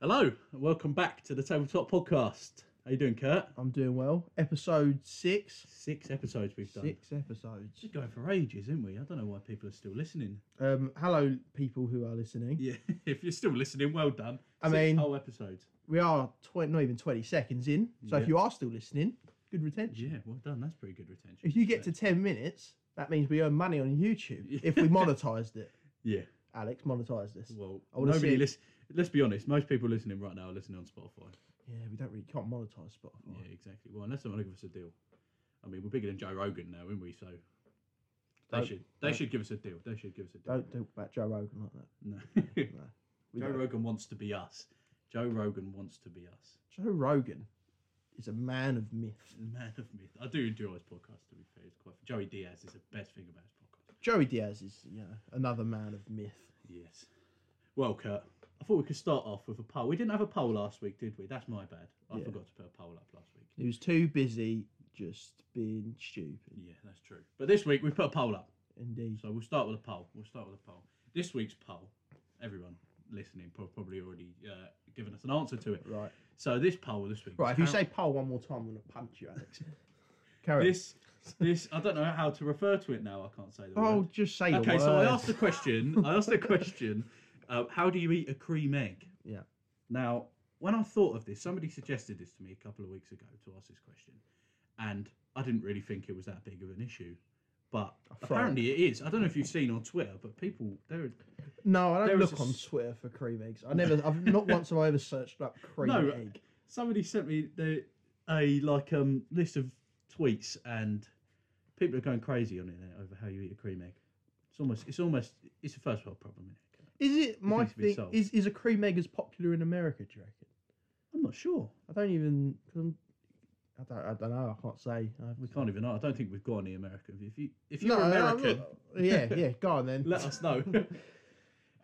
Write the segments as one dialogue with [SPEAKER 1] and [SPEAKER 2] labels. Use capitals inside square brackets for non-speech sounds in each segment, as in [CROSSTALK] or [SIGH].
[SPEAKER 1] Hello, welcome back to the Tabletop Podcast. How you doing, Kurt?
[SPEAKER 2] I'm doing well. Episode six.
[SPEAKER 1] Six episodes we've done.
[SPEAKER 2] Six episodes.
[SPEAKER 1] Just going for ages, isn't we? I don't know why people are still listening. [LAUGHS]
[SPEAKER 2] Um, hello, people who are listening.
[SPEAKER 1] Yeah, if you're still listening, well done.
[SPEAKER 2] I
[SPEAKER 1] Six
[SPEAKER 2] mean-
[SPEAKER 1] whole episodes.
[SPEAKER 2] We are tw- not even 20 seconds in. So
[SPEAKER 1] Yeah.
[SPEAKER 2] if you are still listening, good retention.
[SPEAKER 1] Yeah, well done. That's pretty good retention.
[SPEAKER 2] If you get to 10 minutes, that means we earn money on YouTube
[SPEAKER 1] Yeah. [LAUGHS]
[SPEAKER 2] if we monetized it.
[SPEAKER 1] yeah,
[SPEAKER 2] Alex, monetize this.
[SPEAKER 1] well,
[SPEAKER 2] I wanna
[SPEAKER 1] nobody
[SPEAKER 2] see-
[SPEAKER 1] listen. Let's be honest. Most people listening right now are listening on Spotify.
[SPEAKER 2] Yeah, we don't really can't monetize Spotify.
[SPEAKER 1] Yeah, exactly. Well, unless someone give us a deal. I mean, we're bigger than Joe Rogan now, aren't we? So they
[SPEAKER 2] Don't-
[SPEAKER 1] should they
[SPEAKER 2] don't-
[SPEAKER 1] should give us a deal. They should give us a deal.
[SPEAKER 2] Don't talk about Joe Rogan like that.
[SPEAKER 1] [LAUGHS] No.
[SPEAKER 2] No. We
[SPEAKER 1] Joe
[SPEAKER 2] don't.
[SPEAKER 1] Rogan wants to be us. Joe Rogan wants to be us.
[SPEAKER 2] Joe Rogan is a man of myth.
[SPEAKER 1] The man of myth. I do enjoy his podcast. To be fair, it's quite. Joey Diaz is the best thing about his podcast.
[SPEAKER 2] Joey Diaz is, you know, another man of myth.
[SPEAKER 1] Yes. Well, Kurt, I thought we could start off with a poll. We didn't have a poll last week, did we? That's my bad. I
[SPEAKER 2] Yeah.
[SPEAKER 1] forgot to put a poll up last week.
[SPEAKER 2] He was too busy just being stupid.
[SPEAKER 1] Yeah, that's true. But this week we put a poll up,
[SPEAKER 2] Indeed.
[SPEAKER 1] so we'll start with a poll. We'll start with a poll. This week's poll, everyone listening prob- probably already uh, given us an answer to it.
[SPEAKER 2] Right.
[SPEAKER 1] So this poll this week.
[SPEAKER 2] Right, if you
[SPEAKER 1] how-
[SPEAKER 2] say poll one more time, I'm going to punch you,
[SPEAKER 1] [LAUGHS]
[SPEAKER 2] Alex. Carry on.
[SPEAKER 1] this, this, I don't know how to refer to it now. I can't say the word.
[SPEAKER 2] Oh, just say the
[SPEAKER 1] Okay,
[SPEAKER 2] word.
[SPEAKER 1] so I asked the question. I asked the question. Uh, how do you eat a cream egg?
[SPEAKER 2] Yeah.
[SPEAKER 1] Now, when I thought of this, somebody suggested this to me a couple of weeks ago to ask this question, and I didn't really think it was that big of an issue, but
[SPEAKER 2] thought-
[SPEAKER 1] apparently it is. I don't know if you've seen on Twitter, but people there.
[SPEAKER 2] No, I
[SPEAKER 1] There
[SPEAKER 2] don't
[SPEAKER 1] is
[SPEAKER 2] look
[SPEAKER 1] a
[SPEAKER 2] on
[SPEAKER 1] s-
[SPEAKER 2] Twitter for cream eggs. I never.
[SPEAKER 1] [LAUGHS]
[SPEAKER 2] I've not once have I ever searched up cream
[SPEAKER 1] No, uh,
[SPEAKER 2] egg.
[SPEAKER 1] Somebody sent me the a like um list of tweets, and people are going crazy on it now over how you eat a cream egg. It's almost. It's almost. It's a first world problem. Isn't it?
[SPEAKER 2] Is it my
[SPEAKER 1] needs to be
[SPEAKER 2] thing?
[SPEAKER 1] solved.
[SPEAKER 2] Is is a cream egg as popular in America? Do you reckon?
[SPEAKER 1] I'm not sure.
[SPEAKER 2] I don't even. Cause I'm, I don't. I don't know. I can't say. I-
[SPEAKER 1] We can't even. I don't think we've got any American. If you if you're
[SPEAKER 2] No, I'm not-
[SPEAKER 1] American,
[SPEAKER 2] yeah, yeah. Go on then.
[SPEAKER 1] [LAUGHS] let us
[SPEAKER 2] [LAUGHS]
[SPEAKER 1] know.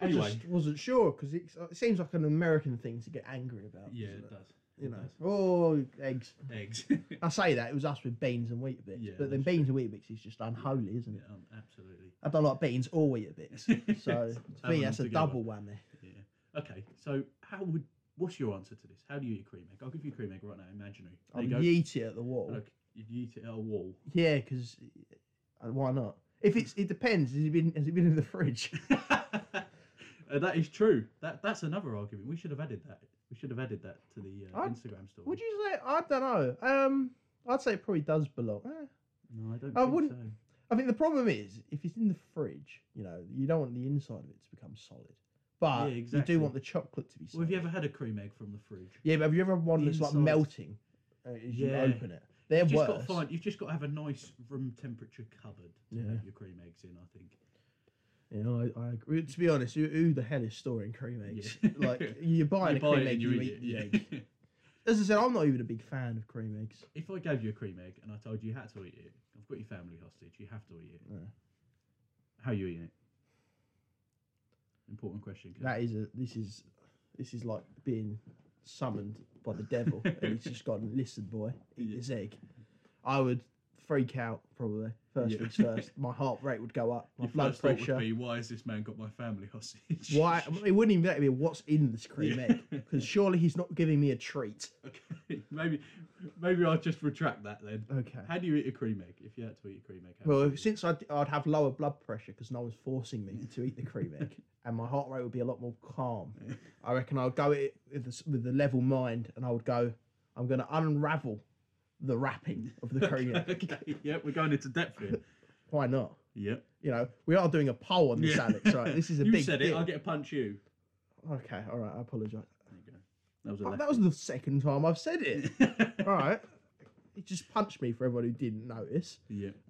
[SPEAKER 2] I
[SPEAKER 1] anyway,
[SPEAKER 2] just wasn't sure because it, seems like an American thing to get angry about.
[SPEAKER 1] yeah,
[SPEAKER 2] doesn't
[SPEAKER 1] it
[SPEAKER 2] it?
[SPEAKER 1] does.
[SPEAKER 2] You
[SPEAKER 1] it
[SPEAKER 2] know,
[SPEAKER 1] does.
[SPEAKER 2] oh eggs.
[SPEAKER 1] [LAUGHS] Eggs.
[SPEAKER 2] I say that it was us with beans and wheat bits,
[SPEAKER 1] Yeah,
[SPEAKER 2] but then
[SPEAKER 1] that's
[SPEAKER 2] beans and wheat bits is just unholy, isn't
[SPEAKER 1] yeah,
[SPEAKER 2] it?
[SPEAKER 1] um, absolutely.
[SPEAKER 2] I don't like beans or wheat
[SPEAKER 1] [LAUGHS]
[SPEAKER 2] bits, so to
[SPEAKER 1] Having
[SPEAKER 2] me
[SPEAKER 1] them
[SPEAKER 2] that's a
[SPEAKER 1] together.
[SPEAKER 2] double whammy.
[SPEAKER 1] Yeah. Okay. So how would? What's your answer to this? How do you eat a cream egg? I'll give you a cream egg right now. Imaginary. There
[SPEAKER 2] I'll
[SPEAKER 1] you go.
[SPEAKER 2] yeet it at the wall.
[SPEAKER 1] Look, you eat it at a wall. [LAUGHS]
[SPEAKER 2] Yeah, because why not? If it's it depends. Has it been has it been in
[SPEAKER 1] [LAUGHS]
[SPEAKER 2] the fridge?
[SPEAKER 1] Uh, that is true. That that's another argument. We should have added that. We should have added that to the uh,
[SPEAKER 2] I'd-
[SPEAKER 1] Instagram story.
[SPEAKER 2] Would you say? I don't know. Um, I'd say it probably does belong. Eh,
[SPEAKER 1] No, I don't.
[SPEAKER 2] I
[SPEAKER 1] think
[SPEAKER 2] wouldn't-
[SPEAKER 1] So.
[SPEAKER 2] I think the problem is if it's in the fridge, you know, you don't want the inside of it to become solid,
[SPEAKER 1] Yeah,
[SPEAKER 2] but
[SPEAKER 1] exactly.
[SPEAKER 2] you do want the chocolate to be
[SPEAKER 1] Well,
[SPEAKER 2] solid.
[SPEAKER 1] have you ever had a cream egg from the fridge?
[SPEAKER 2] Yeah, but have you ever had one
[SPEAKER 1] The
[SPEAKER 2] that's like
[SPEAKER 1] inside.
[SPEAKER 2] melting uh, as you
[SPEAKER 1] Yeah.
[SPEAKER 2] open it? They're
[SPEAKER 1] You've just
[SPEAKER 2] worse.
[SPEAKER 1] got to find. You've just got to have a nice room temperature cupboard to
[SPEAKER 2] Yeah.
[SPEAKER 1] make your cream eggs in. I think.
[SPEAKER 2] You know, I, I agree. To be honest, who, who the hell is storing cream eggs?
[SPEAKER 1] Yeah.
[SPEAKER 2] [LAUGHS] like
[SPEAKER 1] [LAUGHS]
[SPEAKER 2] you're buying
[SPEAKER 1] You
[SPEAKER 2] a
[SPEAKER 1] buy
[SPEAKER 2] cream
[SPEAKER 1] it
[SPEAKER 2] egg,
[SPEAKER 1] and
[SPEAKER 2] you,
[SPEAKER 1] eat
[SPEAKER 2] eat,
[SPEAKER 1] it,
[SPEAKER 2] the
[SPEAKER 1] yeah. [LAUGHS]
[SPEAKER 2] egg. [LAUGHS] As I said, I'm not even a big fan of cream eggs.
[SPEAKER 1] if I gave you a cream egg and I told you you had to eat it, I've got your family hostage. You have to eat it.
[SPEAKER 2] Yeah.
[SPEAKER 1] How you eating it? Important question. Kev.
[SPEAKER 2] That is a this is this is like being summoned by the devil, and he's
[SPEAKER 1] [LAUGHS]
[SPEAKER 2] just gone. Listen, boy, eat
[SPEAKER 1] Yeah.
[SPEAKER 2] this egg. I would freak out probably first
[SPEAKER 1] Yeah.
[SPEAKER 2] things first. My heart rate would
[SPEAKER 1] [LAUGHS]
[SPEAKER 2] go up. My
[SPEAKER 1] Your
[SPEAKER 2] blood
[SPEAKER 1] first thought
[SPEAKER 2] pressure.
[SPEAKER 1] would be, why has this man got my family hostage?
[SPEAKER 2] Why?
[SPEAKER 1] [LAUGHS]
[SPEAKER 2] It wouldn't even let me. What's in this cream
[SPEAKER 1] Yeah.
[SPEAKER 2] egg?
[SPEAKER 1] [LAUGHS]
[SPEAKER 2] Because surely he's not giving me a treat.
[SPEAKER 1] okay, maybe, maybe I'll just retract that then.
[SPEAKER 2] Okay.
[SPEAKER 1] How do you eat a cream egg? If you had to eat a cream egg, how would
[SPEAKER 2] Well,
[SPEAKER 1] you eat
[SPEAKER 2] since I'd, I'd have lower blood pressure because no one's forcing me to eat the cream
[SPEAKER 1] [LAUGHS]
[SPEAKER 2] egg, and my heart rate would be a lot more calm, I reckon I would go at it with the, s- with the level mind and I would go, I'm going to unravel the wrapping of the
[SPEAKER 1] it?
[SPEAKER 2] cream egg.
[SPEAKER 1] [LAUGHS] okay. Yep, we're going into depth here.
[SPEAKER 2] Why not?
[SPEAKER 1] Yep.
[SPEAKER 2] You know, we are doing a poll on this,
[SPEAKER 1] Yeah.
[SPEAKER 2] Alex, right? This is a
[SPEAKER 1] [LAUGHS] you
[SPEAKER 2] big
[SPEAKER 1] said it.
[SPEAKER 2] deal.
[SPEAKER 1] I'll get a punch you.
[SPEAKER 2] Okay, all right, I apologise.
[SPEAKER 1] There you go. That was a
[SPEAKER 2] Oh,
[SPEAKER 1] left
[SPEAKER 2] that was the second time I've
[SPEAKER 1] [LAUGHS]
[SPEAKER 2] said it.
[SPEAKER 1] yeah.
[SPEAKER 2] all right. It just punched me for everyone who didn't notice.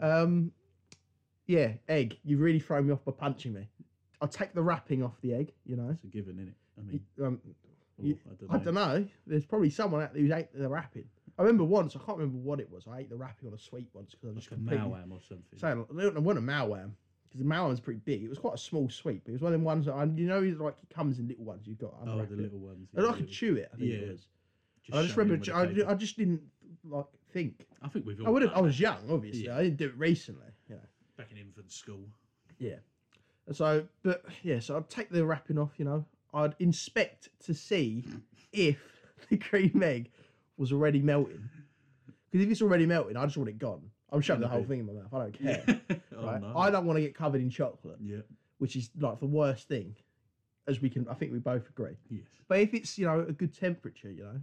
[SPEAKER 2] Um, yeah, egg. You've really thrown me off by punching me. I'll take the wrapping off the egg, you know.
[SPEAKER 1] It's a given, innit? I mean,
[SPEAKER 2] Um,
[SPEAKER 1] oh,
[SPEAKER 2] you-
[SPEAKER 1] I don't know.
[SPEAKER 2] I don't know. There's probably someone out there who's ate the wrapping. I remember once, I can't remember what it was. I ate the wrapping on a sweet once because I just
[SPEAKER 1] Like a
[SPEAKER 2] completely
[SPEAKER 1] malwam or something.
[SPEAKER 2] saying I don't want a malwam because the malwam's pretty big. It was quite a small sweet, but it was one of them ones that I, you know, it's like it comes in little ones. You've got
[SPEAKER 1] oh,
[SPEAKER 2] unwrap
[SPEAKER 1] the
[SPEAKER 2] it.
[SPEAKER 1] little ones.
[SPEAKER 2] and
[SPEAKER 1] yeah,
[SPEAKER 2] I could
[SPEAKER 1] little-
[SPEAKER 2] chew it. I think
[SPEAKER 1] Yeah,
[SPEAKER 2] it was. I just
[SPEAKER 1] shove it in
[SPEAKER 2] remember.
[SPEAKER 1] with a
[SPEAKER 2] I, ju-
[SPEAKER 1] paper.
[SPEAKER 2] I just didn't like think.
[SPEAKER 1] I think we've all
[SPEAKER 2] I would have.
[SPEAKER 1] done
[SPEAKER 2] I
[SPEAKER 1] that
[SPEAKER 2] was young, obviously.
[SPEAKER 1] Yeah.
[SPEAKER 2] I didn't do it recently. You know.
[SPEAKER 1] back in infant school.
[SPEAKER 2] Yeah. And So, but yeah, so I'd take the wrapping off, you know, I'd inspect
[SPEAKER 1] [LAUGHS]
[SPEAKER 2] to see if the cream egg was already melting. Because if it's already melting, I just want it gone. I'm shoving the whole
[SPEAKER 1] Indeed.
[SPEAKER 2] thing in my mouth. I don't care.
[SPEAKER 1] [LAUGHS] oh,
[SPEAKER 2] [LAUGHS] right?
[SPEAKER 1] no.
[SPEAKER 2] I don't want to get covered in chocolate,
[SPEAKER 1] Yeah.
[SPEAKER 2] which is like the worst thing, as we can. I think we both agree.
[SPEAKER 1] Yes.
[SPEAKER 2] But if it's you know a good temperature, you know,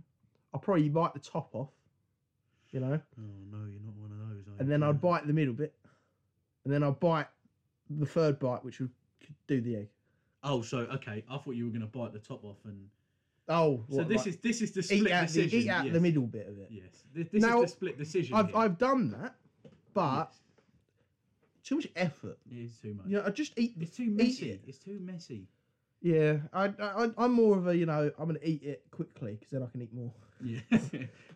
[SPEAKER 2] I'll probably bite the top off, you know,
[SPEAKER 1] Oh no, you're not one of those. Are
[SPEAKER 2] and
[SPEAKER 1] you?
[SPEAKER 2] then
[SPEAKER 1] Yeah.
[SPEAKER 2] I'd bite the middle bit, and then I'll bite the third bite, which would do the egg.
[SPEAKER 1] Oh, so okay. I thought you were going to bite the top off, and
[SPEAKER 2] Oh,
[SPEAKER 1] so
[SPEAKER 2] what,
[SPEAKER 1] this
[SPEAKER 2] like,
[SPEAKER 1] is this is the split
[SPEAKER 2] eat out, the,
[SPEAKER 1] decision.
[SPEAKER 2] eat out
[SPEAKER 1] yes.
[SPEAKER 2] the middle bit of it.
[SPEAKER 1] Yes. This, this
[SPEAKER 2] Now,
[SPEAKER 1] is the split decision.
[SPEAKER 2] I've
[SPEAKER 1] here.
[SPEAKER 2] I've done that, but
[SPEAKER 1] Yes.
[SPEAKER 2] too much effort.
[SPEAKER 1] it is too much.
[SPEAKER 2] You know, I just eat.
[SPEAKER 1] It's too messy.
[SPEAKER 2] it.
[SPEAKER 1] It's too messy.
[SPEAKER 2] Yeah, I, I I'm more of a you know I'm gonna eat it quickly because then I can eat more.
[SPEAKER 1] Yeah. [LAUGHS]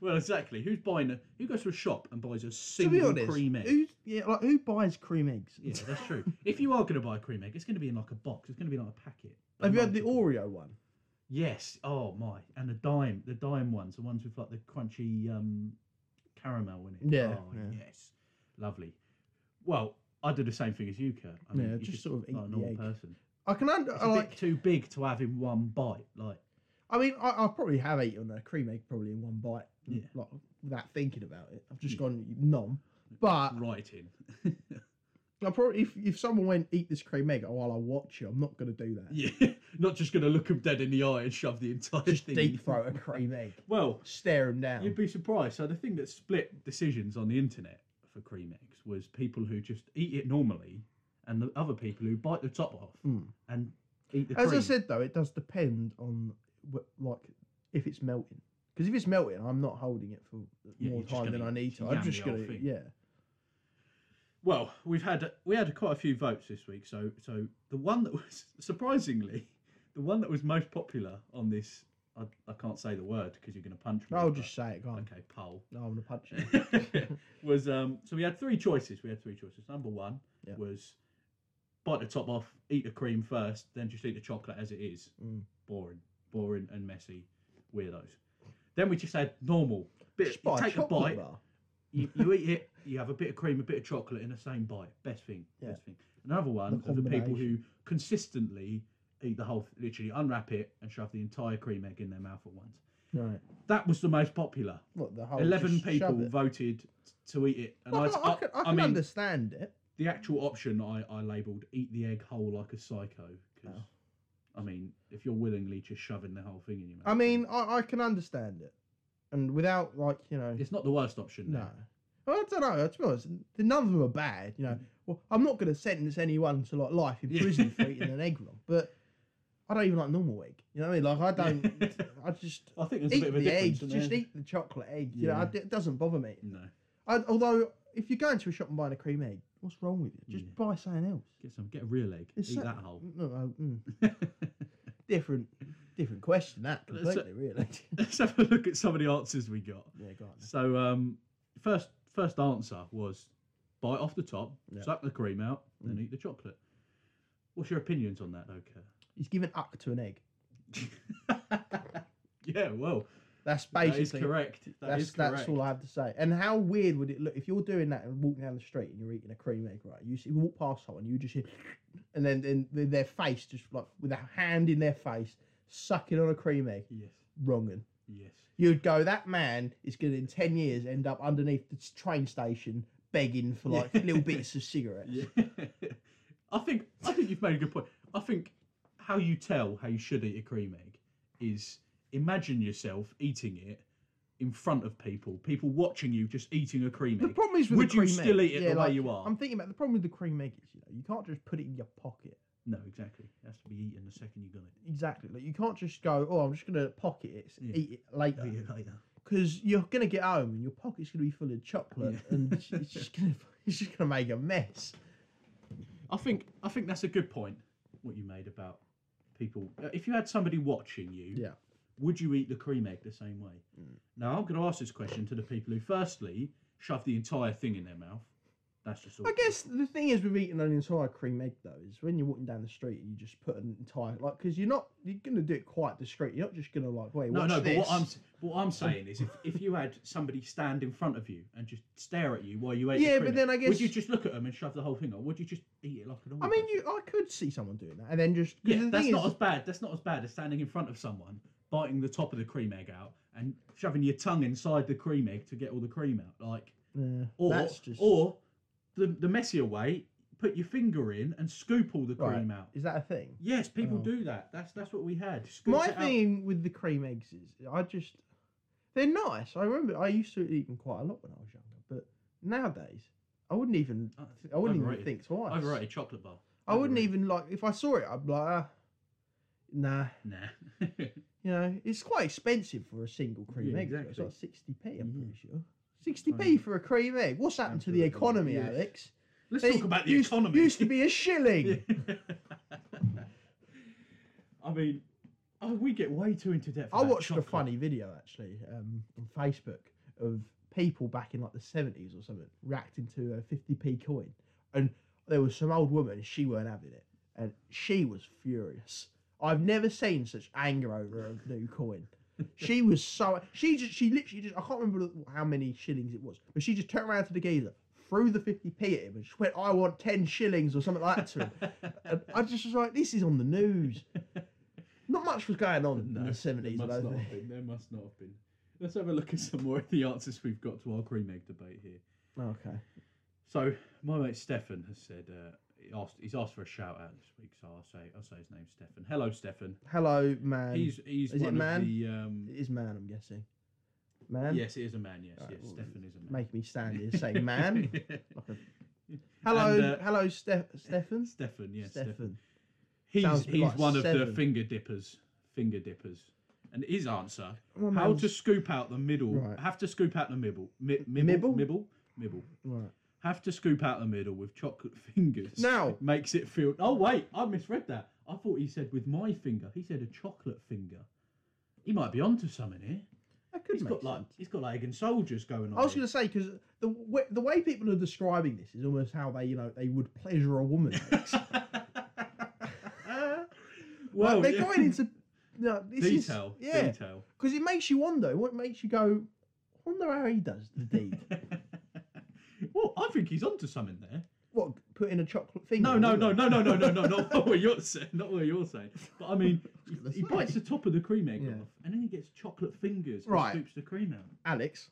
[SPEAKER 1] well, exactly. Who's buying a? Who goes to a shop and buys a
[SPEAKER 2] To be
[SPEAKER 1] single
[SPEAKER 2] honest,
[SPEAKER 1] cream egg?
[SPEAKER 2] who yeah like who buys cream eggs?
[SPEAKER 1] Yeah, that's true. if you are going to buy a cream egg, it's going to be in like a box. It's going to be like a packet.
[SPEAKER 2] [LAUGHS] Have you had the
[SPEAKER 1] Multiple.
[SPEAKER 2] Oreo one?
[SPEAKER 1] Yes. Oh my! And the dime, the dime ones, the ones with like the crunchy um, caramel in it.
[SPEAKER 2] Yeah,
[SPEAKER 1] Oh,
[SPEAKER 2] yeah.
[SPEAKER 1] Yes. Lovely. Well, I do the same thing as you, Kurt. I mean,
[SPEAKER 2] Yeah,
[SPEAKER 1] you're
[SPEAKER 2] just sort of eat
[SPEAKER 1] like a
[SPEAKER 2] the
[SPEAKER 1] normal
[SPEAKER 2] egg.
[SPEAKER 1] person.
[SPEAKER 2] I can under,
[SPEAKER 1] It's
[SPEAKER 2] I
[SPEAKER 1] a
[SPEAKER 2] like.
[SPEAKER 1] bit too big to have in one bite. Like,
[SPEAKER 2] I mean, I, I probably have eaten a cream egg probably in one bite,
[SPEAKER 1] Yeah.
[SPEAKER 2] like without thinking about it. I've just
[SPEAKER 1] Yeah.
[SPEAKER 2] gone nom. But
[SPEAKER 1] right in.
[SPEAKER 2] I probably if, if someone went eat this cream egg while I watch you, I'm not gonna do that.
[SPEAKER 1] Yeah. [LAUGHS] Not just going to look them dead in the eye and shove the entire
[SPEAKER 2] Just
[SPEAKER 1] thing.
[SPEAKER 2] deep
[SPEAKER 1] [LAUGHS]
[SPEAKER 2] throat a cream egg,
[SPEAKER 1] Well,
[SPEAKER 2] stare him down.
[SPEAKER 1] You'd be surprised. So the thing that split decisions on the internet for cream eggs was people who just eat it normally, and the other people who bite the top off
[SPEAKER 2] Mm.
[SPEAKER 1] and eat the
[SPEAKER 2] As I
[SPEAKER 1] cream.
[SPEAKER 2] said though, it does depend on what, like if it's melting. Because if it's melting, I'm not holding it for
[SPEAKER 1] Yeah,
[SPEAKER 2] more
[SPEAKER 1] you're just
[SPEAKER 2] time than
[SPEAKER 1] gonna
[SPEAKER 2] I need to.
[SPEAKER 1] yam
[SPEAKER 2] I'm just
[SPEAKER 1] the whole
[SPEAKER 2] gonna
[SPEAKER 1] thing.
[SPEAKER 2] yeah.
[SPEAKER 1] Well, we've had we had quite a few votes this week. So so the one that was [LAUGHS] surprisingly the one that was most popular on this I, I can't say the word because you're going to punch me.
[SPEAKER 2] I'll
[SPEAKER 1] but-
[SPEAKER 2] just say it. Go on.
[SPEAKER 1] okay poll.
[SPEAKER 2] No, I'm gonna
[SPEAKER 1] [LAUGHS]
[SPEAKER 2] punch you.
[SPEAKER 1] was um so we had three choices. We had three choices. Number one
[SPEAKER 2] Yeah.
[SPEAKER 1] was bite the top off, eat the cream first, then just eat the chocolate as it is.
[SPEAKER 2] Mm.
[SPEAKER 1] Boring, boring and messy, weirdos. Then we just had normal. Bit,
[SPEAKER 2] Just
[SPEAKER 1] you
[SPEAKER 2] buy a
[SPEAKER 1] take a
[SPEAKER 2] chocolate
[SPEAKER 1] bite,
[SPEAKER 2] bar.
[SPEAKER 1] you, you eat it, you have a bit of cream, a bit of chocolate in the same bite. Best thing,
[SPEAKER 2] Yeah.
[SPEAKER 1] best thing. Another one
[SPEAKER 2] The
[SPEAKER 1] of the people who
[SPEAKER 2] combination.
[SPEAKER 1] consistently eat the whole, literally unwrap it and shove the entire cream egg in their mouth at once.
[SPEAKER 2] Right.
[SPEAKER 1] That was the most popular.
[SPEAKER 2] Look, the whole
[SPEAKER 1] Eleven
[SPEAKER 2] just shove
[SPEAKER 1] people
[SPEAKER 2] it.
[SPEAKER 1] voted to eat it, and
[SPEAKER 2] Well,
[SPEAKER 1] I,
[SPEAKER 2] no,
[SPEAKER 1] I,
[SPEAKER 2] I, can, I
[SPEAKER 1] I
[SPEAKER 2] can
[SPEAKER 1] mean
[SPEAKER 2] understand it.
[SPEAKER 1] the actual option I, I labelled "eat the egg whole like a psycho" 'cause,
[SPEAKER 2] Oh.
[SPEAKER 1] I mean, if you're willingly just shoving the whole thing in your mouth,
[SPEAKER 2] I mean, I, I can understand it, and without like you know,
[SPEAKER 1] it's not the worst option.
[SPEAKER 2] no.
[SPEAKER 1] No,
[SPEAKER 2] Well, I don't know. To be honest, the- none of them are bad. You know, well, I'm not going to sentence anyone to like life in
[SPEAKER 1] Mm. Yeah.
[SPEAKER 2] prison
[SPEAKER 1] [LAUGHS]
[SPEAKER 2] for eating an egg wrong, but I don't even like normal egg. You know what I mean? Like I don't. I just
[SPEAKER 1] I think [LAUGHS] there's a
[SPEAKER 2] eat
[SPEAKER 1] bit of a
[SPEAKER 2] the egg.
[SPEAKER 1] difference. isn't
[SPEAKER 2] Just
[SPEAKER 1] there?
[SPEAKER 2] eat the chocolate egg. You know,
[SPEAKER 1] Yeah.
[SPEAKER 2] I, it doesn't bother me.
[SPEAKER 1] No,
[SPEAKER 2] I, although, if you're going to a shop and buying a cream egg, what's wrong with it? Just
[SPEAKER 1] Yeah.
[SPEAKER 2] buy something else.
[SPEAKER 1] get some, get a real egg,
[SPEAKER 2] It's
[SPEAKER 1] eat
[SPEAKER 2] so-
[SPEAKER 1] that whole.
[SPEAKER 2] [LAUGHS]
[SPEAKER 1] [LAUGHS]
[SPEAKER 2] No, no, mm. different, different question. That
[SPEAKER 1] Let's, uh,
[SPEAKER 2] completely, really.
[SPEAKER 1] [LAUGHS] Let's have a look at some of the answers we got.
[SPEAKER 2] yeah, go on.
[SPEAKER 1] So, um, first first answer was bite off the top,
[SPEAKER 2] Yeah.
[SPEAKER 1] suck the cream out, then
[SPEAKER 2] Mm.
[SPEAKER 1] eat the chocolate. What's your opinions on that, though, Kerr?
[SPEAKER 2] He's given up to an egg.
[SPEAKER 1] Yeah, well,
[SPEAKER 2] That's
[SPEAKER 1] that is
[SPEAKER 2] basically
[SPEAKER 1] correct.
[SPEAKER 2] that's
[SPEAKER 1] that's, correct.
[SPEAKER 2] that's all I have to say. And how weird would it look if you're doing that and walking down the street and you're eating a cream egg, right? You see, you walk past someone, you just hear, and then then their- their face just like with a hand in their face, sucking on a cream egg,
[SPEAKER 1] Yes,
[SPEAKER 2] wronging.
[SPEAKER 1] yes.
[SPEAKER 2] You'd go, that man is going to in ten years end up underneath the s- train station begging for like
[SPEAKER 1] Yeah. [LAUGHS]
[SPEAKER 2] little bits of cigarettes.
[SPEAKER 1] Yeah. [LAUGHS] I think I think you've made a good point. I think how you tell how you should eat a cream egg is imagine yourself eating it in front of people, people watching you just eating a cream
[SPEAKER 2] The
[SPEAKER 1] egg.
[SPEAKER 2] problem is with
[SPEAKER 1] Would
[SPEAKER 2] the
[SPEAKER 1] you
[SPEAKER 2] cream
[SPEAKER 1] still
[SPEAKER 2] egg,
[SPEAKER 1] eat it
[SPEAKER 2] yeah,
[SPEAKER 1] the
[SPEAKER 2] like,
[SPEAKER 1] way you are?
[SPEAKER 2] I'm thinking about the problem with the cream egg is you know you can't just put it in your pocket.
[SPEAKER 1] No, exactly. It has to be eaten the second you got it.
[SPEAKER 2] Exactly. Like you can't just go, oh, I'm just gonna pocket it,
[SPEAKER 1] Yeah.
[SPEAKER 2] eat it
[SPEAKER 1] [LAUGHS]
[SPEAKER 2] later,
[SPEAKER 1] Eat it later.
[SPEAKER 2] because you're gonna get home and your pocket's gonna be full of chocolate,
[SPEAKER 1] Yeah.
[SPEAKER 2] and it's it's just gonna [LAUGHS] it's just gonna make a mess.
[SPEAKER 1] I think I think that's a good point. What you made about people, Uh, if you had somebody watching you,
[SPEAKER 2] Yeah. Mm.
[SPEAKER 1] would you eat the cream egg the same way? Now I'm going to ask this question to the people who, firstly, shove the entire thing in their mouth. That's just.
[SPEAKER 2] I
[SPEAKER 1] awkward.
[SPEAKER 2] guess the thing is with eating an entire cream egg though is when you're walking down the street and you just put an entire like because you're not you're gonna do it quite discreet. You're not just gonna like wait
[SPEAKER 1] No,
[SPEAKER 2] what's
[SPEAKER 1] no. But
[SPEAKER 2] this?
[SPEAKER 1] what I'm s- What I'm saying is, if, if you had somebody stand in front of you and just stare at you while you ate,
[SPEAKER 2] Yeah,
[SPEAKER 1] your
[SPEAKER 2] but
[SPEAKER 1] cream
[SPEAKER 2] then I
[SPEAKER 1] egg,
[SPEAKER 2] guess-
[SPEAKER 1] would you just look at them and shove the whole thing on? Would you just eat it like an?
[SPEAKER 2] I mean, you, I could see someone doing that, and then just 'cause
[SPEAKER 1] yeah,
[SPEAKER 2] the
[SPEAKER 1] that's
[SPEAKER 2] thing
[SPEAKER 1] not
[SPEAKER 2] is-
[SPEAKER 1] as bad. That's not as bad as standing in front of someone, biting the top of the cream egg out, and shoving your tongue inside the cream egg to get all the cream out. Like,
[SPEAKER 2] Yeah,
[SPEAKER 1] or
[SPEAKER 2] that's just
[SPEAKER 1] or the the messier way, put your finger in and scoop all the
[SPEAKER 2] Right.
[SPEAKER 1] cream out.
[SPEAKER 2] is that a thing?
[SPEAKER 1] Yes, people
[SPEAKER 2] Oh.
[SPEAKER 1] do that. That's that's what we had. Scoop
[SPEAKER 2] My
[SPEAKER 1] it out.
[SPEAKER 2] thing with the cream eggs is I just they're nice. I remember I used to eat them quite a lot when I was younger, but nowadays I wouldn't even
[SPEAKER 1] Uh,
[SPEAKER 2] I wouldn't
[SPEAKER 1] overrated.
[SPEAKER 2] even think twice.
[SPEAKER 1] Overrated chocolate bar.
[SPEAKER 2] I wouldn't even like if I saw it. I'd be like, ah, nah.
[SPEAKER 1] Nah. [LAUGHS]
[SPEAKER 2] You know, it's quite expensive for a single cream
[SPEAKER 1] Yeah,
[SPEAKER 2] egg. though.
[SPEAKER 1] exactly.
[SPEAKER 2] It's like sixty p. I'm
[SPEAKER 1] Yeah.
[SPEAKER 2] pretty sure. Sixty p for a cream egg. What's happened to the
[SPEAKER 1] Absolutely,
[SPEAKER 2] economy,
[SPEAKER 1] yes.
[SPEAKER 2] Alex?
[SPEAKER 1] Let's
[SPEAKER 2] They
[SPEAKER 1] talk about the
[SPEAKER 2] used,
[SPEAKER 1] economy.
[SPEAKER 2] Used to be a shilling.
[SPEAKER 1] [LAUGHS] I mean, oh, we get way too into depth.
[SPEAKER 2] I
[SPEAKER 1] about
[SPEAKER 2] watched
[SPEAKER 1] chocolate.
[SPEAKER 2] a funny video actually um, on Facebook of people back in like the seventies or something reacting to a fifty p coin, and there was some old woman. She weren't having it, and she was furious. I've never seen such anger over a
[SPEAKER 1] [LAUGHS]
[SPEAKER 2] new coin. She was so she just she literally just I can't remember how many shillings it was, but she just turned around to the geezer, threw the fifty p at him, and she went, "I want ten shillings" or something like that to him.
[SPEAKER 1] [LAUGHS]
[SPEAKER 2] [LAUGHS] And I just was like, "This is on the news." Not much was going on
[SPEAKER 1] Oh, No,
[SPEAKER 2] in the
[SPEAKER 1] there
[SPEAKER 2] seventies. I
[SPEAKER 1] must
[SPEAKER 2] don't
[SPEAKER 1] not
[SPEAKER 2] think. [LAUGHS]
[SPEAKER 1] have been. There must not have been. Let's have a look at some more of the answers we've got to our cream egg debate here.
[SPEAKER 2] Okay.
[SPEAKER 1] So my mate Stefan has said uh, he asked he's asked for a shout out this week, so I'll say I'll say his name, Stefan. Hello, Stefan.
[SPEAKER 2] Hello, man.
[SPEAKER 1] He's he's
[SPEAKER 2] Um, is it
[SPEAKER 1] one
[SPEAKER 2] man?
[SPEAKER 1] of the um,
[SPEAKER 2] It is man, I'm guessing. Man?
[SPEAKER 1] yes, he is a man. Yes,
[SPEAKER 2] Alright,
[SPEAKER 1] yes,
[SPEAKER 2] well,
[SPEAKER 1] Stefan is a man.
[SPEAKER 2] Make me stand here
[SPEAKER 1] [LAUGHS]
[SPEAKER 2] and say man. Like a- Hello,
[SPEAKER 1] And, uh,
[SPEAKER 2] hello, Ste- Stefan.
[SPEAKER 1] Stefan, yes, Stefan.
[SPEAKER 2] Stefan.
[SPEAKER 1] He's
[SPEAKER 2] Sounds a bit
[SPEAKER 1] he's
[SPEAKER 2] like
[SPEAKER 1] one of the
[SPEAKER 2] Seven.
[SPEAKER 1] finger dippers. Finger dippers. And his answer:
[SPEAKER 2] My
[SPEAKER 1] how
[SPEAKER 2] man's-
[SPEAKER 1] to scoop out the middle.
[SPEAKER 2] Right.
[SPEAKER 1] Have to scoop out the middle. Mi- mibble,
[SPEAKER 2] Mibble?
[SPEAKER 1] mibble, mibble.
[SPEAKER 2] Right.
[SPEAKER 1] Have to scoop out the middle with chocolate [LAUGHS] fingers.
[SPEAKER 2] Now-
[SPEAKER 1] makes it feel. Oh wait, I misread that. I thought he said with my finger. He said a chocolate finger. He might be onto something here.
[SPEAKER 2] That could
[SPEAKER 1] he's
[SPEAKER 2] make
[SPEAKER 1] got like
[SPEAKER 2] sense.
[SPEAKER 1] he's got like and soldiers going on.
[SPEAKER 2] I was
[SPEAKER 1] here.
[SPEAKER 2] going to say because the w- the way people are describing this is almost how they you know they would pleasure
[SPEAKER 1] [LAUGHS]
[SPEAKER 2] a woman. [LAUGHS]
[SPEAKER 1] well,
[SPEAKER 2] Like, they're
[SPEAKER 1] yeah. [LAUGHS]
[SPEAKER 2] going into no, this is-
[SPEAKER 1] detail.
[SPEAKER 2] yeah,
[SPEAKER 1] Detail. [LAUGHS]
[SPEAKER 2] because it makes you wonder. What makes you go? I wonder how he does the deed.
[SPEAKER 1] [LAUGHS] well, I think he's onto something there.
[SPEAKER 2] what put in a chocolate
[SPEAKER 1] No,
[SPEAKER 2] finger?
[SPEAKER 1] no,
[SPEAKER 2] in
[SPEAKER 1] no,
[SPEAKER 2] it?
[SPEAKER 1] no, no, no, no, no, not what you're [LAUGHS] saying. Not what you're saying. But I mean,
[SPEAKER 2] I was gonna
[SPEAKER 1] he
[SPEAKER 2] say.
[SPEAKER 1] bites the top of the cream egg
[SPEAKER 2] Yeah.
[SPEAKER 1] off, and then he gets chocolate fingers and
[SPEAKER 2] Right.
[SPEAKER 1] scoops the cream out.
[SPEAKER 2] Alex,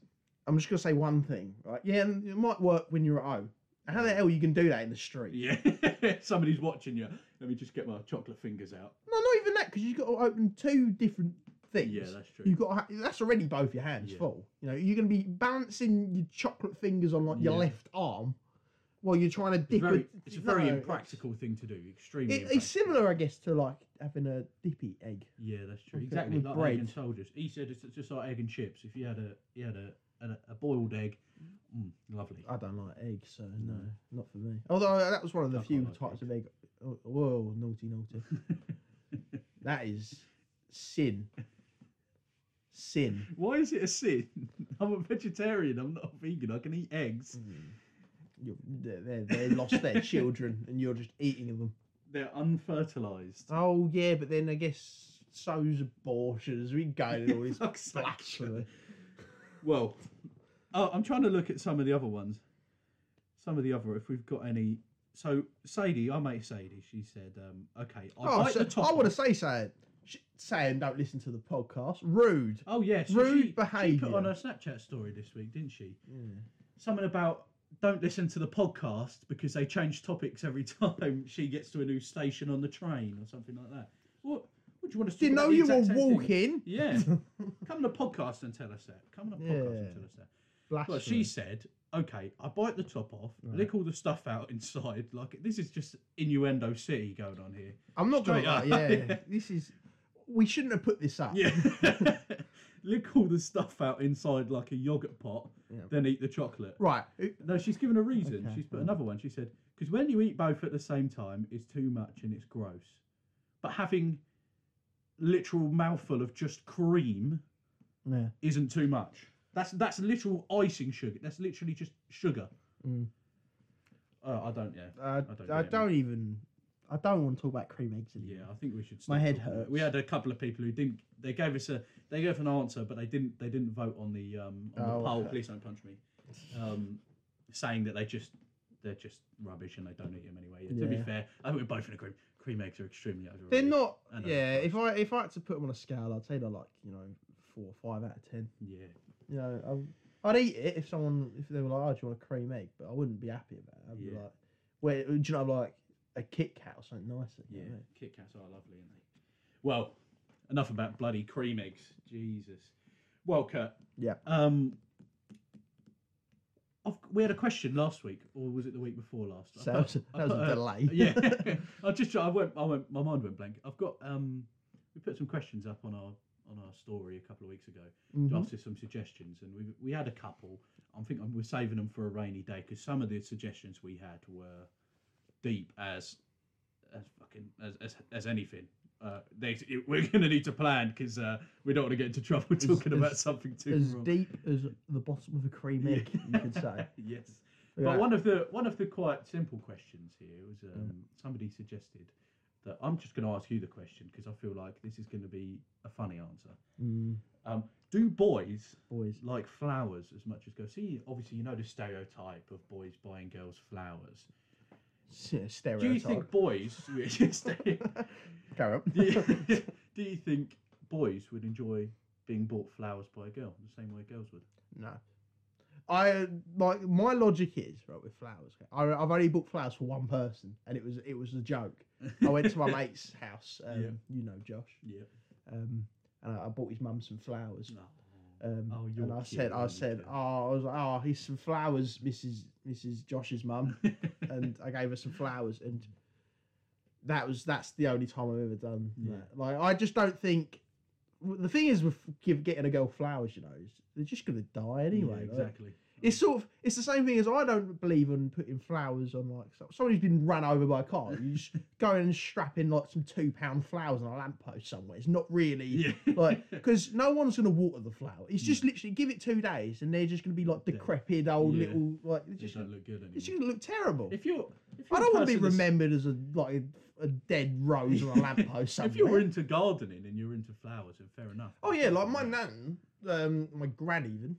[SPEAKER 2] I'm just gonna say one thing, right? Yeah, and it might work when you're at home. How the hell you can do that in the street?
[SPEAKER 1] Yeah, [LAUGHS] somebody's watching you. Let me just get my chocolate fingers out.
[SPEAKER 2] No, not even that, because you've got to open two different things.
[SPEAKER 1] Yeah, that's true.
[SPEAKER 2] You've got to ha- that's already both your hands
[SPEAKER 1] Yeah.
[SPEAKER 2] full. You know, you're gonna be balancing your chocolate fingers on like your
[SPEAKER 1] Yeah.
[SPEAKER 2] left arm while you're trying to
[SPEAKER 1] It's,
[SPEAKER 2] dip.
[SPEAKER 1] very, it's a very
[SPEAKER 2] no,
[SPEAKER 1] impractical thing to do. Extremely.
[SPEAKER 2] It, it's
[SPEAKER 1] impractical.
[SPEAKER 2] similar, I guess, to like having a dippy egg.
[SPEAKER 1] Yeah, that's true.
[SPEAKER 2] Okay,
[SPEAKER 1] Exactly
[SPEAKER 2] with
[SPEAKER 1] like
[SPEAKER 2] bread.
[SPEAKER 1] egg and soldiers. He said it's just like egg and chips. If you had a, you had a, a, a boiled egg, mm, lovely.
[SPEAKER 2] I don't like eggs, so no,
[SPEAKER 1] No.
[SPEAKER 2] not for me. Although uh, that was one of the
[SPEAKER 1] I quite
[SPEAKER 2] few
[SPEAKER 1] like
[SPEAKER 2] types of egg. Oh, whoa, naughty, naughty. [LAUGHS] that is sin. Sin.
[SPEAKER 1] Why is it a sin? [LAUGHS] I'm a vegetarian. I'm not a vegan. I can eat
[SPEAKER 2] Mm.
[SPEAKER 1] eggs.
[SPEAKER 2] You're, they they they lost [LAUGHS] their children, and you're just eating them.
[SPEAKER 1] They're unfertilized.
[SPEAKER 2] Oh yeah, but then I guess so's abortions. We go to all [LAUGHS]
[SPEAKER 1] [LAUGHS]
[SPEAKER 2] this
[SPEAKER 1] Fuck's sake.
[SPEAKER 2] blasphemy.
[SPEAKER 1] Well, oh, I'm trying to look at some of the other ones. Some of the other, if we've got any. So Sadie, I mate Sadie. She said, um, "Okay, I
[SPEAKER 2] Oh,
[SPEAKER 1] bite
[SPEAKER 2] so,
[SPEAKER 1] the top."
[SPEAKER 2] I want to
[SPEAKER 1] off.
[SPEAKER 2] say saying, saying don't listen to the podcast. Rude.
[SPEAKER 1] Oh yes,
[SPEAKER 2] rude
[SPEAKER 1] she, She
[SPEAKER 2] behaviour.
[SPEAKER 1] put on her Snapchat story this week, didn't she?
[SPEAKER 2] Yeah.
[SPEAKER 1] something about don't listen to the podcast because they change topics every [LAUGHS] time she gets to a new station on the train or something like that. What? What do you want us to?
[SPEAKER 2] Didn't
[SPEAKER 1] talk
[SPEAKER 2] know
[SPEAKER 1] about the
[SPEAKER 2] you were
[SPEAKER 1] exact same thing?
[SPEAKER 2] walking. [LAUGHS]
[SPEAKER 1] Yeah. Come on the podcast and tell us that. Come on the podcast and
[SPEAKER 2] Yeah.
[SPEAKER 1] tell us that.
[SPEAKER 2] Blasphemy.
[SPEAKER 1] Well, she said, "Okay, I bite the top off,
[SPEAKER 2] Right.
[SPEAKER 1] lick all the stuff out inside. Like this is just innuendo city going on here."
[SPEAKER 2] I'm not going.
[SPEAKER 1] Straight
[SPEAKER 2] to
[SPEAKER 1] up. [LAUGHS]
[SPEAKER 2] Yeah, this is. We shouldn't have put this up.
[SPEAKER 1] Yeah. [LAUGHS] lick all the stuff out inside like a yogurt pot,
[SPEAKER 2] Yeah.
[SPEAKER 1] then eat the chocolate.
[SPEAKER 2] Right. it-
[SPEAKER 1] No, she's given a reason.
[SPEAKER 2] Okay,
[SPEAKER 1] she's put
[SPEAKER 2] right.
[SPEAKER 1] another one. She said, because when you eat both at the same time, it's too much and it's gross. But having literal mouthful of just cream
[SPEAKER 2] Yeah.
[SPEAKER 1] isn't too much. That's that's literal icing sugar. That's literally just sugar.
[SPEAKER 2] Mm.
[SPEAKER 1] Uh, I don't know.
[SPEAKER 2] Uh,
[SPEAKER 1] don't
[SPEAKER 2] I
[SPEAKER 1] get it.
[SPEAKER 2] don't even. I don't want to talk about cream eggs anymore.
[SPEAKER 1] Yeah, I think we should. stop
[SPEAKER 2] My head
[SPEAKER 1] talking.
[SPEAKER 2] hurts.
[SPEAKER 1] We had a couple of people who didn't. They gave us a. They gave an answer, but they didn't. They didn't vote on the um on
[SPEAKER 2] Oh,
[SPEAKER 1] the poll.
[SPEAKER 2] okay.
[SPEAKER 1] Please don't punch me. Um, saying that they just they're just rubbish and they don't eat them anyway. Yeah, To be
[SPEAKER 2] Yeah.
[SPEAKER 1] fair, I think we're both in agreement. Cream eggs are extremely overrated.
[SPEAKER 2] They're not.
[SPEAKER 1] I know.
[SPEAKER 2] Yeah, if I if I had to put them on a scale, I'd say they're like you know four or five out of ten.
[SPEAKER 1] Yeah.
[SPEAKER 2] You know, I, I'd eat it if someone if they were like, "Oh, do you want a cream egg?" But I wouldn't be happy about it. I'd be
[SPEAKER 1] Yeah.
[SPEAKER 2] like, "Wait, do you know like a Kit Kat or something nicer?"
[SPEAKER 1] Yeah,
[SPEAKER 2] you know what I mean?
[SPEAKER 1] Kit Kats are lovely, aren't they? Well, enough about bloody cream eggs. Jesus. Well, Kurt.
[SPEAKER 2] Yeah.
[SPEAKER 1] Um, I've, we had a question last week, or was it the week before last? I
[SPEAKER 2] So that
[SPEAKER 1] put-
[SPEAKER 2] was, that
[SPEAKER 1] I
[SPEAKER 2] was
[SPEAKER 1] put
[SPEAKER 2] a
[SPEAKER 1] a-
[SPEAKER 2] delay.
[SPEAKER 1] yeah,
[SPEAKER 2] [LAUGHS]
[SPEAKER 1] I just I went I went my mind went blank. I've got um, we put some questions up on our on our story a couple of weeks ago
[SPEAKER 2] Mhm.
[SPEAKER 1] to ask us some suggestions, and we we had a couple. I think I'm, we're saving them for a rainy day because some of the suggestions we had were deep as as fucking as as, as anything. Uh, they, it- [LAUGHS] we're going to need to plan because uh, we don't want to get into trouble talking
[SPEAKER 2] as-
[SPEAKER 1] about something too
[SPEAKER 2] As
[SPEAKER 1] [LAUGHS] wrong.
[SPEAKER 2] deep as the bottom of a cream
[SPEAKER 1] Yeah.
[SPEAKER 2] egg, you could say.
[SPEAKER 1] [LAUGHS] yes.
[SPEAKER 2] Yeah. Mm.
[SPEAKER 1] But one of the one of the quite simple questions here was um, somebody suggested that I'm just going to ask you the question because I feel like this is going to be a funny answer.
[SPEAKER 2] Mm,
[SPEAKER 1] Um, do boys
[SPEAKER 2] boys.
[SPEAKER 1] like flowers as much as girls? See, obviously you know the stereotype of boys buying girls flowers.
[SPEAKER 2] S- yeah, Stereotype.
[SPEAKER 1] Do you think boys? [LAUGHS]
[SPEAKER 2] [LAUGHS] Carry on.
[SPEAKER 1] do, you, [LAUGHS] do you think boys would enjoy being bought flowers by a girl the same way girls would?
[SPEAKER 2] [LAUGHS] No. I like my logic is right with flowers. okay, I, I've only booked flowers for one person, and it was it was a joke. I
[SPEAKER 1] [LAUGHS]
[SPEAKER 2] went to my mate's house, um,
[SPEAKER 1] Yeah.
[SPEAKER 2] you know Josh,
[SPEAKER 1] Yeah.
[SPEAKER 2] um, and I, I bought his mum some flowers.
[SPEAKER 1] [LAUGHS] No.
[SPEAKER 2] Um,
[SPEAKER 1] Oh, you're
[SPEAKER 2] and I
[SPEAKER 1] cute,
[SPEAKER 2] said, I
[SPEAKER 1] aren't you,
[SPEAKER 2] said,
[SPEAKER 1] Josh?
[SPEAKER 2] oh, I was like, oh, here's some flowers, Mrs. Mrs. Josh's mum, and I gave her some flowers, and that was that's the only time I've ever done
[SPEAKER 1] Yeah.
[SPEAKER 2] that. Like, I just don't think. The thing is with give, getting a girl flowers, you know, is they're just gonna die anyway.
[SPEAKER 1] Yeah,
[SPEAKER 2] like,
[SPEAKER 1] exactly.
[SPEAKER 2] it's sort of it's the same thing as I don't believe in putting flowers on like so- someone who's been run over by a car.
[SPEAKER 1] [LAUGHS]
[SPEAKER 2] You just go in and strap in like some two pound flowers on a lamppost somewhere. It's not really
[SPEAKER 1] Yeah.
[SPEAKER 2] [LAUGHS]
[SPEAKER 1] [LAUGHS]
[SPEAKER 2] like because no one's going to water the flower. It's just literally give it two days and they're just going to be like
[SPEAKER 1] Dead.
[SPEAKER 2] decrepit old
[SPEAKER 1] Yeah.
[SPEAKER 2] little like it's
[SPEAKER 1] They
[SPEAKER 2] just
[SPEAKER 1] don't look good anymore.
[SPEAKER 2] it's just going to look terrible.
[SPEAKER 1] If you're, if you're
[SPEAKER 2] I
[SPEAKER 1] a
[SPEAKER 2] don't want to be
[SPEAKER 1] person that's-
[SPEAKER 2] remembered as a like a, a dead rose [LAUGHS] on a lamppost somewhere.
[SPEAKER 1] If you're into gardening and you're into flowers, then fair enough.
[SPEAKER 2] Oh yeah, like my nan, um, my gran even,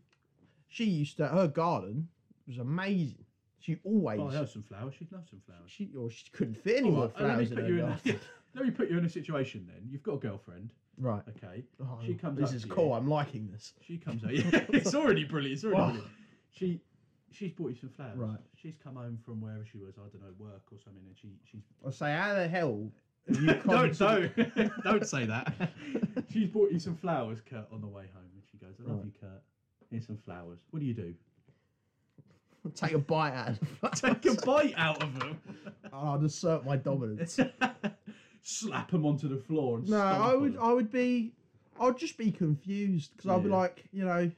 [SPEAKER 2] she used to her garden was amazing. She always
[SPEAKER 1] Oh, I have some flowers. She'd love some flowers.
[SPEAKER 2] she or she couldn't fit any more
[SPEAKER 1] Alright, and
[SPEAKER 2] flowers in
[SPEAKER 1] let me put
[SPEAKER 2] her
[SPEAKER 1] you in.
[SPEAKER 2] garden.
[SPEAKER 1] A, [LAUGHS] let me put you in a situation. Then you've got a girlfriend.
[SPEAKER 2] [LAUGHS] right.
[SPEAKER 1] Okay,
[SPEAKER 2] Oh,
[SPEAKER 1] She comes
[SPEAKER 2] This
[SPEAKER 1] up
[SPEAKER 2] is
[SPEAKER 1] to you.
[SPEAKER 2] cool. I'm liking this.
[SPEAKER 1] she comes
[SPEAKER 2] [LAUGHS]
[SPEAKER 1] out. [LAUGHS] Yeah, it's already brilliant. It's already
[SPEAKER 2] Oh.
[SPEAKER 1] brilliant. She, she's bought you some flowers.
[SPEAKER 2] Right.
[SPEAKER 1] She's come home from wherever she was. I don't know, work or something, and she she's.
[SPEAKER 2] I say, how
[SPEAKER 1] [LAUGHS]
[SPEAKER 2] the hell? have You come
[SPEAKER 1] don't
[SPEAKER 2] to the-
[SPEAKER 1] don't don't say that. [LAUGHS] she's bought you some flowers, Kurt, on the way home, and she goes, "I love
[SPEAKER 2] Right.
[SPEAKER 1] you, Kurt. Here's some flowers. What do you
[SPEAKER 2] [LAUGHS]
[SPEAKER 1] do?
[SPEAKER 2] [LAUGHS] Take a bite out
[SPEAKER 1] [LAUGHS]
[SPEAKER 2] of the
[SPEAKER 1] Take a
[SPEAKER 2] [LAUGHS]
[SPEAKER 1] bite out of them."
[SPEAKER 2] I'd assert my dominance.
[SPEAKER 1] [LAUGHS] Slap him onto the floor. And
[SPEAKER 2] No,
[SPEAKER 1] stomp
[SPEAKER 2] I
[SPEAKER 1] on
[SPEAKER 2] would.
[SPEAKER 1] 'em.
[SPEAKER 2] I would be. I'd just be confused because I'd be
[SPEAKER 1] Yeah.
[SPEAKER 2] like, you know,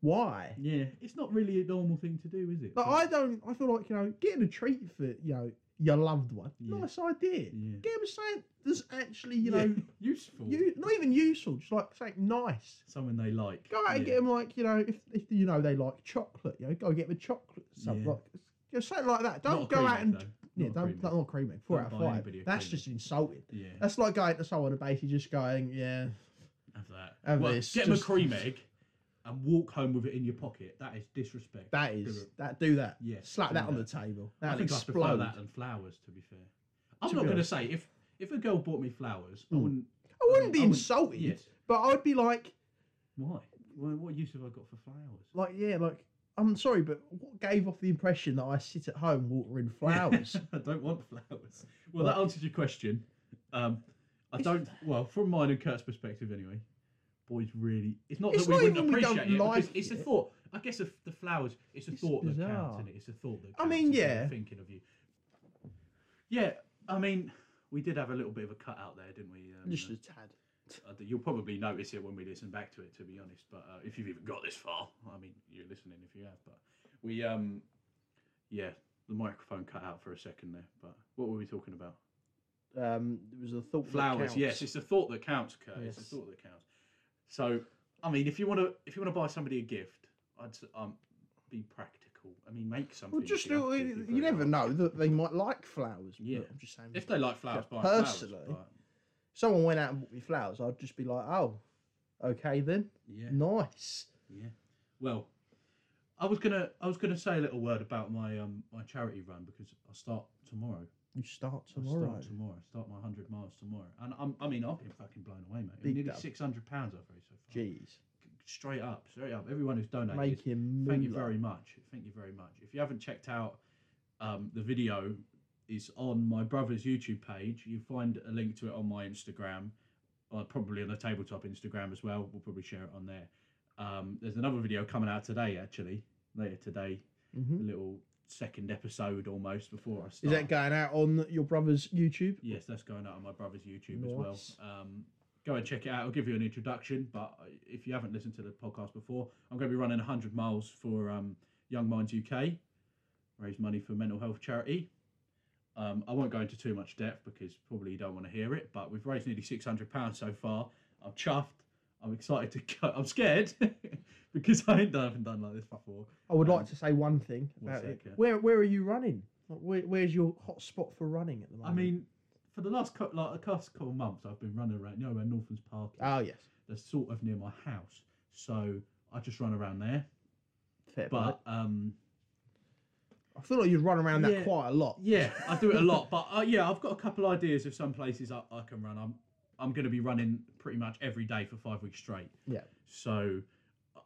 [SPEAKER 2] why?
[SPEAKER 1] Yeah, it's not really a normal thing to do, is it?
[SPEAKER 2] But I don't. I feel like you know, getting a treat for you know your loved one.
[SPEAKER 1] Yeah.
[SPEAKER 2] Nice idea.
[SPEAKER 1] Yeah.
[SPEAKER 2] Get him something that's actually you
[SPEAKER 1] Yeah,
[SPEAKER 2] know,
[SPEAKER 1] [LAUGHS] useful.
[SPEAKER 2] [LAUGHS] you not even useful. Just like something nice.
[SPEAKER 1] Something they like.
[SPEAKER 2] Go out and
[SPEAKER 1] yeah.
[SPEAKER 2] get him like you know, if, if you know they like chocolate, you know, go get them a chocolate. Something
[SPEAKER 1] Yeah.
[SPEAKER 2] like you know, something like that.
[SPEAKER 1] Not a
[SPEAKER 2] Don't go
[SPEAKER 1] cream
[SPEAKER 2] out
[SPEAKER 1] egg,
[SPEAKER 2] and
[SPEAKER 1] though. Not
[SPEAKER 2] yeah,
[SPEAKER 1] a
[SPEAKER 2] don't
[SPEAKER 1] cream egg.
[SPEAKER 2] not cream egg. Four
[SPEAKER 1] Don't
[SPEAKER 2] out of
[SPEAKER 1] buy
[SPEAKER 2] five.
[SPEAKER 1] anybody a
[SPEAKER 2] That's
[SPEAKER 1] cream
[SPEAKER 2] just insulting.
[SPEAKER 1] Yeah,
[SPEAKER 2] [LAUGHS] That's like going to someone and basically just going, yeah,
[SPEAKER 1] have that.
[SPEAKER 2] have
[SPEAKER 1] well,
[SPEAKER 2] this,
[SPEAKER 1] get him a
[SPEAKER 2] just- [LAUGHS]
[SPEAKER 1] cream egg and walk home with it in your pocket. That is disrespect.
[SPEAKER 2] that
[SPEAKER 1] Do
[SPEAKER 2] is
[SPEAKER 1] it.
[SPEAKER 2] that. Do that.
[SPEAKER 1] Yeah,
[SPEAKER 2] Slap
[SPEAKER 1] do
[SPEAKER 2] that on
[SPEAKER 1] that.
[SPEAKER 2] the table.
[SPEAKER 1] I
[SPEAKER 2] That'll
[SPEAKER 1] think I prefer
[SPEAKER 2] explode.
[SPEAKER 1] that than flowers, to be fair. I'm
[SPEAKER 2] To
[SPEAKER 1] not
[SPEAKER 2] be
[SPEAKER 1] going to
[SPEAKER 2] honest.
[SPEAKER 1] say if if a girl bought me flowers, I
[SPEAKER 2] Mm.
[SPEAKER 1] wouldn't.
[SPEAKER 2] I wouldn't be
[SPEAKER 1] I wouldn't-
[SPEAKER 2] insulted,
[SPEAKER 1] Yes.
[SPEAKER 2] but I'd be like.
[SPEAKER 1] Why? Why- What use have I got for flowers?
[SPEAKER 2] like yeah, like I'm sorry, but what gave off the impression that I sit at home [LAUGHS] watering flowers?
[SPEAKER 1] [LAUGHS] I don't want flowers. Well,
[SPEAKER 2] Well-
[SPEAKER 1] that answers your question. Um, I
[SPEAKER 2] It's-
[SPEAKER 1] don't. Well, from mine and Kurt's perspective, anyway, boys really. It's not
[SPEAKER 2] It's
[SPEAKER 1] that we
[SPEAKER 2] not
[SPEAKER 1] wouldn't
[SPEAKER 2] even we don't
[SPEAKER 1] appreciate it. because
[SPEAKER 2] like
[SPEAKER 1] it's a
[SPEAKER 2] it.
[SPEAKER 1] thought. I guess if the flowers, it's a
[SPEAKER 2] It's
[SPEAKER 1] thought that counts,
[SPEAKER 2] bizarre.
[SPEAKER 1] isn't it? It's a thought that.
[SPEAKER 2] I
[SPEAKER 1] Counts,
[SPEAKER 2] mean,
[SPEAKER 1] it's what
[SPEAKER 2] yeah.
[SPEAKER 1] we're Thinking of you. Yeah, I mean, we did have a little bit of a cut out there, didn't we? Um,
[SPEAKER 2] Just
[SPEAKER 1] uh,
[SPEAKER 2] a tad.
[SPEAKER 1] I d- you'll probably notice it when we listen back to it, to be honest. But uh, if you've even got this far, I mean, you're listening if you have. But we, um, yeah, the microphone cut out for a second there. But what were we talking about?
[SPEAKER 2] Um, it was a thought. that
[SPEAKER 1] Flowers.
[SPEAKER 2] counts.
[SPEAKER 1] Yes, it's the thought that counts, Kurt. It's
[SPEAKER 2] Yes.
[SPEAKER 1] the thought that counts. So, I mean, if you want to, if you want to buy somebody a gift, I'd s- um, be practical. difficult. I mean, make something.
[SPEAKER 2] Well,
[SPEAKER 1] if
[SPEAKER 2] just
[SPEAKER 1] you have
[SPEAKER 2] you,
[SPEAKER 1] to, if
[SPEAKER 2] you,
[SPEAKER 1] you're very
[SPEAKER 2] never
[SPEAKER 1] hard.
[SPEAKER 2] know that they might like flowers. but
[SPEAKER 1] Yeah.
[SPEAKER 2] I'm just saying.
[SPEAKER 1] If they like flowers,
[SPEAKER 2] Yeah,
[SPEAKER 1] buy flowers,
[SPEAKER 2] personally.
[SPEAKER 1] but-
[SPEAKER 2] someone went out and bought me flowers, I'd just be like, oh, okay then,
[SPEAKER 1] yeah,
[SPEAKER 2] nice.
[SPEAKER 1] yeah. Well, I was gonna, I was gonna say a little word about my um my charity run because I start tomorrow.
[SPEAKER 2] You start
[SPEAKER 1] I
[SPEAKER 2] tomorrow.
[SPEAKER 1] start tomorrow. I start my hundred miles tomorrow, and I'm, I mean, I've been fucking blown away, mate. I'm
[SPEAKER 2] Big
[SPEAKER 1] nearly
[SPEAKER 2] dub.
[SPEAKER 1] six hundred pounds I've raised so far.
[SPEAKER 2] Jeez,
[SPEAKER 1] Straight up, straight up. Everyone who's donated,
[SPEAKER 2] making
[SPEAKER 1] Thank you
[SPEAKER 2] moolah.
[SPEAKER 1] very much. Thank you very much. If you haven't checked out um, the video, is on my brother's YouTube page. You find a link to it on my Instagram, uh, probably on the tabletop Instagram as well. We'll probably share it on there. Um, there's another video coming out today, actually later today.
[SPEAKER 2] Mhm.
[SPEAKER 1] A little second episode almost before I
[SPEAKER 2] Is
[SPEAKER 1] start.
[SPEAKER 2] that going out on your brother's YouTube?
[SPEAKER 1] Yes, that's going out on my brother's YouTube as
[SPEAKER 2] Nice.
[SPEAKER 1] well. Um, go and check it out. I'll give you an introduction. But if you haven't listened to the podcast before, I'm going to be running 100 miles for um, Young Minds UK, raise money for mental health charity. Um, I won't go into too much depth because probably you don't want to hear it. But we've raised nearly 600 pounds so far. I'm chuffed. I'm excited to go. I'm scared [LAUGHS] because I ain't done, haven't done like this before.
[SPEAKER 2] I would
[SPEAKER 1] Um,
[SPEAKER 2] like to say one thing
[SPEAKER 1] one
[SPEAKER 2] about it.
[SPEAKER 1] sec, yeah.
[SPEAKER 2] Where where are you running? Like, Where, where's your hot spot for running at the
[SPEAKER 1] I
[SPEAKER 2] moment?
[SPEAKER 1] mean, for the last couple, like the last couple of months, I've been running around. You know where Northlands Park is?
[SPEAKER 2] oh yes,
[SPEAKER 1] that's sort of near my house. So I just run around there.
[SPEAKER 2] fair play.
[SPEAKER 1] But um,
[SPEAKER 2] I feel like you'd run around
[SPEAKER 1] Yeah.
[SPEAKER 2] that quite a lot.
[SPEAKER 1] yeah, I do it a lot. But uh, yeah, I've got a couple ideas of some places I, I can run. I'm I'm going to be running pretty much every day for five weeks straight.
[SPEAKER 2] Yeah.
[SPEAKER 1] So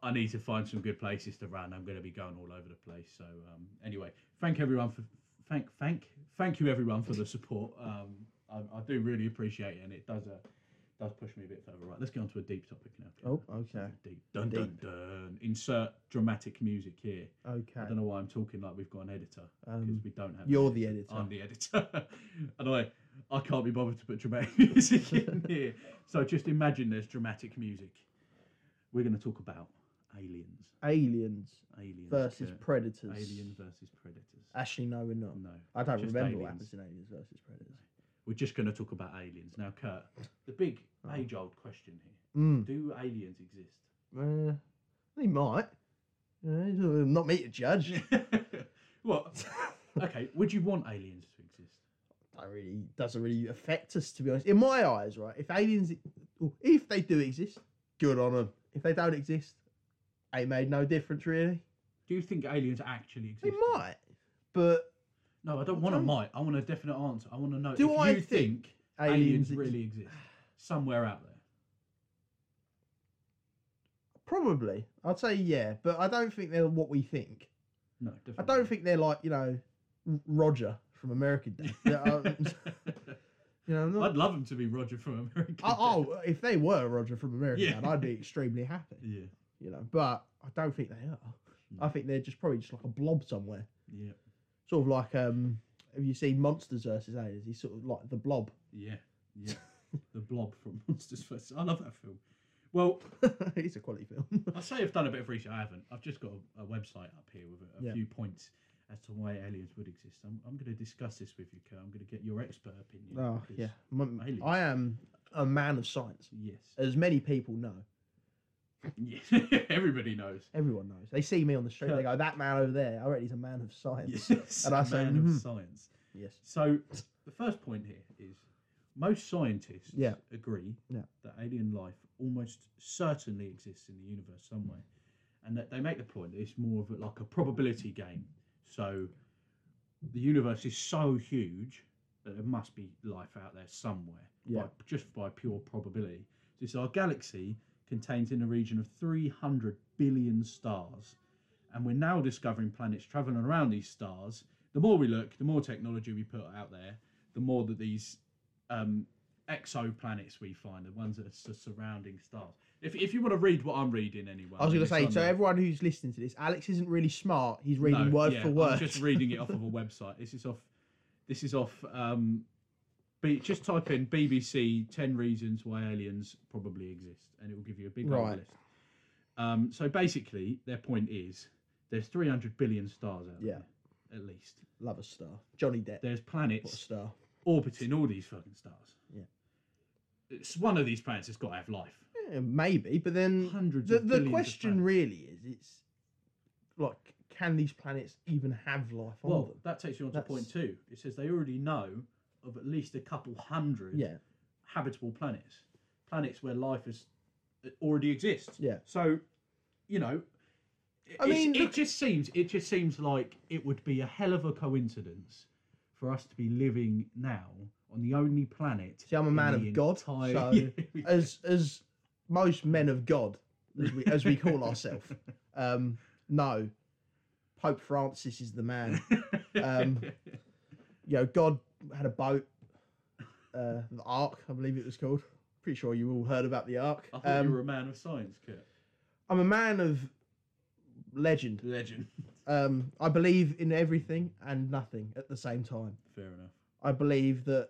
[SPEAKER 1] I need to find some good places to run. I'm going to be going all over the place. So um, anyway, thank everyone for thank thank thank you everyone for the support. Um, I, I do really appreciate it, and it does uh, does push me a bit further. Right, let's get on to a deep topic now. Peter.
[SPEAKER 2] Oh, okay,
[SPEAKER 1] Deep. Dun, dun,
[SPEAKER 2] Deep.
[SPEAKER 1] dun. Insert dramatic music here. I
[SPEAKER 2] okay.
[SPEAKER 1] don't know why I'm talking like we've got an editor because
[SPEAKER 2] Um,
[SPEAKER 1] we don't have. an
[SPEAKER 2] you're the editor.
[SPEAKER 1] I'm the editor, [LAUGHS] and I I can't be bothered to put dramatic [LAUGHS] music
[SPEAKER 2] [LAUGHS]
[SPEAKER 1] in here. So just imagine there's dramatic music. We're going to talk about aliens,
[SPEAKER 2] Aliens
[SPEAKER 1] aliens
[SPEAKER 2] versus
[SPEAKER 1] occur.
[SPEAKER 2] predators. Ah.
[SPEAKER 1] alien versus predators.
[SPEAKER 2] Actually, no, we're not.
[SPEAKER 1] no,
[SPEAKER 2] I don't
[SPEAKER 1] just
[SPEAKER 2] remember what
[SPEAKER 1] aliens.
[SPEAKER 2] happens in Aliens versus Predators.
[SPEAKER 1] We're just going to talk about aliens now, Kurt. The big
[SPEAKER 2] Oh.
[SPEAKER 1] age-old question here:
[SPEAKER 2] Mm.
[SPEAKER 1] Do aliens exist? [LAUGHS]
[SPEAKER 2] Uh, they might. Uh, it's, uh, not me to judge.
[SPEAKER 1] [LAUGHS]
[SPEAKER 2] [LAUGHS]
[SPEAKER 1] what? Okay, would you want aliens to exist?
[SPEAKER 2] That really doesn't really affect us, to be honest. In my eyes, right? If aliens, oh, if they do exist, good on them. If they don't exist, ain't made no difference really.
[SPEAKER 1] Do you think aliens actually exist?
[SPEAKER 2] They might, but
[SPEAKER 1] No, I
[SPEAKER 2] I
[SPEAKER 1] don't want a
[SPEAKER 2] don't-
[SPEAKER 1] might. I want a definite answer. I want to know
[SPEAKER 2] Do
[SPEAKER 1] if
[SPEAKER 2] I
[SPEAKER 1] you think
[SPEAKER 2] think
[SPEAKER 1] aliens,
[SPEAKER 2] aliens, ex-
[SPEAKER 1] really exist somewhere out there.
[SPEAKER 2] probably. I'd say yeah, but I don't think they're what we think.
[SPEAKER 1] No,
[SPEAKER 2] I
[SPEAKER 1] definitely.
[SPEAKER 2] don't think they're like you know R- Roger from American
[SPEAKER 1] [LAUGHS]
[SPEAKER 2] Dad. Yeah, I- you know, I'm not-
[SPEAKER 1] I'd love them to be Roger from American.
[SPEAKER 2] I-
[SPEAKER 1] Dad.
[SPEAKER 2] um, oh, if they were Roger from American
[SPEAKER 1] Yeah.
[SPEAKER 2] Dad, I'd be extremely happy.
[SPEAKER 1] yeah,
[SPEAKER 2] you know. But I don't think they are.
[SPEAKER 1] Hmm.
[SPEAKER 2] I think they're just probably just like a blob somewhere,
[SPEAKER 1] yeah,
[SPEAKER 2] sort of like um. Have you seen Monsters versus Aliens? He's sort of like the blob. [LAUGHS]
[SPEAKER 1] yeah, yeah. the Blob from [LAUGHS] Monsters vs. I love that film. Well,
[SPEAKER 2] it's a
[SPEAKER 1] [LAUGHS]
[SPEAKER 2] quality film.
[SPEAKER 1] I say I've done a bit of research. I haven't. I've just got a, a website up here with a, a
[SPEAKER 2] Yeah.
[SPEAKER 1] few points as to why aliens would exist. I'm, I'm going to discuss this with you, Kurt. I'm going to get your expert opinion.
[SPEAKER 2] oh
[SPEAKER 1] because-
[SPEAKER 2] yeah, M-
[SPEAKER 1] aliens.
[SPEAKER 2] I am a man of science,
[SPEAKER 1] Yes. [LAUGHS]
[SPEAKER 2] as many people know.
[SPEAKER 1] yes. [LAUGHS] Everybody knows.
[SPEAKER 2] Everyone knows. They see me on the street, they go, "That man over there, I reckon he's a man of science."
[SPEAKER 1] Yes.
[SPEAKER 2] And I say,
[SPEAKER 1] man
[SPEAKER 2] "Mhm."
[SPEAKER 1] of science.
[SPEAKER 2] [LAUGHS] Yes.
[SPEAKER 1] So the first point here is most scientists
[SPEAKER 2] Yeah.
[SPEAKER 1] agree
[SPEAKER 2] Yeah.
[SPEAKER 1] that alien life almost certainly exists in the universe somewhere, and that they make the point that it's more of a, like a probability game. So the universe is so huge that there must be life out there somewhere,
[SPEAKER 2] Yeah.
[SPEAKER 1] by, just by pure probability. This our galaxy contains in a region of 300 billion stars, and we're now discovering planets traveling around these stars. The more we look, the more technology we put out there, the more that these um, exoplanets we find, the ones that are su- surrounding stars. If, if you want to read what I'm reading anyway,
[SPEAKER 2] I was
[SPEAKER 1] mean,
[SPEAKER 2] going to
[SPEAKER 1] it's
[SPEAKER 2] say
[SPEAKER 1] on
[SPEAKER 2] to
[SPEAKER 1] there.
[SPEAKER 2] everyone who's listening to this, Alex isn't really smart. He's reading
[SPEAKER 1] No,
[SPEAKER 2] word
[SPEAKER 1] yeah,
[SPEAKER 2] for word.
[SPEAKER 1] I'm just reading it off of a website. This is off. This is off. Um, B just type in BBC Ten Reasons Why Aliens Probably Exist, and it will give you a big old
[SPEAKER 2] Right.
[SPEAKER 1] list. Um, so basically, their point is there's 300 billion stars out
[SPEAKER 2] Yeah.
[SPEAKER 1] there, at least.
[SPEAKER 2] [LAUGHS] Love a star, Johnny Depp.
[SPEAKER 1] There's
[SPEAKER 2] What a
[SPEAKER 1] planets
[SPEAKER 2] star.
[SPEAKER 1] orbiting all these fucking stars.
[SPEAKER 2] Yeah.
[SPEAKER 1] It's one of these planets has got to have life.
[SPEAKER 2] Yeah, maybe, but then
[SPEAKER 1] Hundreds
[SPEAKER 2] Mm, the,
[SPEAKER 1] of
[SPEAKER 2] the
[SPEAKER 1] billions of
[SPEAKER 2] question
[SPEAKER 1] planets.
[SPEAKER 2] really is it's like can these planets even have life on
[SPEAKER 1] Well,
[SPEAKER 2] them?
[SPEAKER 1] that takes you on to point
[SPEAKER 2] That's-
[SPEAKER 1] two. It says they already know of at least a couple hundred
[SPEAKER 2] Yeah,
[SPEAKER 1] habitable planets, planets where life has already exists.
[SPEAKER 2] yeah.
[SPEAKER 1] So, you know,
[SPEAKER 2] I
[SPEAKER 1] I mean,
[SPEAKER 2] mean,
[SPEAKER 1] it
[SPEAKER 2] look-
[SPEAKER 1] just seems it just seems like it would be a hell of a coincidence for us to be living now on the only planet.
[SPEAKER 2] See, I'm a
[SPEAKER 1] in
[SPEAKER 2] man
[SPEAKER 1] the
[SPEAKER 2] of God,
[SPEAKER 1] [LAUGHS]
[SPEAKER 2] so-
[SPEAKER 1] Yeah.
[SPEAKER 2] As as most men of God, as we as we call
[SPEAKER 1] [LAUGHS]
[SPEAKER 2] ourselves, um, no, Pope Francis is the man. Um, you know, God had a boat, uh, the Ark, I believe it was called. Pretty sure you all heard about the Ark.
[SPEAKER 1] I thought you
[SPEAKER 2] Um,
[SPEAKER 1] were a man of science, Kurt.
[SPEAKER 2] I'm a man of legend.
[SPEAKER 1] Legend.
[SPEAKER 2] Um, I believe in everything and nothing at the same time.
[SPEAKER 1] Fair enough.
[SPEAKER 2] I believe that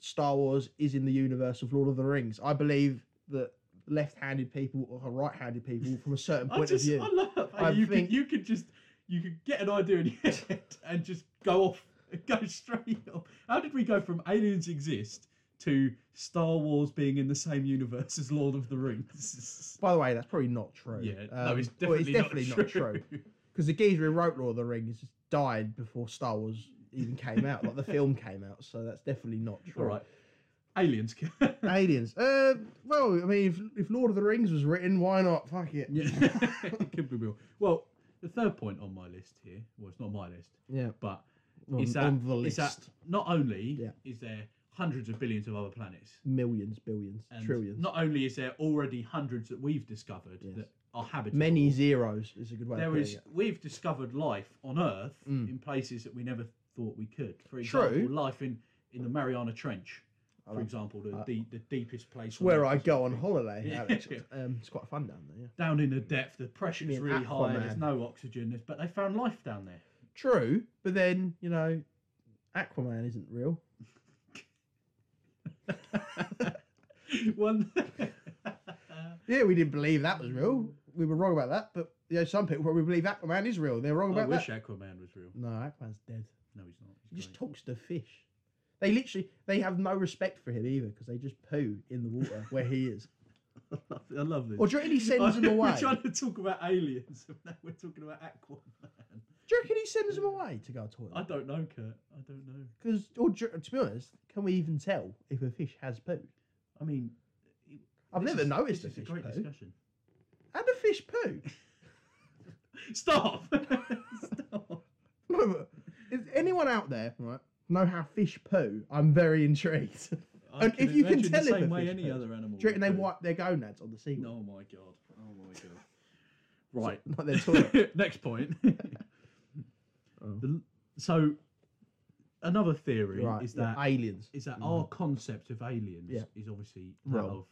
[SPEAKER 2] Star Wars is in the universe of Lord of the Rings. I believe that left-handed people or right-handed people from a
[SPEAKER 1] [LAUGHS]
[SPEAKER 2] certain
[SPEAKER 1] I
[SPEAKER 2] point
[SPEAKER 1] just,
[SPEAKER 2] of view.
[SPEAKER 1] I love how
[SPEAKER 2] I
[SPEAKER 1] you
[SPEAKER 2] think-
[SPEAKER 1] could, you could just, you could get an idea in your [LAUGHS] head and just go off, [LAUGHS] go straight off. How did we go from aliens exist to Star Wars being in the same universe as Lord of the [LAUGHS] Rings?
[SPEAKER 2] By the way, that's probably not true.
[SPEAKER 1] Yeah, no,
[SPEAKER 2] Um,
[SPEAKER 1] it's
[SPEAKER 2] well,
[SPEAKER 1] definitely,
[SPEAKER 2] because the geezer who wrote Lord of the Rings died before Star Wars even came out, like
[SPEAKER 1] [LAUGHS]
[SPEAKER 2] the film came out. So that's definitely not
[SPEAKER 1] [LAUGHS]
[SPEAKER 2] true.
[SPEAKER 1] All right, aliens. [LAUGHS]
[SPEAKER 2] Aliens. Uh, well, I mean, if, if Lord of the Rings was written, why not? Fuck it.
[SPEAKER 1] yeah, it [LAUGHS] could be real. Well, the third point on my list here, well, it's not my list,
[SPEAKER 2] [LAUGHS] Yeah.
[SPEAKER 1] but
[SPEAKER 2] On,
[SPEAKER 1] is that,
[SPEAKER 2] on the
[SPEAKER 1] is
[SPEAKER 2] list.
[SPEAKER 1] that not only
[SPEAKER 2] Yeah.
[SPEAKER 1] is there hundreds of billions of other planets,
[SPEAKER 2] Millions, billions,
[SPEAKER 1] and
[SPEAKER 2] trillions.
[SPEAKER 1] Not only is there already hundreds that we've discovered
[SPEAKER 2] Yes.
[SPEAKER 1] that are habitable.
[SPEAKER 2] Many zeros is a good way of
[SPEAKER 1] There
[SPEAKER 2] putting
[SPEAKER 1] is
[SPEAKER 2] it.
[SPEAKER 1] we've discovered life on Earth
[SPEAKER 2] Mm.
[SPEAKER 1] in places that we never thought we could. For
[SPEAKER 2] True.
[SPEAKER 1] example, life in, in the Mariana Trench,
[SPEAKER 2] I
[SPEAKER 1] for
[SPEAKER 2] like-
[SPEAKER 1] example, the,
[SPEAKER 2] I-
[SPEAKER 1] the, the deepest place.
[SPEAKER 2] It's
[SPEAKER 1] on
[SPEAKER 2] where
[SPEAKER 1] Earth.
[SPEAKER 2] I go on
[SPEAKER 1] [LAUGHS]
[SPEAKER 2] holiday,
[SPEAKER 1] Yeah.
[SPEAKER 2] Alex. Um, it's quite fun down there. Yeah.
[SPEAKER 1] down in the depth. The pressure
[SPEAKER 2] Me
[SPEAKER 1] is
[SPEAKER 2] and
[SPEAKER 1] really high. There's
[SPEAKER 2] Aquaman.
[SPEAKER 1] no oxygen. There's, but they found life down
[SPEAKER 2] [LAUGHS]
[SPEAKER 1] there.
[SPEAKER 2] True, but then you know, Aquaman isn't real.
[SPEAKER 1] [LAUGHS] One.
[SPEAKER 2] Yeah, we didn't believe that was real. We were wrong about that, but you know, some people probably believe Aquaman is real. They're wrong
[SPEAKER 1] I
[SPEAKER 2] about
[SPEAKER 1] wish
[SPEAKER 2] that.
[SPEAKER 1] Aquaman was real.
[SPEAKER 2] No, Aquaman's dead.
[SPEAKER 1] No, he's not.
[SPEAKER 2] He
[SPEAKER 1] He's
[SPEAKER 2] just
[SPEAKER 1] great.
[SPEAKER 2] talks to fish. They literally they have no respect for him either because they just poo in the water where he is.
[SPEAKER 1] [LAUGHS] I love this.
[SPEAKER 2] Or do you reckon
[SPEAKER 1] [LAUGHS]
[SPEAKER 2] he sends him away?
[SPEAKER 1] We're trying to talk about aliens, [LAUGHS] and now we're talking about Aquaman.
[SPEAKER 2] Do you reckon he sends him away to go to the
[SPEAKER 1] I
[SPEAKER 2] toilet?
[SPEAKER 1] don't know, Kurt. I don't know.
[SPEAKER 2] Because, or do you- to be honest, can we even tell if a fish has poo?
[SPEAKER 1] I mean,
[SPEAKER 2] I've
[SPEAKER 1] this
[SPEAKER 2] never
[SPEAKER 1] is-
[SPEAKER 2] noticed
[SPEAKER 1] This is
[SPEAKER 2] a
[SPEAKER 1] a
[SPEAKER 2] fish
[SPEAKER 1] great
[SPEAKER 2] poo.
[SPEAKER 1] discussion. [LAUGHS]
[SPEAKER 2] And a fish poo.
[SPEAKER 1] Stop. [LAUGHS] Stop.
[SPEAKER 2] No, but [LAUGHS] is anyone out there right know how fish poo? I'm very intrigued. [LAUGHS] Do
[SPEAKER 1] I
[SPEAKER 2] And if you can
[SPEAKER 1] imagine
[SPEAKER 2] tell
[SPEAKER 1] the
[SPEAKER 2] if
[SPEAKER 1] same
[SPEAKER 2] a
[SPEAKER 1] way
[SPEAKER 2] fish
[SPEAKER 1] any
[SPEAKER 2] poos.
[SPEAKER 1] other animal.
[SPEAKER 2] you reckon they
[SPEAKER 1] would do.
[SPEAKER 2] wipe their gonads on the sea?
[SPEAKER 1] Oh my god. Oh my god.
[SPEAKER 2] [LAUGHS]
[SPEAKER 1] Right.
[SPEAKER 2] not
[SPEAKER 1] [LAUGHS]
[SPEAKER 2] their toilet.
[SPEAKER 1] Next point.
[SPEAKER 2] [LAUGHS] Oh.
[SPEAKER 1] The- so, another theory
[SPEAKER 2] right,
[SPEAKER 1] is
[SPEAKER 2] yeah,
[SPEAKER 1] that
[SPEAKER 2] aliens?
[SPEAKER 1] is that
[SPEAKER 2] Mhm.
[SPEAKER 1] our concept of aliens
[SPEAKER 2] Yeah.
[SPEAKER 1] is obviously that
[SPEAKER 2] Wrong.
[SPEAKER 1] of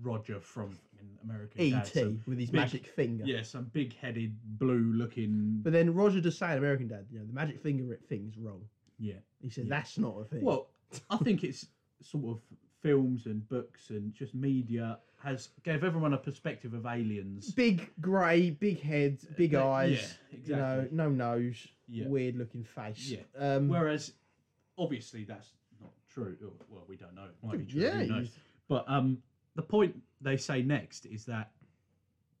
[SPEAKER 1] Roger from in
[SPEAKER 2] E
[SPEAKER 1] American Dad, some-
[SPEAKER 2] E.T. with his
[SPEAKER 1] big-
[SPEAKER 2] magic finger.
[SPEAKER 1] yeah, some big-headed, blue-looking.
[SPEAKER 2] But then Roger just saying American Dad, you know, the magic finger thing's wrong.
[SPEAKER 1] yeah.
[SPEAKER 2] He said
[SPEAKER 1] Yeah.
[SPEAKER 2] that's not a thing.
[SPEAKER 1] Well, I think it's sort of films and books and just media has gave everyone a perspective of aliens.
[SPEAKER 2] big grey, big head, big
[SPEAKER 1] Uh, Yeah,
[SPEAKER 2] eyes.
[SPEAKER 1] exactly.
[SPEAKER 2] You know, no nose,
[SPEAKER 1] Yeah.
[SPEAKER 2] weird looking face.
[SPEAKER 1] Yeah.
[SPEAKER 2] Um,
[SPEAKER 1] Whereas, obviously, that's not true. Oh, Well, we don't know. It might be true.
[SPEAKER 2] yeah,
[SPEAKER 1] who knows?
[SPEAKER 2] he's-
[SPEAKER 1] But um, the point they say next is that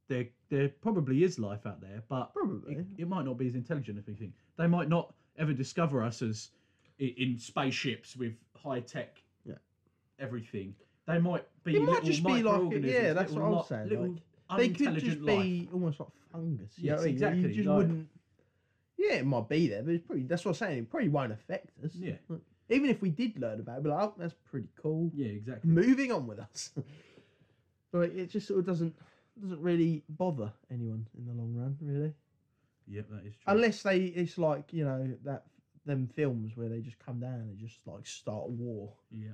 [SPEAKER 1] there there probably is life out there, but
[SPEAKER 2] probably.
[SPEAKER 1] it, it might not be as intelligent as we think. They might not ever discover us as i- in spaceships with high tech,
[SPEAKER 2] Yeah.
[SPEAKER 1] everything. They might be.
[SPEAKER 2] It might
[SPEAKER 1] little
[SPEAKER 2] just be like,
[SPEAKER 1] microorganisms,
[SPEAKER 2] yeah, that's
[SPEAKER 1] little
[SPEAKER 2] what I'm
[SPEAKER 1] li-
[SPEAKER 2] saying.
[SPEAKER 1] little
[SPEAKER 2] Like, they could just
[SPEAKER 1] unintelligent life.
[SPEAKER 2] be almost like fungus. you know
[SPEAKER 1] Yes,
[SPEAKER 2] what I mean?
[SPEAKER 1] exactly,
[SPEAKER 2] You just
[SPEAKER 1] like-
[SPEAKER 2] wouldn't. Yeah, it might be there, but it's probably that's what I'm saying. It probably won't affect us.
[SPEAKER 1] Yeah.
[SPEAKER 2] Like, Even if we did learn about it, be like, oh, that's pretty cool.
[SPEAKER 1] Yeah, exactly.
[SPEAKER 2] Moving on with us. [LAUGHS] but it just sort of doesn't doesn't really bother anyone in the long run, really.
[SPEAKER 1] Yep, that is true.
[SPEAKER 2] Unless they, it's like you know that them films where they just come down and just like start a war.
[SPEAKER 1] yeah.